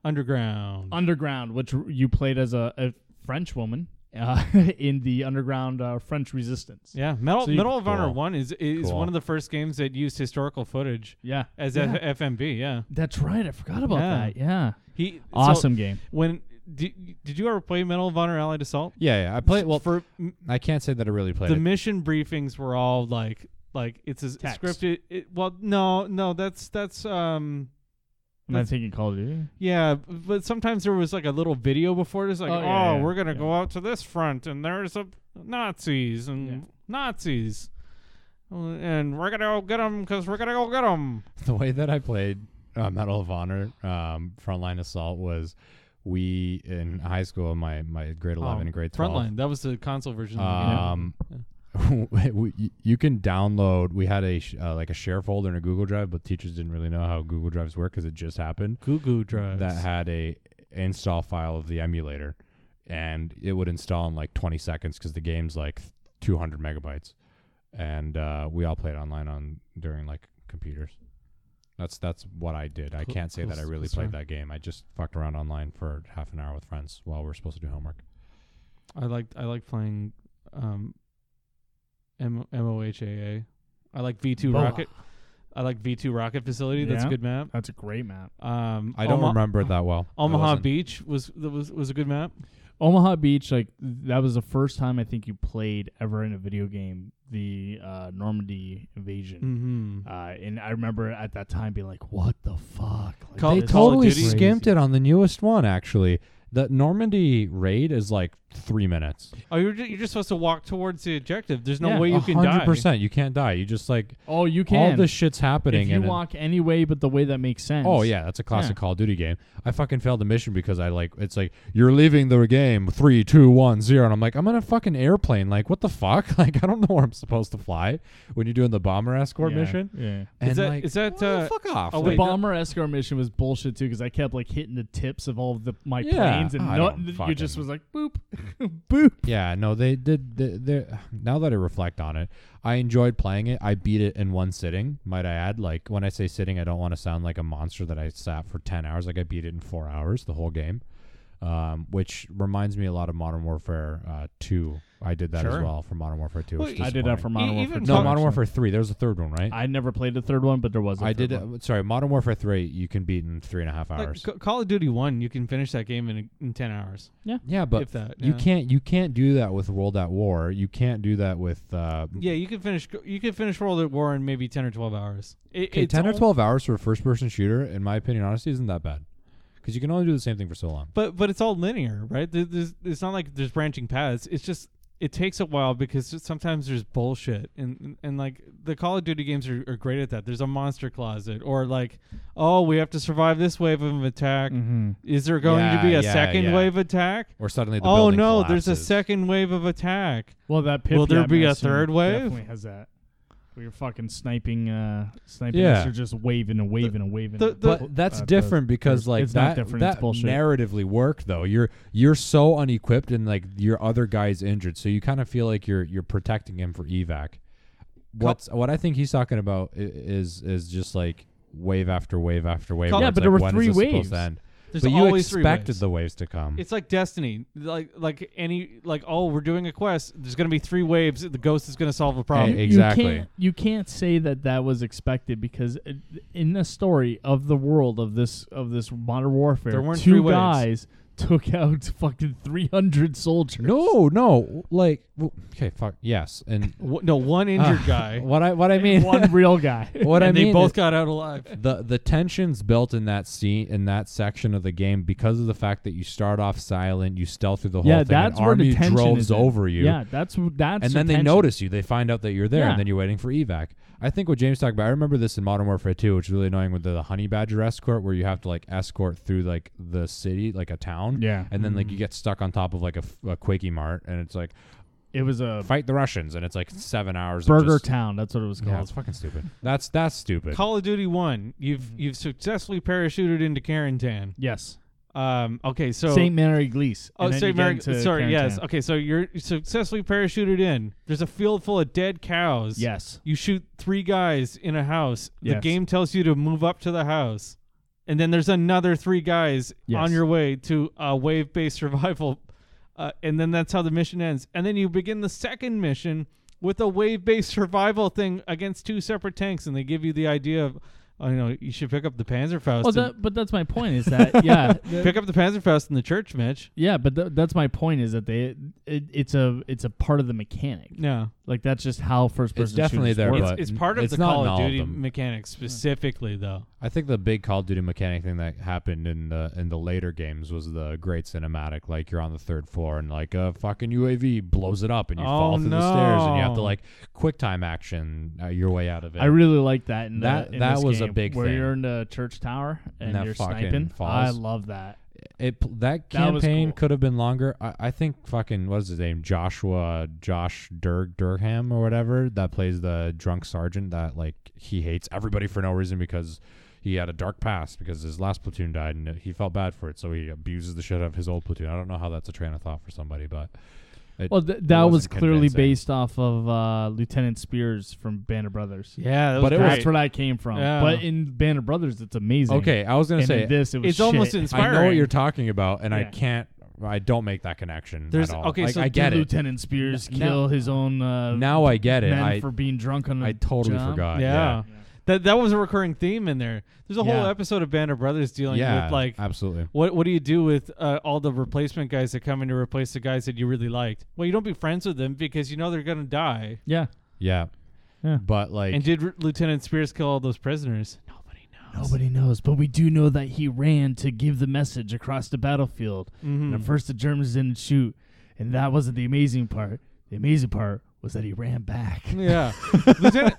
[SPEAKER 1] Underground.
[SPEAKER 2] Underground, which r- you played as a, a French woman uh, in the underground uh, French resistance.
[SPEAKER 1] yeah, Medal,
[SPEAKER 2] So you-
[SPEAKER 1] Medal of Honor
[SPEAKER 3] Cool.
[SPEAKER 1] One is is
[SPEAKER 3] Cool.
[SPEAKER 1] one of the first games that used historical footage
[SPEAKER 2] Yeah.
[SPEAKER 1] as
[SPEAKER 2] Yeah.
[SPEAKER 1] F- FMB. Yeah,
[SPEAKER 2] That's right. I forgot about
[SPEAKER 1] Yeah.
[SPEAKER 2] that. Yeah.
[SPEAKER 1] he so
[SPEAKER 2] Awesome game.
[SPEAKER 1] when did, did you ever play Medal of Honor Allied Assault?
[SPEAKER 3] Yeah, yeah. I played. Well,
[SPEAKER 1] for m-
[SPEAKER 3] I can't say that I really played
[SPEAKER 1] the
[SPEAKER 3] it.
[SPEAKER 1] mission briefings were all like like it's a s-
[SPEAKER 2] Text.
[SPEAKER 1] scripted. It, well, no, no, that's that's um
[SPEAKER 2] Am I thinking Call of Duty?
[SPEAKER 1] Yeah, but sometimes there was like a little video before this, like, oh,
[SPEAKER 2] Oh, yeah, yeah,
[SPEAKER 1] we're gonna
[SPEAKER 2] yeah.
[SPEAKER 1] go out to this front, and there's a Nazis and
[SPEAKER 2] Yeah.
[SPEAKER 1] Nazis, Uh, and we're gonna go get them because we're gonna go get them.
[SPEAKER 3] The way that I played uh, Medal of Honor, um, Frontline Assault was we in high school, my my grade eleven and grade twelve.
[SPEAKER 1] Oh, Frontline. That was the console version.
[SPEAKER 3] Um, we, you- you can download. We had a sh- uh, like a share folder in a Google Drive, but teachers didn't really know how Google Drives work because it just happened.
[SPEAKER 1] Goo Goo Drive.
[SPEAKER 3] That had a install file of the emulator. and it would install in like 20 seconds because the game's like 200 megabytes, and uh, we all played online on during like computers. That's that's what I did. I
[SPEAKER 1] Cool-
[SPEAKER 3] can't say
[SPEAKER 1] cool
[SPEAKER 3] that I
[SPEAKER 1] s-
[SPEAKER 3] really
[SPEAKER 1] cool story.
[SPEAKER 3] played that game. I just fucked around online for half an hour with friends while we are supposed to do homework.
[SPEAKER 1] I like I like playing um M O H A A. I like V two
[SPEAKER 2] Boa.
[SPEAKER 1] rocket. I like V two rocket facility. That's a
[SPEAKER 2] Yeah.
[SPEAKER 1] good map.
[SPEAKER 2] That's a great map.
[SPEAKER 1] Um,
[SPEAKER 3] I don't
[SPEAKER 1] Oma-
[SPEAKER 3] remember it that well. I
[SPEAKER 1] Omaha
[SPEAKER 3] wasn't-
[SPEAKER 1] Beach was that was was a good map.
[SPEAKER 2] Omaha Beach, like that was the first time I think you played ever in a video game the uh, Normandy invasion.
[SPEAKER 1] Mm-hmm.
[SPEAKER 2] Uh, and I remember at that time being like, "What the fuck?" Like,
[SPEAKER 1] Call-
[SPEAKER 3] they
[SPEAKER 2] this-
[SPEAKER 1] Call of
[SPEAKER 3] totally
[SPEAKER 1] Duty?
[SPEAKER 3] skimped it on the newest one. Actually, the Normandy raid is like three minutes.
[SPEAKER 1] Oh, you're just, you're just supposed to walk towards the objective. There's no
[SPEAKER 2] Yeah,
[SPEAKER 1] way you can die.
[SPEAKER 3] percent. You can't die. You just like
[SPEAKER 2] Oh, you can.
[SPEAKER 3] all this shit's happening.
[SPEAKER 2] if you
[SPEAKER 3] and it-
[SPEAKER 2] walk any way but the way that makes sense.
[SPEAKER 3] oh yeah, that's a classic
[SPEAKER 2] Yeah.
[SPEAKER 3] Call of Duty game. I fucking failed the mission because I like it's like you're leaving the game three, two, one, zero, and I'm like I'm on a fucking airplane. Like what the fuck? Like I don't know where I'm supposed to fly when you're doing the bomber escort
[SPEAKER 2] Yeah,
[SPEAKER 3] mission.
[SPEAKER 2] Yeah.
[SPEAKER 3] And
[SPEAKER 1] that-
[SPEAKER 3] like,
[SPEAKER 1] is that,
[SPEAKER 3] well,
[SPEAKER 1] uh,
[SPEAKER 3] fuck off?
[SPEAKER 1] oh,
[SPEAKER 2] The
[SPEAKER 1] wait,
[SPEAKER 3] Like,
[SPEAKER 2] bomber escort mission was bullshit too because I kept like hitting the tips of all of the my
[SPEAKER 3] Yeah,
[SPEAKER 2] planes and
[SPEAKER 3] I
[SPEAKER 2] not,
[SPEAKER 3] don't
[SPEAKER 2] you just
[SPEAKER 3] fucking-
[SPEAKER 2] was like boop, boop.
[SPEAKER 3] Yeah, no, they did. They, they, now that I reflect on it, I enjoyed playing it. I beat it in one sitting, might I add. Like when I say sitting, I don't want to sound like a monster that I sat for ten hours. Like I beat it in four hours, the whole game. Um, which reminds me a lot of Modern Warfare uh, Two. I did that as
[SPEAKER 1] Sure.
[SPEAKER 3] well for Modern Warfare Two.
[SPEAKER 1] Well,
[SPEAKER 3] which is
[SPEAKER 2] I did that for
[SPEAKER 3] disappointing.
[SPEAKER 2] Modern
[SPEAKER 1] E-
[SPEAKER 2] Warfare.
[SPEAKER 1] even
[SPEAKER 2] 2,
[SPEAKER 3] no
[SPEAKER 1] Modern
[SPEAKER 3] Modern
[SPEAKER 2] actually.
[SPEAKER 3] Warfare Three. There was a third one, right?
[SPEAKER 2] I never played the third one, but there was. I
[SPEAKER 3] I did.
[SPEAKER 2] One.
[SPEAKER 3] Sorry, Modern Warfare Three. You can beat in three and a half
[SPEAKER 1] Like,
[SPEAKER 3] hours.
[SPEAKER 1] C- Call of Duty One, you can finish that game in in ten hours.
[SPEAKER 3] yeah, but
[SPEAKER 1] if that,
[SPEAKER 3] you
[SPEAKER 1] yeah.
[SPEAKER 3] can't. You can't do that with World at War. You can't do that with. Uh,
[SPEAKER 1] Yeah, you could finish. You could finish World at War in maybe ten or twelve hours. It,
[SPEAKER 3] Okay,
[SPEAKER 1] it's
[SPEAKER 3] ten or
[SPEAKER 1] al-
[SPEAKER 3] twelve hours for a first-person shooter, in my opinion, honestly, isn't that bad, because you can only do the same thing for so long.
[SPEAKER 1] But but it's all linear, right? There- There's, it's not like there's branching paths. It's just it takes a while because sometimes there's bullshit and and, and, like the Call of Duty games are, are great at that. There's a monster closet or like oh we have to survive this wave of attack.
[SPEAKER 2] Mm-hmm.
[SPEAKER 1] Is there going
[SPEAKER 3] Yeah,
[SPEAKER 1] to be a
[SPEAKER 3] yeah,
[SPEAKER 1] second
[SPEAKER 3] yeah.
[SPEAKER 1] wave attack?
[SPEAKER 3] Or suddenly, the
[SPEAKER 1] Oh
[SPEAKER 3] building
[SPEAKER 1] no, there's a
[SPEAKER 3] collapses.
[SPEAKER 1] second wave of attack.
[SPEAKER 2] Well, that Pip
[SPEAKER 1] Will there
[SPEAKER 2] Yap
[SPEAKER 1] be a
[SPEAKER 2] mission
[SPEAKER 1] third wave?
[SPEAKER 2] Definitely has that. Where you're fucking sniping, uh, sniping.
[SPEAKER 3] Yeah.
[SPEAKER 2] You're just waving and waving and waving.
[SPEAKER 1] the-
[SPEAKER 2] and-
[SPEAKER 1] the-
[SPEAKER 3] But that's
[SPEAKER 2] uh, the-
[SPEAKER 3] different because like
[SPEAKER 2] it's not
[SPEAKER 3] that
[SPEAKER 2] different, it's
[SPEAKER 3] that
[SPEAKER 2] bullshit.
[SPEAKER 3] narratively worked though. You're you're so unequipped and like your other guy's injured, so you kind of feel like you're you're protecting him for evac. What's what I think he's talking about i- is is just like wave after wave after wave.
[SPEAKER 1] Call-
[SPEAKER 3] where
[SPEAKER 1] Yeah,
[SPEAKER 3] it's
[SPEAKER 2] but there
[SPEAKER 3] like,
[SPEAKER 2] were
[SPEAKER 3] when
[SPEAKER 2] three
[SPEAKER 3] is this supposed
[SPEAKER 2] waves.
[SPEAKER 3] to end?
[SPEAKER 1] There's
[SPEAKER 3] but you
[SPEAKER 1] always
[SPEAKER 3] expected
[SPEAKER 1] three waves.
[SPEAKER 3] the waves to come.
[SPEAKER 1] It's like Destiny, like like any like oh we're doing a quest. There's gonna be three waves. The ghost is gonna solve a problem.
[SPEAKER 3] Hey, E, exactly.
[SPEAKER 2] Um, You can't, you can't say that that was expected because uh, in the story of the world of this of this modern warfare,
[SPEAKER 1] There weren't three
[SPEAKER 2] two
[SPEAKER 1] waves.
[SPEAKER 2] guys took out fucking three hundred soldiers.
[SPEAKER 3] no, no, like w- okay, fuck yes, and
[SPEAKER 1] Wh- no one injured
[SPEAKER 2] Uh,
[SPEAKER 3] Ah,
[SPEAKER 1] guy.
[SPEAKER 3] What I what I mean,
[SPEAKER 2] one real guy.
[SPEAKER 3] what I
[SPEAKER 1] and
[SPEAKER 3] mean,
[SPEAKER 1] they both
[SPEAKER 3] is
[SPEAKER 1] got out alive.
[SPEAKER 3] the the tensions built in that scene in that section of the game because of the fact that you start off silent, you stealth through the whole
[SPEAKER 2] yeah,
[SPEAKER 3] thing,
[SPEAKER 2] that's
[SPEAKER 3] an
[SPEAKER 2] where
[SPEAKER 3] army
[SPEAKER 2] the tension
[SPEAKER 3] droves
[SPEAKER 2] is in.
[SPEAKER 3] over you,
[SPEAKER 2] Yeah, that's w- that's.
[SPEAKER 3] and
[SPEAKER 2] the
[SPEAKER 3] then they
[SPEAKER 2] tension.
[SPEAKER 3] notice you. They find out that you're there,
[SPEAKER 2] Yeah.
[SPEAKER 3] and then you're waiting for evac. I think what James talked about. I remember this in Modern Warfare 2, which is really annoying with the, honey badger escort, where you have to like escort through like the city, like a town,
[SPEAKER 2] Yeah,
[SPEAKER 3] and then
[SPEAKER 2] Mm-hmm.
[SPEAKER 3] like you get stuck on top of like a, f- a Quakey Mart, and it's like
[SPEAKER 2] it was a
[SPEAKER 3] fight the Russians, and it's like seven hours. of
[SPEAKER 2] Burger
[SPEAKER 3] just-
[SPEAKER 2] Town. That's what it was
[SPEAKER 3] Yeah,
[SPEAKER 2] called.
[SPEAKER 3] it's fucking stupid. That's that's stupid.
[SPEAKER 1] Call of Duty One. You've
[SPEAKER 2] Hmm.
[SPEAKER 1] you've successfully parachuted into Carentan.
[SPEAKER 2] yes,
[SPEAKER 1] Um. Okay. So.
[SPEAKER 2] St. Mary Gleese.
[SPEAKER 1] Oh,
[SPEAKER 2] and then you
[SPEAKER 1] Saint
[SPEAKER 2] get
[SPEAKER 1] Mary.
[SPEAKER 2] into
[SPEAKER 1] Sorry. Yes.
[SPEAKER 2] Carentan.
[SPEAKER 1] Okay. So you're you successfully parachuted in. There's a field full of dead cows.
[SPEAKER 2] Yes.
[SPEAKER 1] You shoot three guys in a house. The
[SPEAKER 2] Yes.
[SPEAKER 1] game tells you to move up to the house, and then there's another three guys
[SPEAKER 2] Yes.
[SPEAKER 1] on your way to a wave-based survival, uh, and then that's how the mission ends. And then you begin the second mission with a wave-based survival thing against two separate tanks, and they give you the idea of, oh, you know, you should pick up the Panzerfaust.
[SPEAKER 2] Well,
[SPEAKER 1] and-
[SPEAKER 2] that, but that's my point. Is that yeah, the-
[SPEAKER 1] pick up the Panzerfaust in the church, Mitch.
[SPEAKER 2] Yeah, but th- that's my point is that they it, it's a it's a part of the mechanic.
[SPEAKER 1] No,
[SPEAKER 2] Like that's just how first person
[SPEAKER 3] It's definitely
[SPEAKER 2] shooters
[SPEAKER 3] there,
[SPEAKER 2] work.
[SPEAKER 1] it's,
[SPEAKER 3] but
[SPEAKER 1] it's part of
[SPEAKER 3] it's
[SPEAKER 1] the
[SPEAKER 3] not
[SPEAKER 1] Call
[SPEAKER 3] in
[SPEAKER 1] of
[SPEAKER 3] all of
[SPEAKER 1] Duty
[SPEAKER 3] them.
[SPEAKER 1] mechanics specifically, though.
[SPEAKER 3] I think the big Call of Duty mechanic thing that happened in the in the later games was the great cinematic. Like you're on the third floor and like a fucking UAV blows it up and you
[SPEAKER 1] Oh,
[SPEAKER 3] fall through the stairs and you have to
[SPEAKER 1] no.
[SPEAKER 3] like quick time action uh, your way out of it.
[SPEAKER 2] I really like that. In
[SPEAKER 3] That-
[SPEAKER 2] the, in
[SPEAKER 3] that
[SPEAKER 2] this
[SPEAKER 3] was a
[SPEAKER 2] game,
[SPEAKER 3] big
[SPEAKER 2] where
[SPEAKER 3] thing.
[SPEAKER 2] you're in the church tower and,
[SPEAKER 3] that
[SPEAKER 2] you're
[SPEAKER 3] fucking
[SPEAKER 2] sniping. I
[SPEAKER 3] falls.
[SPEAKER 2] love that.
[SPEAKER 3] it pl- that
[SPEAKER 2] That was
[SPEAKER 3] campaign
[SPEAKER 2] cool.
[SPEAKER 3] could have been longer. I, I think fucking what is his name Joshua Josh Durg Durham or whatever that plays the drunk sergeant that like he hates everybody for no reason because. He had a dark past because his last platoon died, and he felt bad for it, so he abuses the shit out of his old platoon. I don't know how that's a train of thought for somebody, but it-
[SPEAKER 2] Well, th-
[SPEAKER 3] it
[SPEAKER 2] that was
[SPEAKER 3] wasn't
[SPEAKER 2] clearly
[SPEAKER 3] convincing.
[SPEAKER 2] based off of uh, Lieutenant Spears from Band of Brothers.
[SPEAKER 1] Yeah, that
[SPEAKER 3] But
[SPEAKER 1] was
[SPEAKER 3] it was
[SPEAKER 1] great.
[SPEAKER 2] That's where that came from.
[SPEAKER 1] Yeah.
[SPEAKER 2] But in Band of Brothers, it's amazing.
[SPEAKER 3] Okay, I was gonna
[SPEAKER 2] and
[SPEAKER 3] say
[SPEAKER 2] in this it was
[SPEAKER 1] it's almost
[SPEAKER 2] shit.
[SPEAKER 1] inspiring.
[SPEAKER 3] I know what you're talking about, and I
[SPEAKER 2] Yeah.
[SPEAKER 3] can't. I don't make that connection
[SPEAKER 1] There's-
[SPEAKER 3] at all.
[SPEAKER 1] okay,
[SPEAKER 3] Like,
[SPEAKER 1] so
[SPEAKER 3] I
[SPEAKER 1] did
[SPEAKER 3] get
[SPEAKER 2] Did
[SPEAKER 3] it.
[SPEAKER 2] Lieutenant Spears
[SPEAKER 3] N- now-
[SPEAKER 2] kill his own uh,
[SPEAKER 3] Now I get it.
[SPEAKER 2] men
[SPEAKER 3] I
[SPEAKER 2] for being drunk on a
[SPEAKER 3] I totally
[SPEAKER 2] job?
[SPEAKER 3] forgot.
[SPEAKER 1] yeah.
[SPEAKER 3] Uh, Yeah,
[SPEAKER 1] That that was a recurring theme in there. There's a whole
[SPEAKER 2] Yeah.
[SPEAKER 1] episode of Band of Brothers dealing
[SPEAKER 3] yeah, Uh,
[SPEAKER 1] with like
[SPEAKER 3] absolutely.
[SPEAKER 1] what what do you do with uh, all the replacement guys that come in to replace the guys that you really liked? Well, you don't be friends with them because you know they're gonna die.
[SPEAKER 2] Yeah.
[SPEAKER 3] Yeah.
[SPEAKER 2] Yeah.
[SPEAKER 3] but like
[SPEAKER 1] and did R- Lieutenant Spears kill all those prisoners? Nobody knows.
[SPEAKER 2] Nobody knows, but we do know that he ran to give the message across the battlefield.
[SPEAKER 1] Mhm.
[SPEAKER 2] And at first, the Germans didn't shoot, and that wasn't the amazing part. The amazing part was that he ran back,
[SPEAKER 1] Yeah, Lieutenant.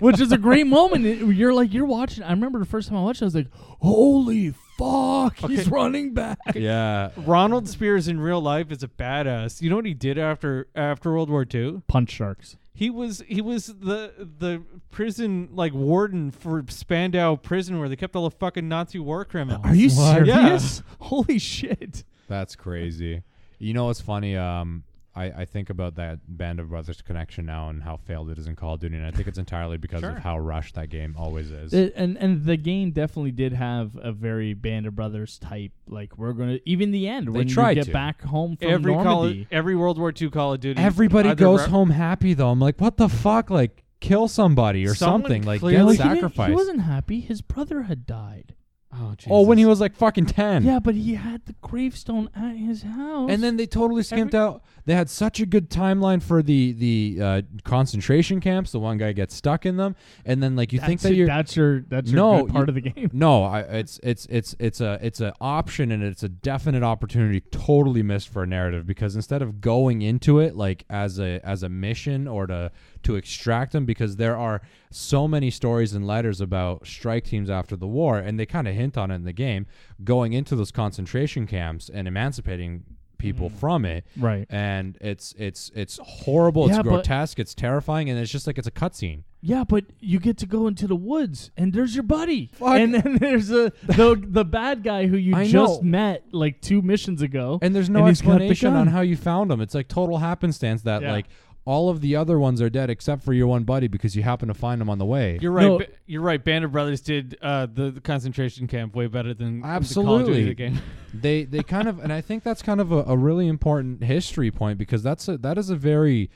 [SPEAKER 2] which is a great moment. It- You're like, you're watching. I remember the first time I watched, it, I was like, "Holy fuck, he's
[SPEAKER 1] Okay.
[SPEAKER 2] running back!"
[SPEAKER 3] yeah,
[SPEAKER 1] Ronald Spears in real life is a badass. You know what he did after after World War II?
[SPEAKER 2] Punch sharks.
[SPEAKER 1] He was he was the the prison like warden for Spandau prison where they kept all the fucking Nazi war criminals.
[SPEAKER 2] Are you
[SPEAKER 1] What? Yeah.
[SPEAKER 2] serious? Holy shit!
[SPEAKER 3] that's crazy. You know what's funny? Um, I, I think about that Band of Brothers connection now and how failed it is in Call of Duty, and I think it's entirely because
[SPEAKER 1] Sure.
[SPEAKER 3] of how rushed that game always is.
[SPEAKER 2] It- and and the game definitely did have a very Band of Brothers type. Like we're gonna even the end when
[SPEAKER 3] tried
[SPEAKER 2] you get
[SPEAKER 3] to.
[SPEAKER 2] back home from
[SPEAKER 1] every Call of,
[SPEAKER 2] Normandy.
[SPEAKER 1] every World War II Call of Duty.
[SPEAKER 3] Everybody
[SPEAKER 1] either
[SPEAKER 3] goes
[SPEAKER 1] re-
[SPEAKER 3] home happy though. I'm like, what the fuck? Like, kill somebody or
[SPEAKER 1] Someone
[SPEAKER 3] something. Like,
[SPEAKER 1] clearly-
[SPEAKER 3] get
[SPEAKER 1] Well,
[SPEAKER 2] he didn't- He,
[SPEAKER 3] sacrificed.
[SPEAKER 2] wasn't happy. His brother had died.
[SPEAKER 1] Oh, Jesus.
[SPEAKER 3] oh, when he was like fucking ten.
[SPEAKER 2] Yeah, but he had the gravestone at his house.
[SPEAKER 3] And then they totally skimped out. They had such a good timeline for the the uh, concentration camps. The one guy gets stuck in them, and then like you
[SPEAKER 2] that's
[SPEAKER 3] think that
[SPEAKER 2] it-
[SPEAKER 3] you're
[SPEAKER 2] that's your that's your
[SPEAKER 3] No,
[SPEAKER 2] good part
[SPEAKER 3] you-
[SPEAKER 2] of the game.
[SPEAKER 3] no, I, it's it's it's it's a it's an option and it's a definite opportunity totally missed for a narrative because instead of going into it like as a as a mission or to to extract them because there are so many stories and letters about strike teams after the war and they kind of hint on it in the game going into those concentration camps and emancipating people from it
[SPEAKER 2] Right.
[SPEAKER 3] and it's it's it's horrible
[SPEAKER 2] Yeah,
[SPEAKER 3] it's
[SPEAKER 2] but-
[SPEAKER 3] grotesque it's terrifying and it's just like it's a cutscene
[SPEAKER 2] Yeah, but you get to go into the woods and there's your buddy. And then there's a the the bad guy who you
[SPEAKER 3] I
[SPEAKER 2] just
[SPEAKER 3] know.
[SPEAKER 2] met like two missions ago.
[SPEAKER 3] And there's no
[SPEAKER 2] he's got the
[SPEAKER 3] explanation on
[SPEAKER 2] gun.
[SPEAKER 3] how you found them. It's like total happenstance that
[SPEAKER 2] Yeah.
[SPEAKER 3] like all of the other ones are dead except for your one buddy because you happen to find him on the way.
[SPEAKER 1] You're right.
[SPEAKER 2] No.
[SPEAKER 1] ba- you're right. Band of Brothers did uh, the, the concentration camp way better than the Call of
[SPEAKER 3] Absolutely.
[SPEAKER 1] Duty game.
[SPEAKER 3] they they kind of and I think that's kind of a, a really important history point because that's a that is a very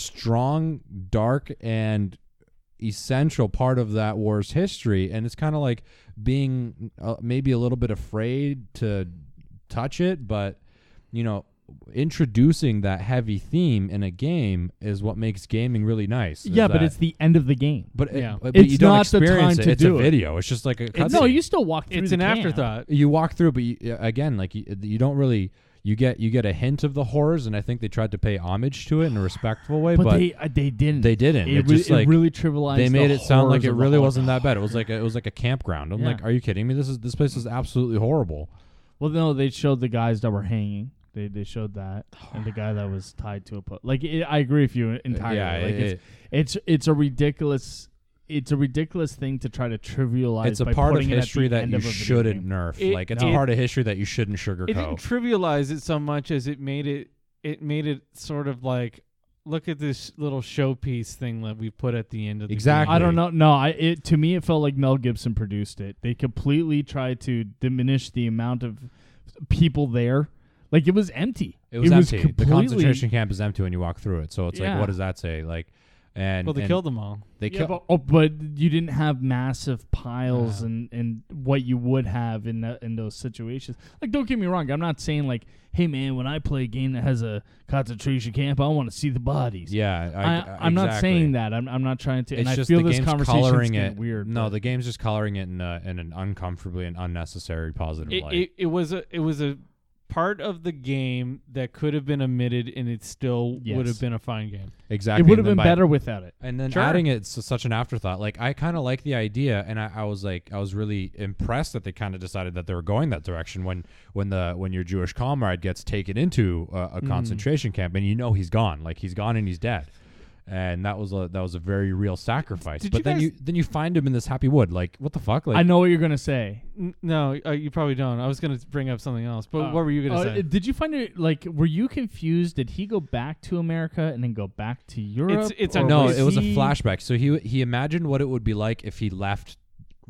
[SPEAKER 3] strong, dark and essential part of that war's history and it's kind of like being uh, maybe a little bit afraid to touch it but you know introducing that heavy theme in a game is what makes gaming really nice is
[SPEAKER 2] yeah, but
[SPEAKER 3] that-
[SPEAKER 2] it's the end of the game.
[SPEAKER 3] but, it-
[SPEAKER 1] Yeah.
[SPEAKER 3] but
[SPEAKER 2] It's
[SPEAKER 3] you don't
[SPEAKER 2] not the time
[SPEAKER 3] experience it.
[SPEAKER 2] to
[SPEAKER 3] it's
[SPEAKER 2] do
[SPEAKER 3] a
[SPEAKER 2] it.
[SPEAKER 3] video it's just like a cutscene
[SPEAKER 2] no, you still walk through
[SPEAKER 1] It's
[SPEAKER 2] the
[SPEAKER 1] an
[SPEAKER 2] camp.
[SPEAKER 1] afterthought.
[SPEAKER 3] you walk through but you, again like you, you don't really you get you get a hint of the horrors and i think they tried to pay homage to it in a respectful way
[SPEAKER 2] But,
[SPEAKER 3] but,
[SPEAKER 2] they uh, they didn't.
[SPEAKER 3] they didn't
[SPEAKER 2] it,
[SPEAKER 3] it,
[SPEAKER 2] re-
[SPEAKER 3] just
[SPEAKER 2] it
[SPEAKER 3] like
[SPEAKER 2] really trivialized.
[SPEAKER 3] they
[SPEAKER 2] the
[SPEAKER 3] made it sound like
[SPEAKER 2] horrors
[SPEAKER 3] it
[SPEAKER 2] of the
[SPEAKER 3] really
[SPEAKER 2] Holocaust.
[SPEAKER 3] wasn't that bad it was like a, it was like a campground i'm
[SPEAKER 2] Yeah.
[SPEAKER 3] like are you kidding me this is this place is absolutely horrible
[SPEAKER 2] Well, no, they showed the guys that were hanging. They they showed that, and the guy that was tied to a post. Like it, I agree with you entirely.
[SPEAKER 3] yeah
[SPEAKER 2] like
[SPEAKER 3] it- it-
[SPEAKER 2] it's, it's it's a ridiculous. It's a ridiculous thing to try to trivialize.
[SPEAKER 3] it's a
[SPEAKER 2] by
[SPEAKER 3] part of
[SPEAKER 2] putting it at the
[SPEAKER 3] history that
[SPEAKER 2] end
[SPEAKER 3] you
[SPEAKER 2] of a video
[SPEAKER 3] shouldn't
[SPEAKER 2] game.
[SPEAKER 3] nerf
[SPEAKER 1] It-
[SPEAKER 3] like it's
[SPEAKER 1] no.
[SPEAKER 3] a part of history that you shouldn't
[SPEAKER 1] It didn't
[SPEAKER 3] sugarcoat
[SPEAKER 1] trivialize it so much as it made it. It made it sort of like, look at this little showpiece thing that we put at the end of the
[SPEAKER 3] Exactly.
[SPEAKER 2] I don't know. No, I it to me it felt like Mel Gibson produced it. They completely tried to diminish the amount of people there. Like it was empty.
[SPEAKER 3] it was empty the
[SPEAKER 2] completely-
[SPEAKER 3] concentration camp is empty when you walk through it so it's
[SPEAKER 2] Yeah.
[SPEAKER 3] like what does that say like
[SPEAKER 1] game.
[SPEAKER 3] and
[SPEAKER 1] Well, they
[SPEAKER 3] and
[SPEAKER 1] killed them all.
[SPEAKER 3] they
[SPEAKER 2] Yeah,
[SPEAKER 3] kill-
[SPEAKER 2] but, oh, but you didn't have massive piles
[SPEAKER 1] Yeah.
[SPEAKER 2] and, and what you would have in that in those situations. Like, don't get me wrong. I'm not saying like, hey man, when I play a game that has a concentration camp, I want to see the bodies.
[SPEAKER 3] yeah I,
[SPEAKER 2] I, I, am not
[SPEAKER 3] exactly.
[SPEAKER 2] saying that. I'm, I'm not trying to.
[SPEAKER 3] it's
[SPEAKER 2] and I
[SPEAKER 3] just
[SPEAKER 2] feel
[SPEAKER 3] the
[SPEAKER 2] this
[SPEAKER 3] game's
[SPEAKER 2] conversation
[SPEAKER 3] coloring
[SPEAKER 2] getting
[SPEAKER 3] it
[SPEAKER 2] weird.
[SPEAKER 3] No,
[SPEAKER 2] but-
[SPEAKER 3] the game's just coloring it in, a, in an uncomfortably and unnecessary positive
[SPEAKER 1] It,
[SPEAKER 3] light.
[SPEAKER 1] it, it was a it was a part of the game that could have been omitted, and it still would
[SPEAKER 2] Yes.
[SPEAKER 1] have been a fine game.
[SPEAKER 3] exactly.
[SPEAKER 2] it would have
[SPEAKER 3] and
[SPEAKER 2] been
[SPEAKER 3] then by-
[SPEAKER 2] better without it.
[SPEAKER 3] And then
[SPEAKER 1] Sure.
[SPEAKER 3] adding it's such an afterthought. Like I kind of like the idea, and I, I was like, I was really impressed that they kind of decided that they were going that direction when when the when your Jewish
[SPEAKER 1] Mm.
[SPEAKER 3] comrade gets taken into a, a concentration camp, and you know he's gone, like he's gone and he's dead. and that was a that was a very real sacrifice.
[SPEAKER 1] Did
[SPEAKER 3] but
[SPEAKER 1] you
[SPEAKER 3] then
[SPEAKER 1] guys-
[SPEAKER 3] you then you find him in this happy wood. Like what the fuck? Like
[SPEAKER 2] I know what you're gonna say.
[SPEAKER 1] N- no, uh, you probably don't. I was gonna bring up something else, but
[SPEAKER 2] Oh.
[SPEAKER 1] what were you gonna
[SPEAKER 2] Uh,
[SPEAKER 1] say?
[SPEAKER 2] Did you find it like? Were you confused? Did he go back to America and then go back to Europe?
[SPEAKER 1] it's
[SPEAKER 2] or
[SPEAKER 1] a-
[SPEAKER 3] no,
[SPEAKER 1] was
[SPEAKER 3] it was a
[SPEAKER 2] he-
[SPEAKER 3] flashback. So he he imagined what it would be like if he left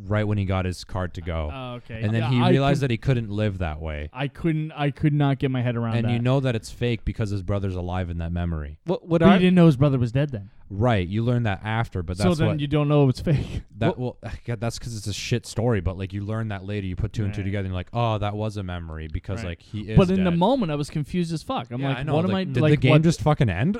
[SPEAKER 3] right when he got his card to go,
[SPEAKER 2] Oh, okay.
[SPEAKER 3] and then
[SPEAKER 2] Yeah,
[SPEAKER 3] he
[SPEAKER 2] I
[SPEAKER 3] realized
[SPEAKER 2] could,
[SPEAKER 3] that he couldn't live that way.
[SPEAKER 2] I couldn't. I could not get my head around
[SPEAKER 3] And
[SPEAKER 2] that.
[SPEAKER 3] you know that it's fake because his brother's alive in that memory.
[SPEAKER 1] what what
[SPEAKER 2] but you
[SPEAKER 1] I
[SPEAKER 2] didn't know his brother was dead then.
[SPEAKER 3] Right, you learn that after, but
[SPEAKER 2] So
[SPEAKER 3] that's
[SPEAKER 2] then
[SPEAKER 3] what
[SPEAKER 2] you don't know if it's fake.
[SPEAKER 3] that well, God, that's because it's a shit story. But like you learn that later, you put two and two
[SPEAKER 2] Right.
[SPEAKER 3] together, and you're like, oh, that was a memory because
[SPEAKER 2] Right.
[SPEAKER 3] like he is.
[SPEAKER 2] But in the
[SPEAKER 3] dead.
[SPEAKER 2] moment, I was confused as fuck. I'm
[SPEAKER 3] Yeah,
[SPEAKER 2] like,
[SPEAKER 3] I know.
[SPEAKER 2] what am
[SPEAKER 3] like,
[SPEAKER 2] I?
[SPEAKER 3] Did
[SPEAKER 2] like,
[SPEAKER 3] the game
[SPEAKER 2] what-
[SPEAKER 3] just fucking end?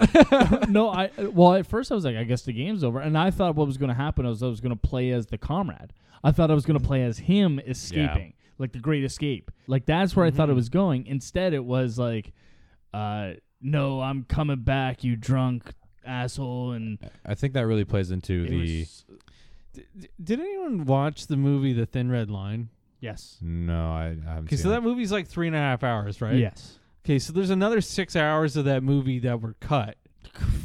[SPEAKER 2] no, I well at first I was like, I guess the game's over, and I thought what was going to happen was I was going to play as the comrade. I thought I was going to play as him escaping, like the Great Escape. Like that's where I
[SPEAKER 3] Mm-hmm.
[SPEAKER 2] thought it was going. Instead, it was like, uh, no, I'm coming back, you drunk asshole, and
[SPEAKER 3] I think that really plays into
[SPEAKER 2] it
[SPEAKER 3] the
[SPEAKER 2] was-
[SPEAKER 1] d- d- did anyone watch the movie The Thin Red Line?
[SPEAKER 2] yes,
[SPEAKER 3] no. I, I haven't
[SPEAKER 1] Okay,
[SPEAKER 3] seen
[SPEAKER 1] so
[SPEAKER 3] it.
[SPEAKER 1] that movie's like three and a half hours, right?
[SPEAKER 2] yes,
[SPEAKER 1] Okay, so there's another six hours of that movie that were cut.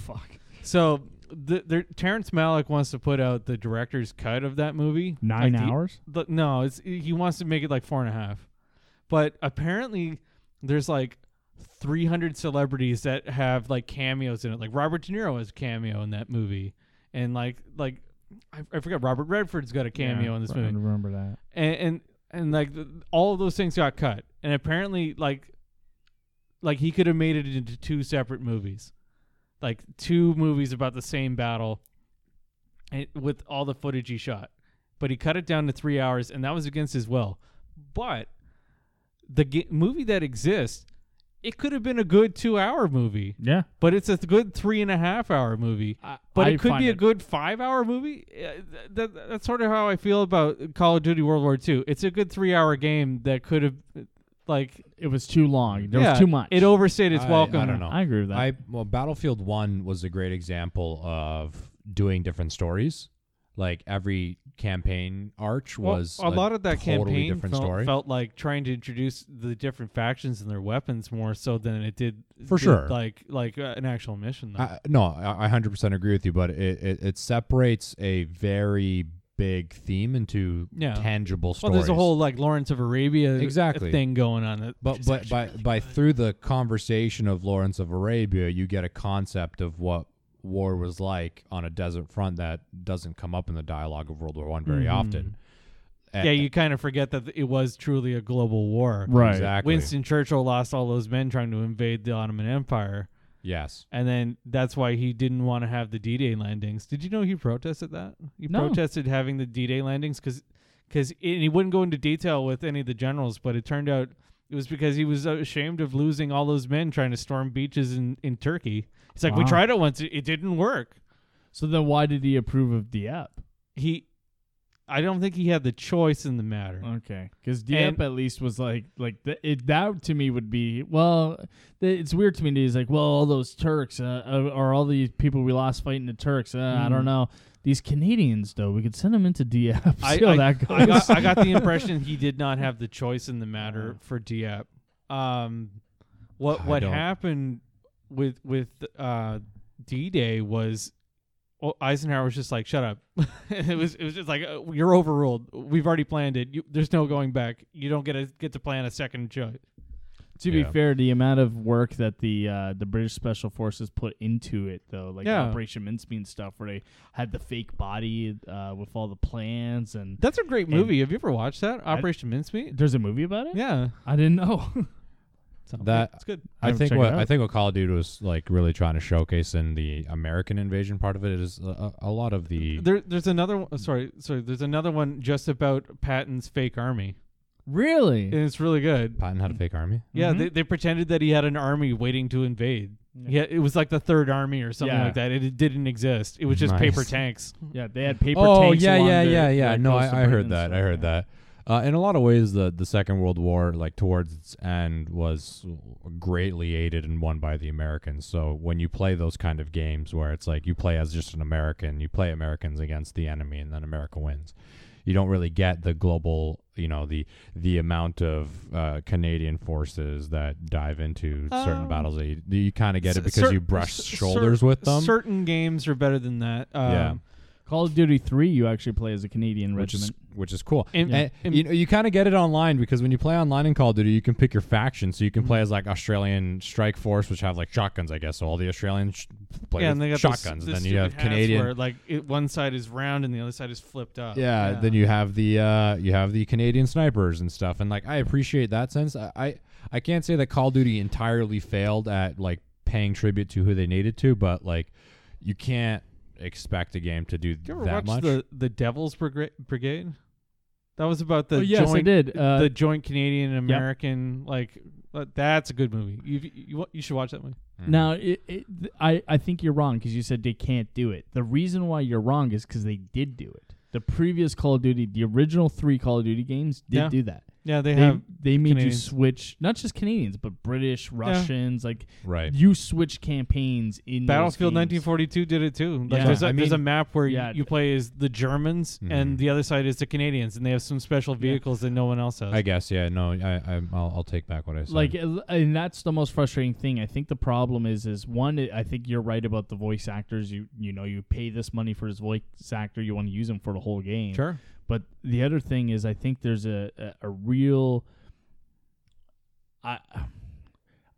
[SPEAKER 2] fuck,
[SPEAKER 1] So the, there Terrence Malick wants to put out the director's cut of that movie.
[SPEAKER 2] nine
[SPEAKER 1] Like, the-
[SPEAKER 2] hours.
[SPEAKER 1] the- no, it's he wants to make it like four and a half. But apparently, there's like 300 celebrities that have like cameos in it. Like Robert De Niro has a cameo in that movie, and like like I, I forgot Robert Redford's got a cameo in this
[SPEAKER 2] I
[SPEAKER 1] movie
[SPEAKER 2] Remember that?
[SPEAKER 1] and and, and like th- all of those things got cut and apparently like like he could have made it into two separate movies like two movies about the same battle and, with all the footage he shot but he cut it down to three hours and that was against his will but the ga- movie that exists it could have been a good two hour movie
[SPEAKER 2] Yeah,
[SPEAKER 1] but it's a th- good three and a half hour movie
[SPEAKER 2] I-
[SPEAKER 1] but
[SPEAKER 2] I
[SPEAKER 1] it could
[SPEAKER 2] find
[SPEAKER 1] be a
[SPEAKER 2] it-
[SPEAKER 1] good five hour movie. Uh, th- th- that's sort of how I feel about Call of Duty World War II. It's a good three hour game that could have, like,
[SPEAKER 2] It was too long. There
[SPEAKER 1] yeah,
[SPEAKER 2] was too much.
[SPEAKER 1] It overstayed its
[SPEAKER 3] I-
[SPEAKER 1] welcome.
[SPEAKER 3] I don't know.
[SPEAKER 2] I agree with that.
[SPEAKER 3] I well, Battlefield One was a great example of doing different stories. Like every campaign arc
[SPEAKER 1] Well,
[SPEAKER 3] was
[SPEAKER 1] a lot of that
[SPEAKER 3] totally
[SPEAKER 1] campaign
[SPEAKER 3] different
[SPEAKER 1] felt,
[SPEAKER 3] story.
[SPEAKER 1] felt like trying to introduce the different factions and their weapons more so than it did
[SPEAKER 3] For
[SPEAKER 1] did,
[SPEAKER 3] sure.
[SPEAKER 1] like like uh, an actual mission. Though.
[SPEAKER 3] I, no, I I 100% agree with you, but it, it, it separates a very big theme into
[SPEAKER 1] Yeah.
[SPEAKER 3] tangible
[SPEAKER 1] well,
[SPEAKER 3] stories.
[SPEAKER 1] there's a whole like Lawrence of Arabia
[SPEAKER 3] Exactly.
[SPEAKER 1] thing going on. That,
[SPEAKER 3] But but by by through the conversation of Lawrence of Arabia, you get a concept of what war was like on a desert front that doesn't come up in the dialogue of World War One
[SPEAKER 2] Mm-hmm.
[SPEAKER 3] very often.
[SPEAKER 1] Mm-hmm.
[SPEAKER 3] E,
[SPEAKER 1] yeah, you kind of forget that it was truly a global war.
[SPEAKER 2] right.
[SPEAKER 3] exactly.
[SPEAKER 1] Winston Churchill lost all those men trying to invade the Ottoman Empire,
[SPEAKER 3] Yes.
[SPEAKER 1] and then that's why he didn't want to have the D-Day landings. Did you know he protested that? He
[SPEAKER 2] No.
[SPEAKER 1] protested having the D-Day landings because and he wouldn't go into detail with any of the generals, but it turned out it was because he was ashamed of losing all those men trying to storm beaches in, in Turkey. He's like, we
[SPEAKER 2] Wow.
[SPEAKER 1] tried it once, it, it didn't work.
[SPEAKER 2] So then, why did he approve of Dieppe?
[SPEAKER 1] He, I don't think he had the choice in the matter.
[SPEAKER 2] Okay, because Dieppe
[SPEAKER 1] And-
[SPEAKER 2] at least was like like th- it, that to me would be well. Th- it's weird to me. that He's like, well, all those Turks uh, uh, or all these people we lost fighting the Turks. Uh, I don't
[SPEAKER 1] Mm.
[SPEAKER 2] know these Canadians though. We could send them into Dieppe.
[SPEAKER 1] I-
[SPEAKER 2] See how that goes.
[SPEAKER 1] I got, I got the impression he did not have the choice in the matter for Dieppe. Um, what
[SPEAKER 3] I
[SPEAKER 1] what
[SPEAKER 3] don't-
[SPEAKER 1] happened with with uh, D Day was well, Eisenhower was just like, "Shut up." it was it was just like, uh, "You're overruled. We've already planned it. You, there's no going back. You don't get a, get to plan a second choice."
[SPEAKER 2] to
[SPEAKER 3] Yeah.
[SPEAKER 2] be fair, the amount of work that the uh, the British Special Forces put into it though, like
[SPEAKER 1] Yeah.
[SPEAKER 2] Operation Mincemeat and stuff, where they had the fake body uh, with all the plans and.
[SPEAKER 1] That's a great
[SPEAKER 2] And-
[SPEAKER 1] movie. Have you ever watched that
[SPEAKER 2] I-
[SPEAKER 1] Operation Mincemeat?
[SPEAKER 2] There's a movie about it.
[SPEAKER 1] Yeah,
[SPEAKER 2] I didn't know.
[SPEAKER 1] So,
[SPEAKER 3] That-
[SPEAKER 1] it's good.
[SPEAKER 2] I
[SPEAKER 3] I
[SPEAKER 2] haven't
[SPEAKER 3] think
[SPEAKER 2] checked it
[SPEAKER 3] what
[SPEAKER 2] out.
[SPEAKER 3] I think what Call of Duty was like really trying to showcase in the American invasion part of it is a, a a lot of the
[SPEAKER 1] There, there's another one. Sorry, sorry. There's another one just about Patton's fake army,
[SPEAKER 2] really?
[SPEAKER 1] and it's really good.
[SPEAKER 3] Patton had a fake army.
[SPEAKER 1] Yeah,
[SPEAKER 2] Mhm.
[SPEAKER 1] they, they pretended that he had an army waiting to invade.
[SPEAKER 2] Yeah.
[SPEAKER 1] Yeah, it was like the Third Army or something
[SPEAKER 2] Yeah. Mm-hmm.
[SPEAKER 1] like that. It, it didn't exist. It was just
[SPEAKER 3] Nice.
[SPEAKER 1] paper tanks.
[SPEAKER 2] Yeah, they had paper
[SPEAKER 3] oh
[SPEAKER 2] tanks.
[SPEAKER 3] yeah
[SPEAKER 2] along
[SPEAKER 3] yeah
[SPEAKER 2] the-
[SPEAKER 3] yeah yeah.
[SPEAKER 2] the
[SPEAKER 3] No,
[SPEAKER 2] coast of
[SPEAKER 3] I, I
[SPEAKER 2] Britain
[SPEAKER 3] heard
[SPEAKER 2] and
[SPEAKER 3] that.
[SPEAKER 2] stuff,
[SPEAKER 3] I heard
[SPEAKER 2] yeah.
[SPEAKER 3] that. Uh, in a lot of ways, the the Second World War, like towards its end, was greatly aided and won by the Americans. So when you play those kind of games where it's like you play as just an American, you play Americans against the enemy, and then America wins. you don't really get the global, you know, the the amount of uh, Canadian forces that dive into certain
[SPEAKER 1] Um,
[SPEAKER 3] battles. That you, you kind of get
[SPEAKER 1] cer-
[SPEAKER 3] it because
[SPEAKER 1] cer-
[SPEAKER 3] you brush
[SPEAKER 1] cer-
[SPEAKER 3] shoulders with them.
[SPEAKER 1] Certain games are better than that. Um,
[SPEAKER 3] Yeah.
[SPEAKER 2] Call of Duty Three, you actually play as a Canadian
[SPEAKER 3] which is
[SPEAKER 2] regiment.
[SPEAKER 3] which is cool.
[SPEAKER 1] And-
[SPEAKER 3] And,
[SPEAKER 1] and-
[SPEAKER 3] you know, you kind of get it online because when you play online in Call of Duty, you can pick your faction. So you
[SPEAKER 1] Mm-hmm.
[SPEAKER 3] can play as like Australian Strike Force, which have like shotguns, I guess. So all the Australians sh- play
[SPEAKER 1] yeah,
[SPEAKER 3] with
[SPEAKER 1] and they got those-
[SPEAKER 3] shotguns.
[SPEAKER 1] the
[SPEAKER 3] then you
[SPEAKER 1] stupid
[SPEAKER 3] have
[SPEAKER 1] hats
[SPEAKER 3] Canadian.
[SPEAKER 1] Where, uh, like it, one side is round and the other side is flipped up.
[SPEAKER 3] yeah, then you have the uh, you have the Canadian snipers and stuff, and like I appreciate that sense. I, I I can't say that Call of Duty entirely failed at like paying tribute to who they needed to, but like you can't expect a game to do
[SPEAKER 1] Did you ever
[SPEAKER 3] that
[SPEAKER 1] watch
[SPEAKER 3] much.
[SPEAKER 1] the the Devil's Brigra- Brigade? That was about the
[SPEAKER 2] oh, yes,
[SPEAKER 1] joint
[SPEAKER 2] I did. Uh,
[SPEAKER 1] the joint Canadian and American like uh, that's a good movie. You you wa- you should watch that movie.
[SPEAKER 3] Mhm.
[SPEAKER 2] Now, it, it, th- I, I think you're wrong because you said they can't do it. The reason why you're wrong is because they did do it. The previous Call of Duty, the original three Call of Duty games did
[SPEAKER 1] Yeah.
[SPEAKER 2] do that.
[SPEAKER 1] Yeah, they,
[SPEAKER 2] They,
[SPEAKER 1] have
[SPEAKER 2] they made
[SPEAKER 1] Canadians.
[SPEAKER 2] you switch, not just Canadians, but British, Russians. Like,
[SPEAKER 3] right?
[SPEAKER 2] you switch campaigns in
[SPEAKER 1] Battlefield
[SPEAKER 2] those games.
[SPEAKER 1] 1942 did it too. Like
[SPEAKER 2] Yeah.
[SPEAKER 1] there's, a,
[SPEAKER 3] I
[SPEAKER 1] there's a
[SPEAKER 3] mean-
[SPEAKER 1] map where you-
[SPEAKER 2] Yeah.
[SPEAKER 1] you, play as the Germans
[SPEAKER 3] Mhm.
[SPEAKER 1] and the other side is the Canadians, and they have some special vehicles that no one else has.
[SPEAKER 3] I guess yeah. No, I, I I'll, I'll take back what I said.
[SPEAKER 2] Like, uh, and that's the most frustrating thing. I think the problem is, is one. I think you're right about the voice actors. You you know you pay this money for his voice actor. You want to use him for the whole game.
[SPEAKER 1] sure.
[SPEAKER 2] But the other thing is, I think there's a, a, a real, I,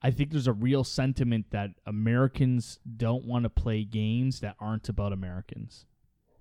[SPEAKER 2] I think there's a real sentiment that Americans don't want to play games that aren't about Americans,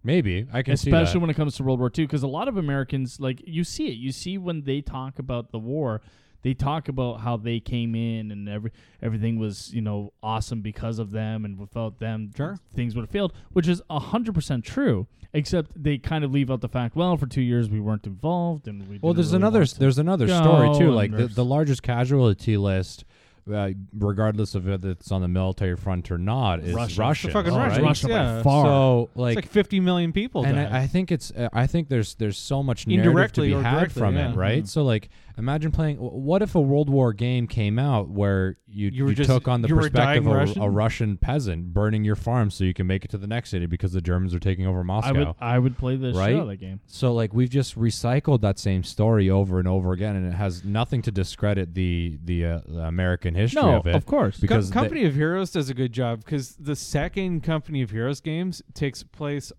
[SPEAKER 3] maybe I can see
[SPEAKER 2] especially
[SPEAKER 3] that.
[SPEAKER 2] when it comes to World War II. Because a lot of Americans, like you see it, you see when they talk about the war, they talk about how they came in and every everything was you know awesome because of them, and without them,
[SPEAKER 1] Sure.
[SPEAKER 2] things would have failed, which is hundred percent true. Except they kind of leave out the fact, well, for two years we weren't involved, and we
[SPEAKER 3] Well,
[SPEAKER 2] didn't
[SPEAKER 3] there's
[SPEAKER 2] really
[SPEAKER 3] another
[SPEAKER 2] want to.
[SPEAKER 3] there's another story too.
[SPEAKER 2] go
[SPEAKER 3] Like
[SPEAKER 2] and
[SPEAKER 3] the,
[SPEAKER 2] there's-
[SPEAKER 3] the largest casualty list, uh, regardless of whether it's on the military front or not, is
[SPEAKER 2] Russians.
[SPEAKER 3] Russians.
[SPEAKER 1] The fucking
[SPEAKER 2] Oh,
[SPEAKER 1] Russians.
[SPEAKER 2] Russia by
[SPEAKER 1] yeah.
[SPEAKER 2] far.
[SPEAKER 3] So
[SPEAKER 1] It's
[SPEAKER 3] like,
[SPEAKER 1] like 50 million people.
[SPEAKER 3] and
[SPEAKER 1] died.
[SPEAKER 3] I, I think it's uh, I think there's there's so much narrative
[SPEAKER 1] Indirectly
[SPEAKER 3] to
[SPEAKER 1] or
[SPEAKER 3] be had
[SPEAKER 1] directly,
[SPEAKER 3] from
[SPEAKER 1] yeah. Mm-hmm.
[SPEAKER 3] it, right? So like, imagine playing. wh- What if a World War game came out where you
[SPEAKER 1] You were just-
[SPEAKER 3] took on the
[SPEAKER 1] you were a
[SPEAKER 3] perspective
[SPEAKER 1] dying
[SPEAKER 3] of a-
[SPEAKER 1] Russian?
[SPEAKER 3] a Russian peasant burning your farm so you can make it to the next city because the Germans are taking over Moscow?
[SPEAKER 2] I would I would play the shit out of
[SPEAKER 3] Right?
[SPEAKER 2] that game.
[SPEAKER 3] So like we've just recycled that same story over and over again, and it has nothing to discredit the the, uh, the American history
[SPEAKER 2] No,
[SPEAKER 3] of it.
[SPEAKER 2] of course.
[SPEAKER 1] Co-
[SPEAKER 3] because they-
[SPEAKER 1] Company of Heroes does a good job because the second Company of Heroes games takes place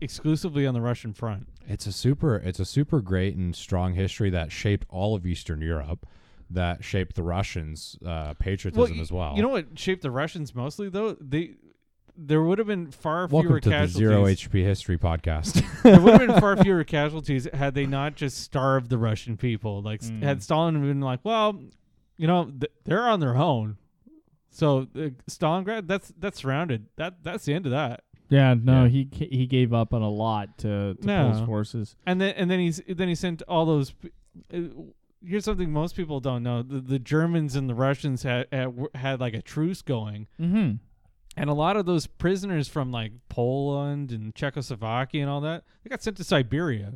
[SPEAKER 1] exclusively on the Russian front.
[SPEAKER 3] it's a super it's a super great and strong history that shaped all of Eastern Europe, that shaped the Russians' uh, patriotism
[SPEAKER 1] y-
[SPEAKER 3] as well.
[SPEAKER 1] You know what shaped the Russians mostly though? They there would have been far fewer
[SPEAKER 3] Welcome to the
[SPEAKER 1] casualties.
[SPEAKER 3] Zero HP History Podcast.
[SPEAKER 1] there would have been far fewer casualties had they not just starved the Russian people. Like s-
[SPEAKER 2] Mm.
[SPEAKER 1] had Stalin been like, well, you know, th- they're on their own. So uh, Stalingrad, that's that's surrounded. That that's the end of that.
[SPEAKER 2] Yeah, no,
[SPEAKER 3] Yeah.
[SPEAKER 2] he ca- he gave up on a lot to, to
[SPEAKER 1] No.
[SPEAKER 2] Pole's forces.
[SPEAKER 1] and then and then he's then he sent all those. p- Uh, here's something most people don't know: the, the Germans and the Russians had, had had like a truce going,
[SPEAKER 2] Mm-hmm.
[SPEAKER 1] and a lot of those prisoners from like Poland and Czechoslovakia and all that they got sent to Siberia,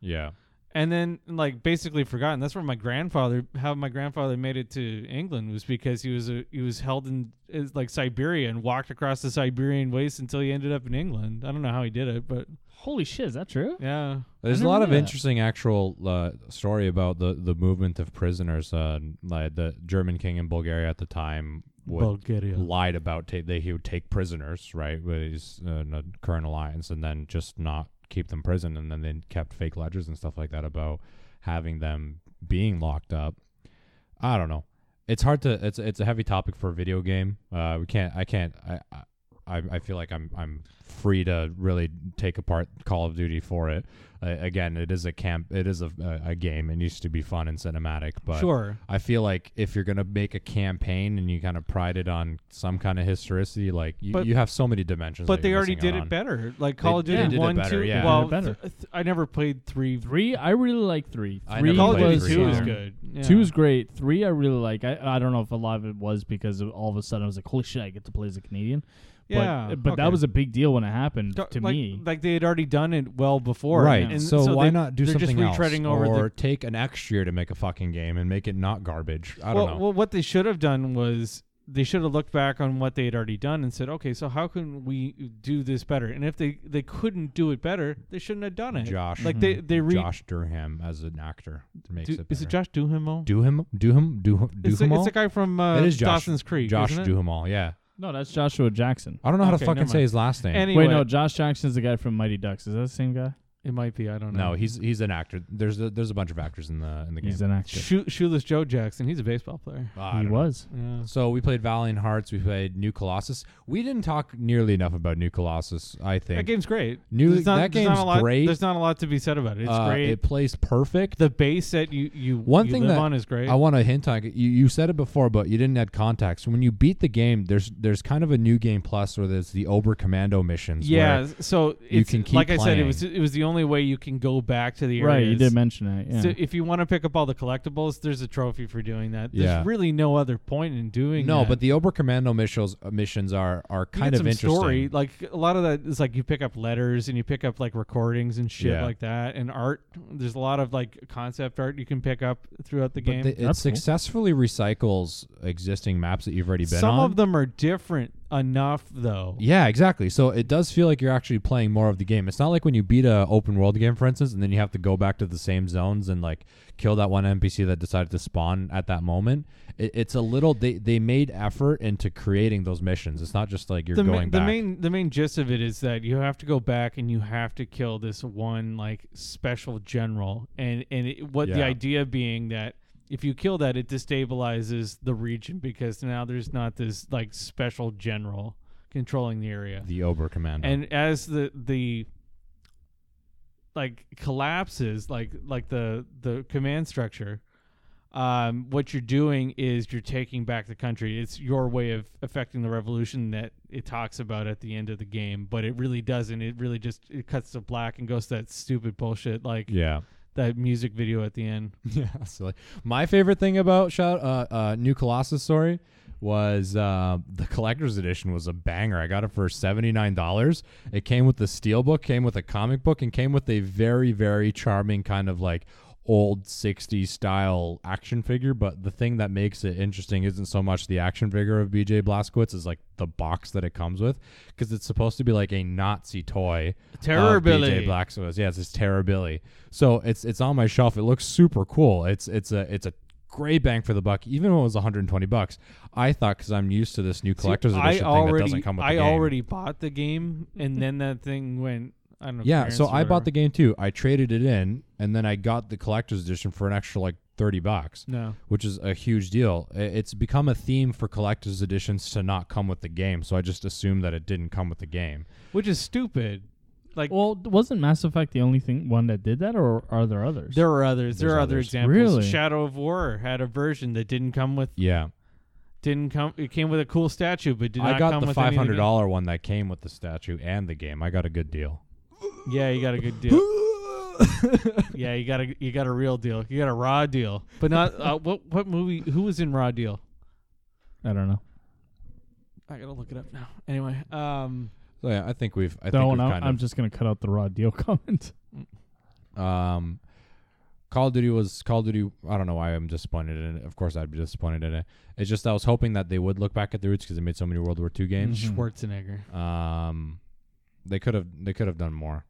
[SPEAKER 3] yeah,
[SPEAKER 1] and then like basically forgotten. That's where my grandfather, how my grandfather made it to England, was because he was a, he was held in is, like Siberia and walked across the Siberian waste until he ended up in England. I don't know how he did it, but
[SPEAKER 2] Holy shit, is that true?
[SPEAKER 1] yeah.
[SPEAKER 3] there's a
[SPEAKER 2] never
[SPEAKER 3] lot
[SPEAKER 2] knew
[SPEAKER 3] of
[SPEAKER 2] that.
[SPEAKER 3] interesting actual uh, story about the the movement of prisoners. Uh, like the German king in Bulgaria at the time would
[SPEAKER 1] Bulgaria.
[SPEAKER 3] lied about ta- that he would take prisoners, right? With his uh, in the current alliance, and then just not keep them prison, and then they kept fake ledgers and stuff like that about having them being locked up. I don't know. It's hard to. It's it's a heavy topic for a video game. Uh, we can't. I can't. I. I I I feel like I'm I'm free to really take apart Call of Duty for it. Uh, again, it is a camp. It is a, a a game. It needs to be fun and cinematic. But
[SPEAKER 1] Sure.
[SPEAKER 3] I feel like if you're gonna make a campaign and you kind of pride it on some kind of historicity, like you,
[SPEAKER 1] But-
[SPEAKER 3] you have so many dimensions.
[SPEAKER 1] But
[SPEAKER 3] that
[SPEAKER 1] they
[SPEAKER 3] you're
[SPEAKER 1] already
[SPEAKER 3] missing
[SPEAKER 1] did
[SPEAKER 3] out
[SPEAKER 1] it
[SPEAKER 3] on.
[SPEAKER 1] better. Like Call of
[SPEAKER 3] They
[SPEAKER 1] Duty
[SPEAKER 3] did it
[SPEAKER 1] one, two.
[SPEAKER 3] better, yeah.
[SPEAKER 1] Well,
[SPEAKER 2] Did it better.
[SPEAKER 1] th- th- I never played three.
[SPEAKER 2] Three, I really like three.
[SPEAKER 3] I
[SPEAKER 2] Three
[SPEAKER 3] never
[SPEAKER 1] Call of
[SPEAKER 3] played
[SPEAKER 1] Duty
[SPEAKER 2] was
[SPEAKER 3] three
[SPEAKER 1] two is
[SPEAKER 3] either.
[SPEAKER 1] good. Yeah.
[SPEAKER 2] Two is great. Three, I really like. I, I don't know if a lot of it was because of all of a sudden I was like, holy shit, I get to play as a Canadian. But, uh,
[SPEAKER 1] Yeah,
[SPEAKER 2] but
[SPEAKER 1] okay.
[SPEAKER 2] that was a big deal when it happened
[SPEAKER 1] Ca-
[SPEAKER 2] to
[SPEAKER 1] like,
[SPEAKER 2] me.
[SPEAKER 1] like they had already done it well before,
[SPEAKER 3] right?
[SPEAKER 1] And
[SPEAKER 3] so, why
[SPEAKER 1] they-
[SPEAKER 3] not do
[SPEAKER 1] they're
[SPEAKER 3] something
[SPEAKER 1] just
[SPEAKER 3] else,
[SPEAKER 1] retreading over
[SPEAKER 3] or
[SPEAKER 1] the.
[SPEAKER 3] take an extra year to make a fucking game and make it not garbage? I
[SPEAKER 1] well,
[SPEAKER 3] don't know.
[SPEAKER 1] well, what they should have done was they should have looked back on what they had already done and said, okay, so how can we do this better? And if they, they couldn't do it better, they shouldn't have done it.
[SPEAKER 3] Josh,
[SPEAKER 1] Like they they re-
[SPEAKER 3] Mhm. Josh Durham as an actor makes
[SPEAKER 1] do,
[SPEAKER 3] it.
[SPEAKER 1] is it
[SPEAKER 3] better.
[SPEAKER 1] Josh Duhamel?
[SPEAKER 3] Duham? Duham? Duham?
[SPEAKER 1] it's, a, it's
[SPEAKER 3] Duhamel?
[SPEAKER 1] a guy from uh,
[SPEAKER 3] It is Josh-
[SPEAKER 1] Dawson's Creek.
[SPEAKER 3] Josh
[SPEAKER 1] isn't it?
[SPEAKER 3] Duhamel. Yeah,
[SPEAKER 2] No, that's Joshua Jackson.
[SPEAKER 3] I don't know how
[SPEAKER 1] Okay,
[SPEAKER 3] to
[SPEAKER 1] never
[SPEAKER 3] fucking
[SPEAKER 1] mind.
[SPEAKER 3] say his last name.
[SPEAKER 1] Anyway,
[SPEAKER 2] Wait, no, Josh Jackson's the guy from Mighty Ducks. Is that the same guy?
[SPEAKER 1] it might be. I don't know.
[SPEAKER 3] no, he's he's an actor. There's a, there's a bunch of actors in the in the game.
[SPEAKER 2] He's an actor.
[SPEAKER 1] Shoe, shoeless Joe Jackson. He's a baseball player.
[SPEAKER 3] Ah, I
[SPEAKER 2] he
[SPEAKER 3] don't know.
[SPEAKER 2] was.
[SPEAKER 1] Yeah.
[SPEAKER 3] So we played Valiant Hearts. We played New Colossus. We didn't talk nearly enough about New Colossus. I
[SPEAKER 1] That
[SPEAKER 3] think
[SPEAKER 1] game's great.
[SPEAKER 3] New-
[SPEAKER 1] There's not,
[SPEAKER 3] that
[SPEAKER 1] there's
[SPEAKER 3] game's
[SPEAKER 1] not a lot,
[SPEAKER 3] great.
[SPEAKER 1] There's not a lot to be said about it. It's
[SPEAKER 3] Uh,
[SPEAKER 1] great.
[SPEAKER 3] It plays perfect.
[SPEAKER 1] the base that you you
[SPEAKER 3] One
[SPEAKER 1] you
[SPEAKER 3] thing
[SPEAKER 1] live
[SPEAKER 3] that
[SPEAKER 1] on is great.
[SPEAKER 3] I want to hint on you. You said it before, but you didn't add context. When you beat the game, there's there's kind of a new game plus, or there's the Ober Commando missions.
[SPEAKER 1] yeah.
[SPEAKER 3] where
[SPEAKER 1] s- So it's,
[SPEAKER 3] you can keep
[SPEAKER 1] like I said, it
[SPEAKER 3] playing.
[SPEAKER 1] was it was the only way you can go back to the areas.
[SPEAKER 2] Right, you did mention it. Yeah.
[SPEAKER 1] So if you want to pick up all the collectibles, there's a trophy for doing that. There's
[SPEAKER 3] Yeah.
[SPEAKER 1] really no other point in doing
[SPEAKER 3] no,
[SPEAKER 1] that.
[SPEAKER 3] but the Ober Commando missions uh, missions are are
[SPEAKER 1] You
[SPEAKER 3] kind
[SPEAKER 1] get
[SPEAKER 3] of
[SPEAKER 1] some
[SPEAKER 3] interesting.
[SPEAKER 1] story. Like a lot of that is like you pick up letters and you pick up like recordings and shit
[SPEAKER 3] Yeah.
[SPEAKER 1] like that and art. There's a lot of like concept art you can pick up throughout the
[SPEAKER 3] but eh,
[SPEAKER 1] game.
[SPEAKER 3] th- it
[SPEAKER 2] That's cool.
[SPEAKER 3] successfully recycles existing maps that you've already been
[SPEAKER 1] Some
[SPEAKER 3] on.
[SPEAKER 1] of them are different enough though.
[SPEAKER 3] Yeah, exactly. So it does feel like you're actually playing more of the game. It's not like when you beat a open world game, for instance, and then you have to go back to the same zones and like kill that one NPC that decided to spawn at that moment. It, it's a little they they made effort into creating those missions. It's not just like you're
[SPEAKER 1] the, ma-
[SPEAKER 3] going
[SPEAKER 1] the
[SPEAKER 3] back.
[SPEAKER 1] main the main gist of it is that you have to go back and you have to kill this one like special general and and it, what the
[SPEAKER 3] Yeah.
[SPEAKER 1] idea being that if you kill that it destabilizes the region because now there's not this like special general controlling the area
[SPEAKER 3] the Ober Commando.
[SPEAKER 1] and as the the like collapses like like the the command structure um what you're doing is you're taking back the country it's your way of affecting the revolution that it talks about at the end of the game but it really doesn't it really just it cuts to black and goes to that stupid bullshit like
[SPEAKER 3] yeah. Uh,
[SPEAKER 1] that music video at the end
[SPEAKER 3] Yeah, silly. My favorite thing about Shadow, uh, uh, New Colossus, sorry, was uh, the collector's edition was a banger. I got it for seventy nine dollars. It came with the steel book, came with a comic book, and came with a very very charming kind of like old 60s style action figure but the thing that makes it interesting isn't so much the action figure of bj blazkowicz is like the box that it comes with because it's supposed to be like a nazi toy
[SPEAKER 1] Terror
[SPEAKER 3] of
[SPEAKER 1] Billy.
[SPEAKER 3] BJ Black's was. Yeah, it's this Terror Billy. So it's it's on my shelf. It looks super cool. It's it's a it's a great bang for the buck. Even when it was 120 bucks, I thought because I'm used to this new collector's
[SPEAKER 1] See, I
[SPEAKER 3] edition thing
[SPEAKER 1] already
[SPEAKER 3] that doesn't come with
[SPEAKER 1] i
[SPEAKER 3] the game.
[SPEAKER 1] already bought the game and then that thing went i don't know
[SPEAKER 3] yeah, so
[SPEAKER 1] clearance or
[SPEAKER 3] I bought
[SPEAKER 1] whatever.
[SPEAKER 3] the game too. I traded it in, and then I got the collector's edition for an extra like 30 bucks.
[SPEAKER 1] no
[SPEAKER 3] Which is a huge deal. I- It's become a theme for collector's editions to not come with the game, so I just assumed that it didn't come with the game.
[SPEAKER 1] which is stupid like
[SPEAKER 2] well, wasn't Mass Effect the only thing one that did that, or are there others?
[SPEAKER 1] There are others. There
[SPEAKER 3] There's
[SPEAKER 1] are other
[SPEAKER 3] others.
[SPEAKER 1] examples.
[SPEAKER 2] Really?
[SPEAKER 1] Shadow of War had a version that didn't come with
[SPEAKER 3] Yeah,
[SPEAKER 1] didn't come. It came with a cool statue, but did
[SPEAKER 3] I
[SPEAKER 1] not
[SPEAKER 3] got
[SPEAKER 1] come
[SPEAKER 3] the
[SPEAKER 1] with any of
[SPEAKER 3] five
[SPEAKER 1] the
[SPEAKER 3] hundred dollar one that came with the statue and the game. I got a good deal.
[SPEAKER 1] game. Yeah, you got a good deal. yeah, you got a you got a real deal. You got a raw deal, but not uh, what what movie? Who was in Raw Deal?
[SPEAKER 2] I don't know.
[SPEAKER 1] I gotta look it up now. Anyway, um,
[SPEAKER 3] So yeah, I think we've. I
[SPEAKER 2] no,
[SPEAKER 3] think we've
[SPEAKER 2] no,
[SPEAKER 3] kind
[SPEAKER 2] I'm
[SPEAKER 3] of.
[SPEAKER 2] just gonna cut out the raw deal comment.
[SPEAKER 3] um, Call of Duty was Call of Duty. I don't know why I'm disappointed in it. Of course, I'd be disappointed in it. It's just I was hoping that they would look back at the roots because they made so many World War II games.
[SPEAKER 1] Hmm. Schwarzenegger.
[SPEAKER 2] Mm-hmm.
[SPEAKER 3] Um, they could have. They could have done more.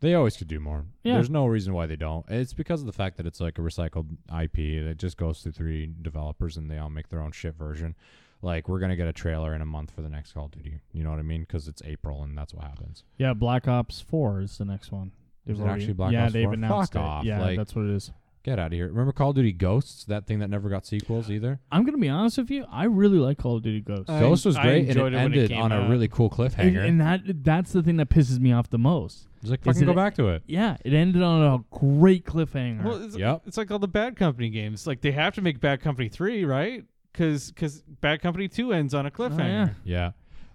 [SPEAKER 3] They always could do more.
[SPEAKER 2] Yeah.
[SPEAKER 3] There's no reason why they don't. It's because of the fact that it's like a recycled IP that just goes to three developers and they all make their own shit version. Like we're gonna get a trailer in a month for the next Call of Duty. You know what I mean? Because it's April and that's what happens.
[SPEAKER 2] Yeah, Black Ops Four is the next one. They've
[SPEAKER 3] Is it
[SPEAKER 2] already-
[SPEAKER 3] actually Black
[SPEAKER 2] yeah,
[SPEAKER 3] Ops
[SPEAKER 2] they've
[SPEAKER 3] 4?
[SPEAKER 2] announced
[SPEAKER 3] Fuck
[SPEAKER 2] it.
[SPEAKER 3] off,
[SPEAKER 2] Yeah,
[SPEAKER 3] like-
[SPEAKER 2] that's what it is.
[SPEAKER 3] Get out of here. Remember Call of Duty Ghosts, that thing that never got sequels either?
[SPEAKER 2] I'm gonna be honest with you. I really like Call of Duty Ghosts.
[SPEAKER 1] I-
[SPEAKER 3] Ghosts was
[SPEAKER 1] I
[SPEAKER 3] great
[SPEAKER 1] enjoyed it
[SPEAKER 3] and it
[SPEAKER 1] when it
[SPEAKER 3] ended
[SPEAKER 1] came
[SPEAKER 3] on
[SPEAKER 1] out.
[SPEAKER 3] a really cool
[SPEAKER 2] and,
[SPEAKER 3] cliffhanger.
[SPEAKER 2] and that that's the thing that pisses me off the most.
[SPEAKER 3] Just like
[SPEAKER 2] is
[SPEAKER 3] fucking
[SPEAKER 2] it-
[SPEAKER 3] go back to it.
[SPEAKER 2] Yeah, it ended on a great cliffhanger.
[SPEAKER 1] Well, it's,
[SPEAKER 3] Yep.
[SPEAKER 1] it's like all the Bad Company games. Like they have to make Bad Company three, right? Because Bad Company two ends on a cliffhanger.
[SPEAKER 2] yeah.
[SPEAKER 3] Yeah.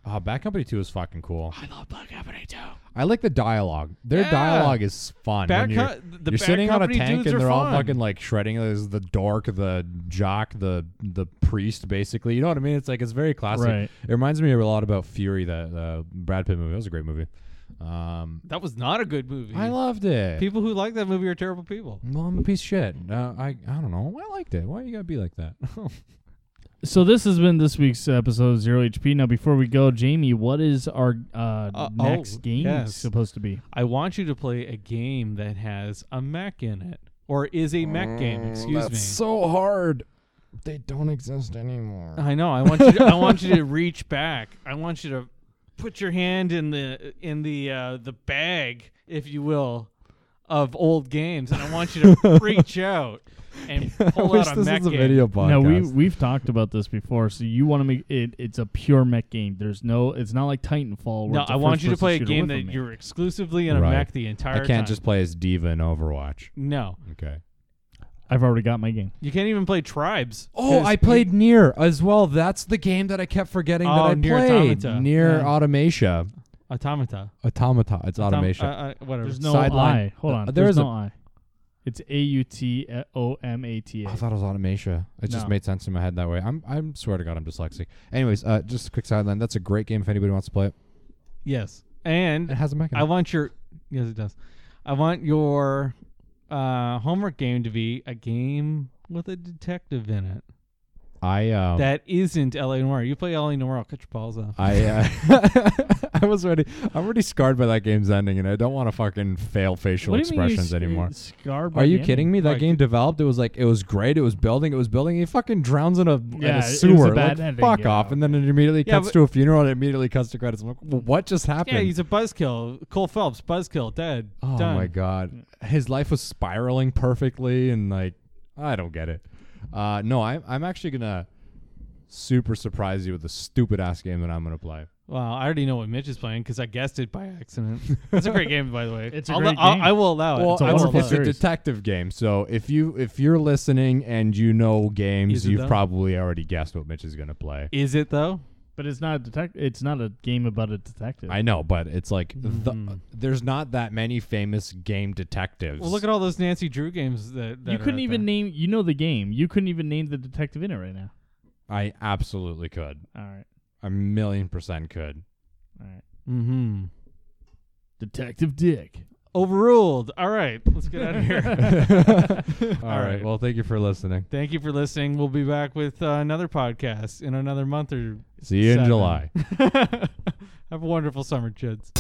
[SPEAKER 3] Oh, Bad Company 2 is fucking cool.
[SPEAKER 1] I love Bad Company two.
[SPEAKER 3] I like the dialogue. Their
[SPEAKER 1] Yeah.
[SPEAKER 3] dialogue is fun.
[SPEAKER 1] Bad
[SPEAKER 3] when you're
[SPEAKER 1] Co- the
[SPEAKER 3] you're
[SPEAKER 1] Bad
[SPEAKER 3] sitting on a
[SPEAKER 1] Company
[SPEAKER 3] tank
[SPEAKER 1] dudes
[SPEAKER 3] and
[SPEAKER 1] are
[SPEAKER 3] they're all
[SPEAKER 1] fun.
[SPEAKER 3] fucking like shredding. There's the dork, the jock, the the priest, basically. You know what I mean? It's like, it's very classic.
[SPEAKER 2] Right.
[SPEAKER 3] It reminds me a lot about Fury, that uh, Brad Pitt movie. That was a great movie. Um,
[SPEAKER 1] That was not a good movie.
[SPEAKER 3] I loved it.
[SPEAKER 1] People who like that movie are terrible people.
[SPEAKER 3] Well, I'm a piece of shit. Uh, I I don't know. I liked it. Why you gotta be like that?
[SPEAKER 2] So this has been this week's episode of Zero HP. Now, before we go, Jamie, what is our uh,
[SPEAKER 1] Uh,
[SPEAKER 2] next
[SPEAKER 1] oh,
[SPEAKER 2] game
[SPEAKER 1] yes.
[SPEAKER 2] supposed to be?
[SPEAKER 1] I want you to play a game that has a mech in it, or is a mech game. Excuse me.
[SPEAKER 3] Mm, so hard. They don't exist anymore.
[SPEAKER 1] I know. I want you. To, I want you to reach back. I want you to put your hand in the in the uh, the bag, if you will, of old games, and I want you to reach out and pull out a mech game.
[SPEAKER 3] podcast.
[SPEAKER 2] Now we we've talked about this before, so you want to make it. It's a pure mech game. There's no. It's not like Titanfall. Where
[SPEAKER 1] No,
[SPEAKER 2] it's a
[SPEAKER 1] I want you to
[SPEAKER 2] first-person
[SPEAKER 1] play a
[SPEAKER 2] shooter
[SPEAKER 1] game
[SPEAKER 2] with
[SPEAKER 1] that
[SPEAKER 2] mech.
[SPEAKER 1] you're exclusively in a
[SPEAKER 3] Right.
[SPEAKER 1] mech the entire
[SPEAKER 3] I
[SPEAKER 1] time.
[SPEAKER 3] can't just play as Diva in Overwatch.
[SPEAKER 1] No,
[SPEAKER 3] Okay.
[SPEAKER 2] I've already got my game.
[SPEAKER 1] you can't even play tribes.
[SPEAKER 3] Oh,
[SPEAKER 1] 'cause
[SPEAKER 3] I played Near as well. That's the game that I kept forgetting
[SPEAKER 1] Oh,
[SPEAKER 3] that I
[SPEAKER 1] Nier
[SPEAKER 3] played.
[SPEAKER 1] Automata.
[SPEAKER 3] Near
[SPEAKER 1] Yeah.
[SPEAKER 3] Automata.
[SPEAKER 1] Automata.
[SPEAKER 3] Automata. It's
[SPEAKER 1] Autom-
[SPEAKER 3] automation.
[SPEAKER 1] uh, uh, whatever.
[SPEAKER 2] There's no
[SPEAKER 3] Sideline.
[SPEAKER 2] I. Hold on.
[SPEAKER 3] Uh, there
[SPEAKER 2] There's
[SPEAKER 3] is
[SPEAKER 2] no I. It's A U T O M A T
[SPEAKER 3] I
[SPEAKER 2] A.
[SPEAKER 3] thought it was automation. It just
[SPEAKER 2] No.
[SPEAKER 3] made sense in my head that way. I'm I'm swear to God I'm dyslexic. Anyways, uh, just a quick sideline. That's a great game if anybody wants to play it.
[SPEAKER 1] yes, and
[SPEAKER 3] It has a
[SPEAKER 1] I
[SPEAKER 3] mechanism.
[SPEAKER 1] want your yes, it does. I want your uh, homework game to be a game with a detective in it
[SPEAKER 3] I um,
[SPEAKER 1] that isn't L.A. Noir. You play L.A. Noir, I'll cut your balls off.
[SPEAKER 3] I uh, I was already I'm already scarred by that game's ending, and I don't want to fucking fail facial expressions anymore. Are you kidding me? That
[SPEAKER 1] Like-
[SPEAKER 3] game developed. It was like it was great. It was building. It was building. He fucking drowns in a, in
[SPEAKER 2] Yeah, it
[SPEAKER 3] a
[SPEAKER 2] was a
[SPEAKER 3] sewer.
[SPEAKER 2] bad
[SPEAKER 3] like,
[SPEAKER 2] ending,
[SPEAKER 3] fuck
[SPEAKER 2] yeah.
[SPEAKER 3] off! And then it immediately
[SPEAKER 1] Yeah,
[SPEAKER 3] cuts
[SPEAKER 1] but-
[SPEAKER 3] to a funeral and it immediately cuts to credits. I'm like, "Well, what just happened?
[SPEAKER 1] Yeah, he's a buzzkill. Cole Phelps, buzzkill, dead.
[SPEAKER 3] oh
[SPEAKER 1] done.
[SPEAKER 3] my god, his life was spiraling perfectly, and like I don't get it. Uh, no, I'm I'm actually gonna super surprise you with a stupid ass game that I'm gonna play.
[SPEAKER 1] Wow, I already know what Mitch is playing because I guessed it by accident. That's a great game, by the way.
[SPEAKER 2] It's a
[SPEAKER 1] I'll,
[SPEAKER 2] great
[SPEAKER 1] I'll,
[SPEAKER 2] game.
[SPEAKER 1] I will allow it.
[SPEAKER 3] Well,
[SPEAKER 2] It's a
[SPEAKER 3] I
[SPEAKER 2] wonderful
[SPEAKER 3] it's a
[SPEAKER 2] series.
[SPEAKER 3] detective game. So if you if you're listening and you know games,
[SPEAKER 1] Is it
[SPEAKER 3] you've
[SPEAKER 1] though?
[SPEAKER 3] probably already guessed what Mitch is gonna play.
[SPEAKER 1] Is it though?
[SPEAKER 2] But it's not a detect. It's not a game about a detective.
[SPEAKER 3] I know, but it's like the,
[SPEAKER 1] Mhm.
[SPEAKER 3] there's not that many famous game detectives.
[SPEAKER 1] Well, look at all those Nancy Drew games that, that
[SPEAKER 2] you
[SPEAKER 1] are
[SPEAKER 2] couldn't
[SPEAKER 1] out
[SPEAKER 2] even
[SPEAKER 1] there.
[SPEAKER 2] name. You know the game. You couldn't even name the detective in it right now.
[SPEAKER 3] I absolutely could,
[SPEAKER 2] All right.
[SPEAKER 3] a million percent could.
[SPEAKER 2] All right.
[SPEAKER 1] Mm-hmm.
[SPEAKER 2] Detective Dick.
[SPEAKER 1] Overruled. All right, let's get out of here.
[SPEAKER 3] all right.
[SPEAKER 1] right.
[SPEAKER 3] Well, thank you for listening.
[SPEAKER 1] Thank you for listening. We'll be back with uh, another podcast in another month or
[SPEAKER 3] See you in
[SPEAKER 1] seven.
[SPEAKER 3] July.
[SPEAKER 1] Have a wonderful summer, kids.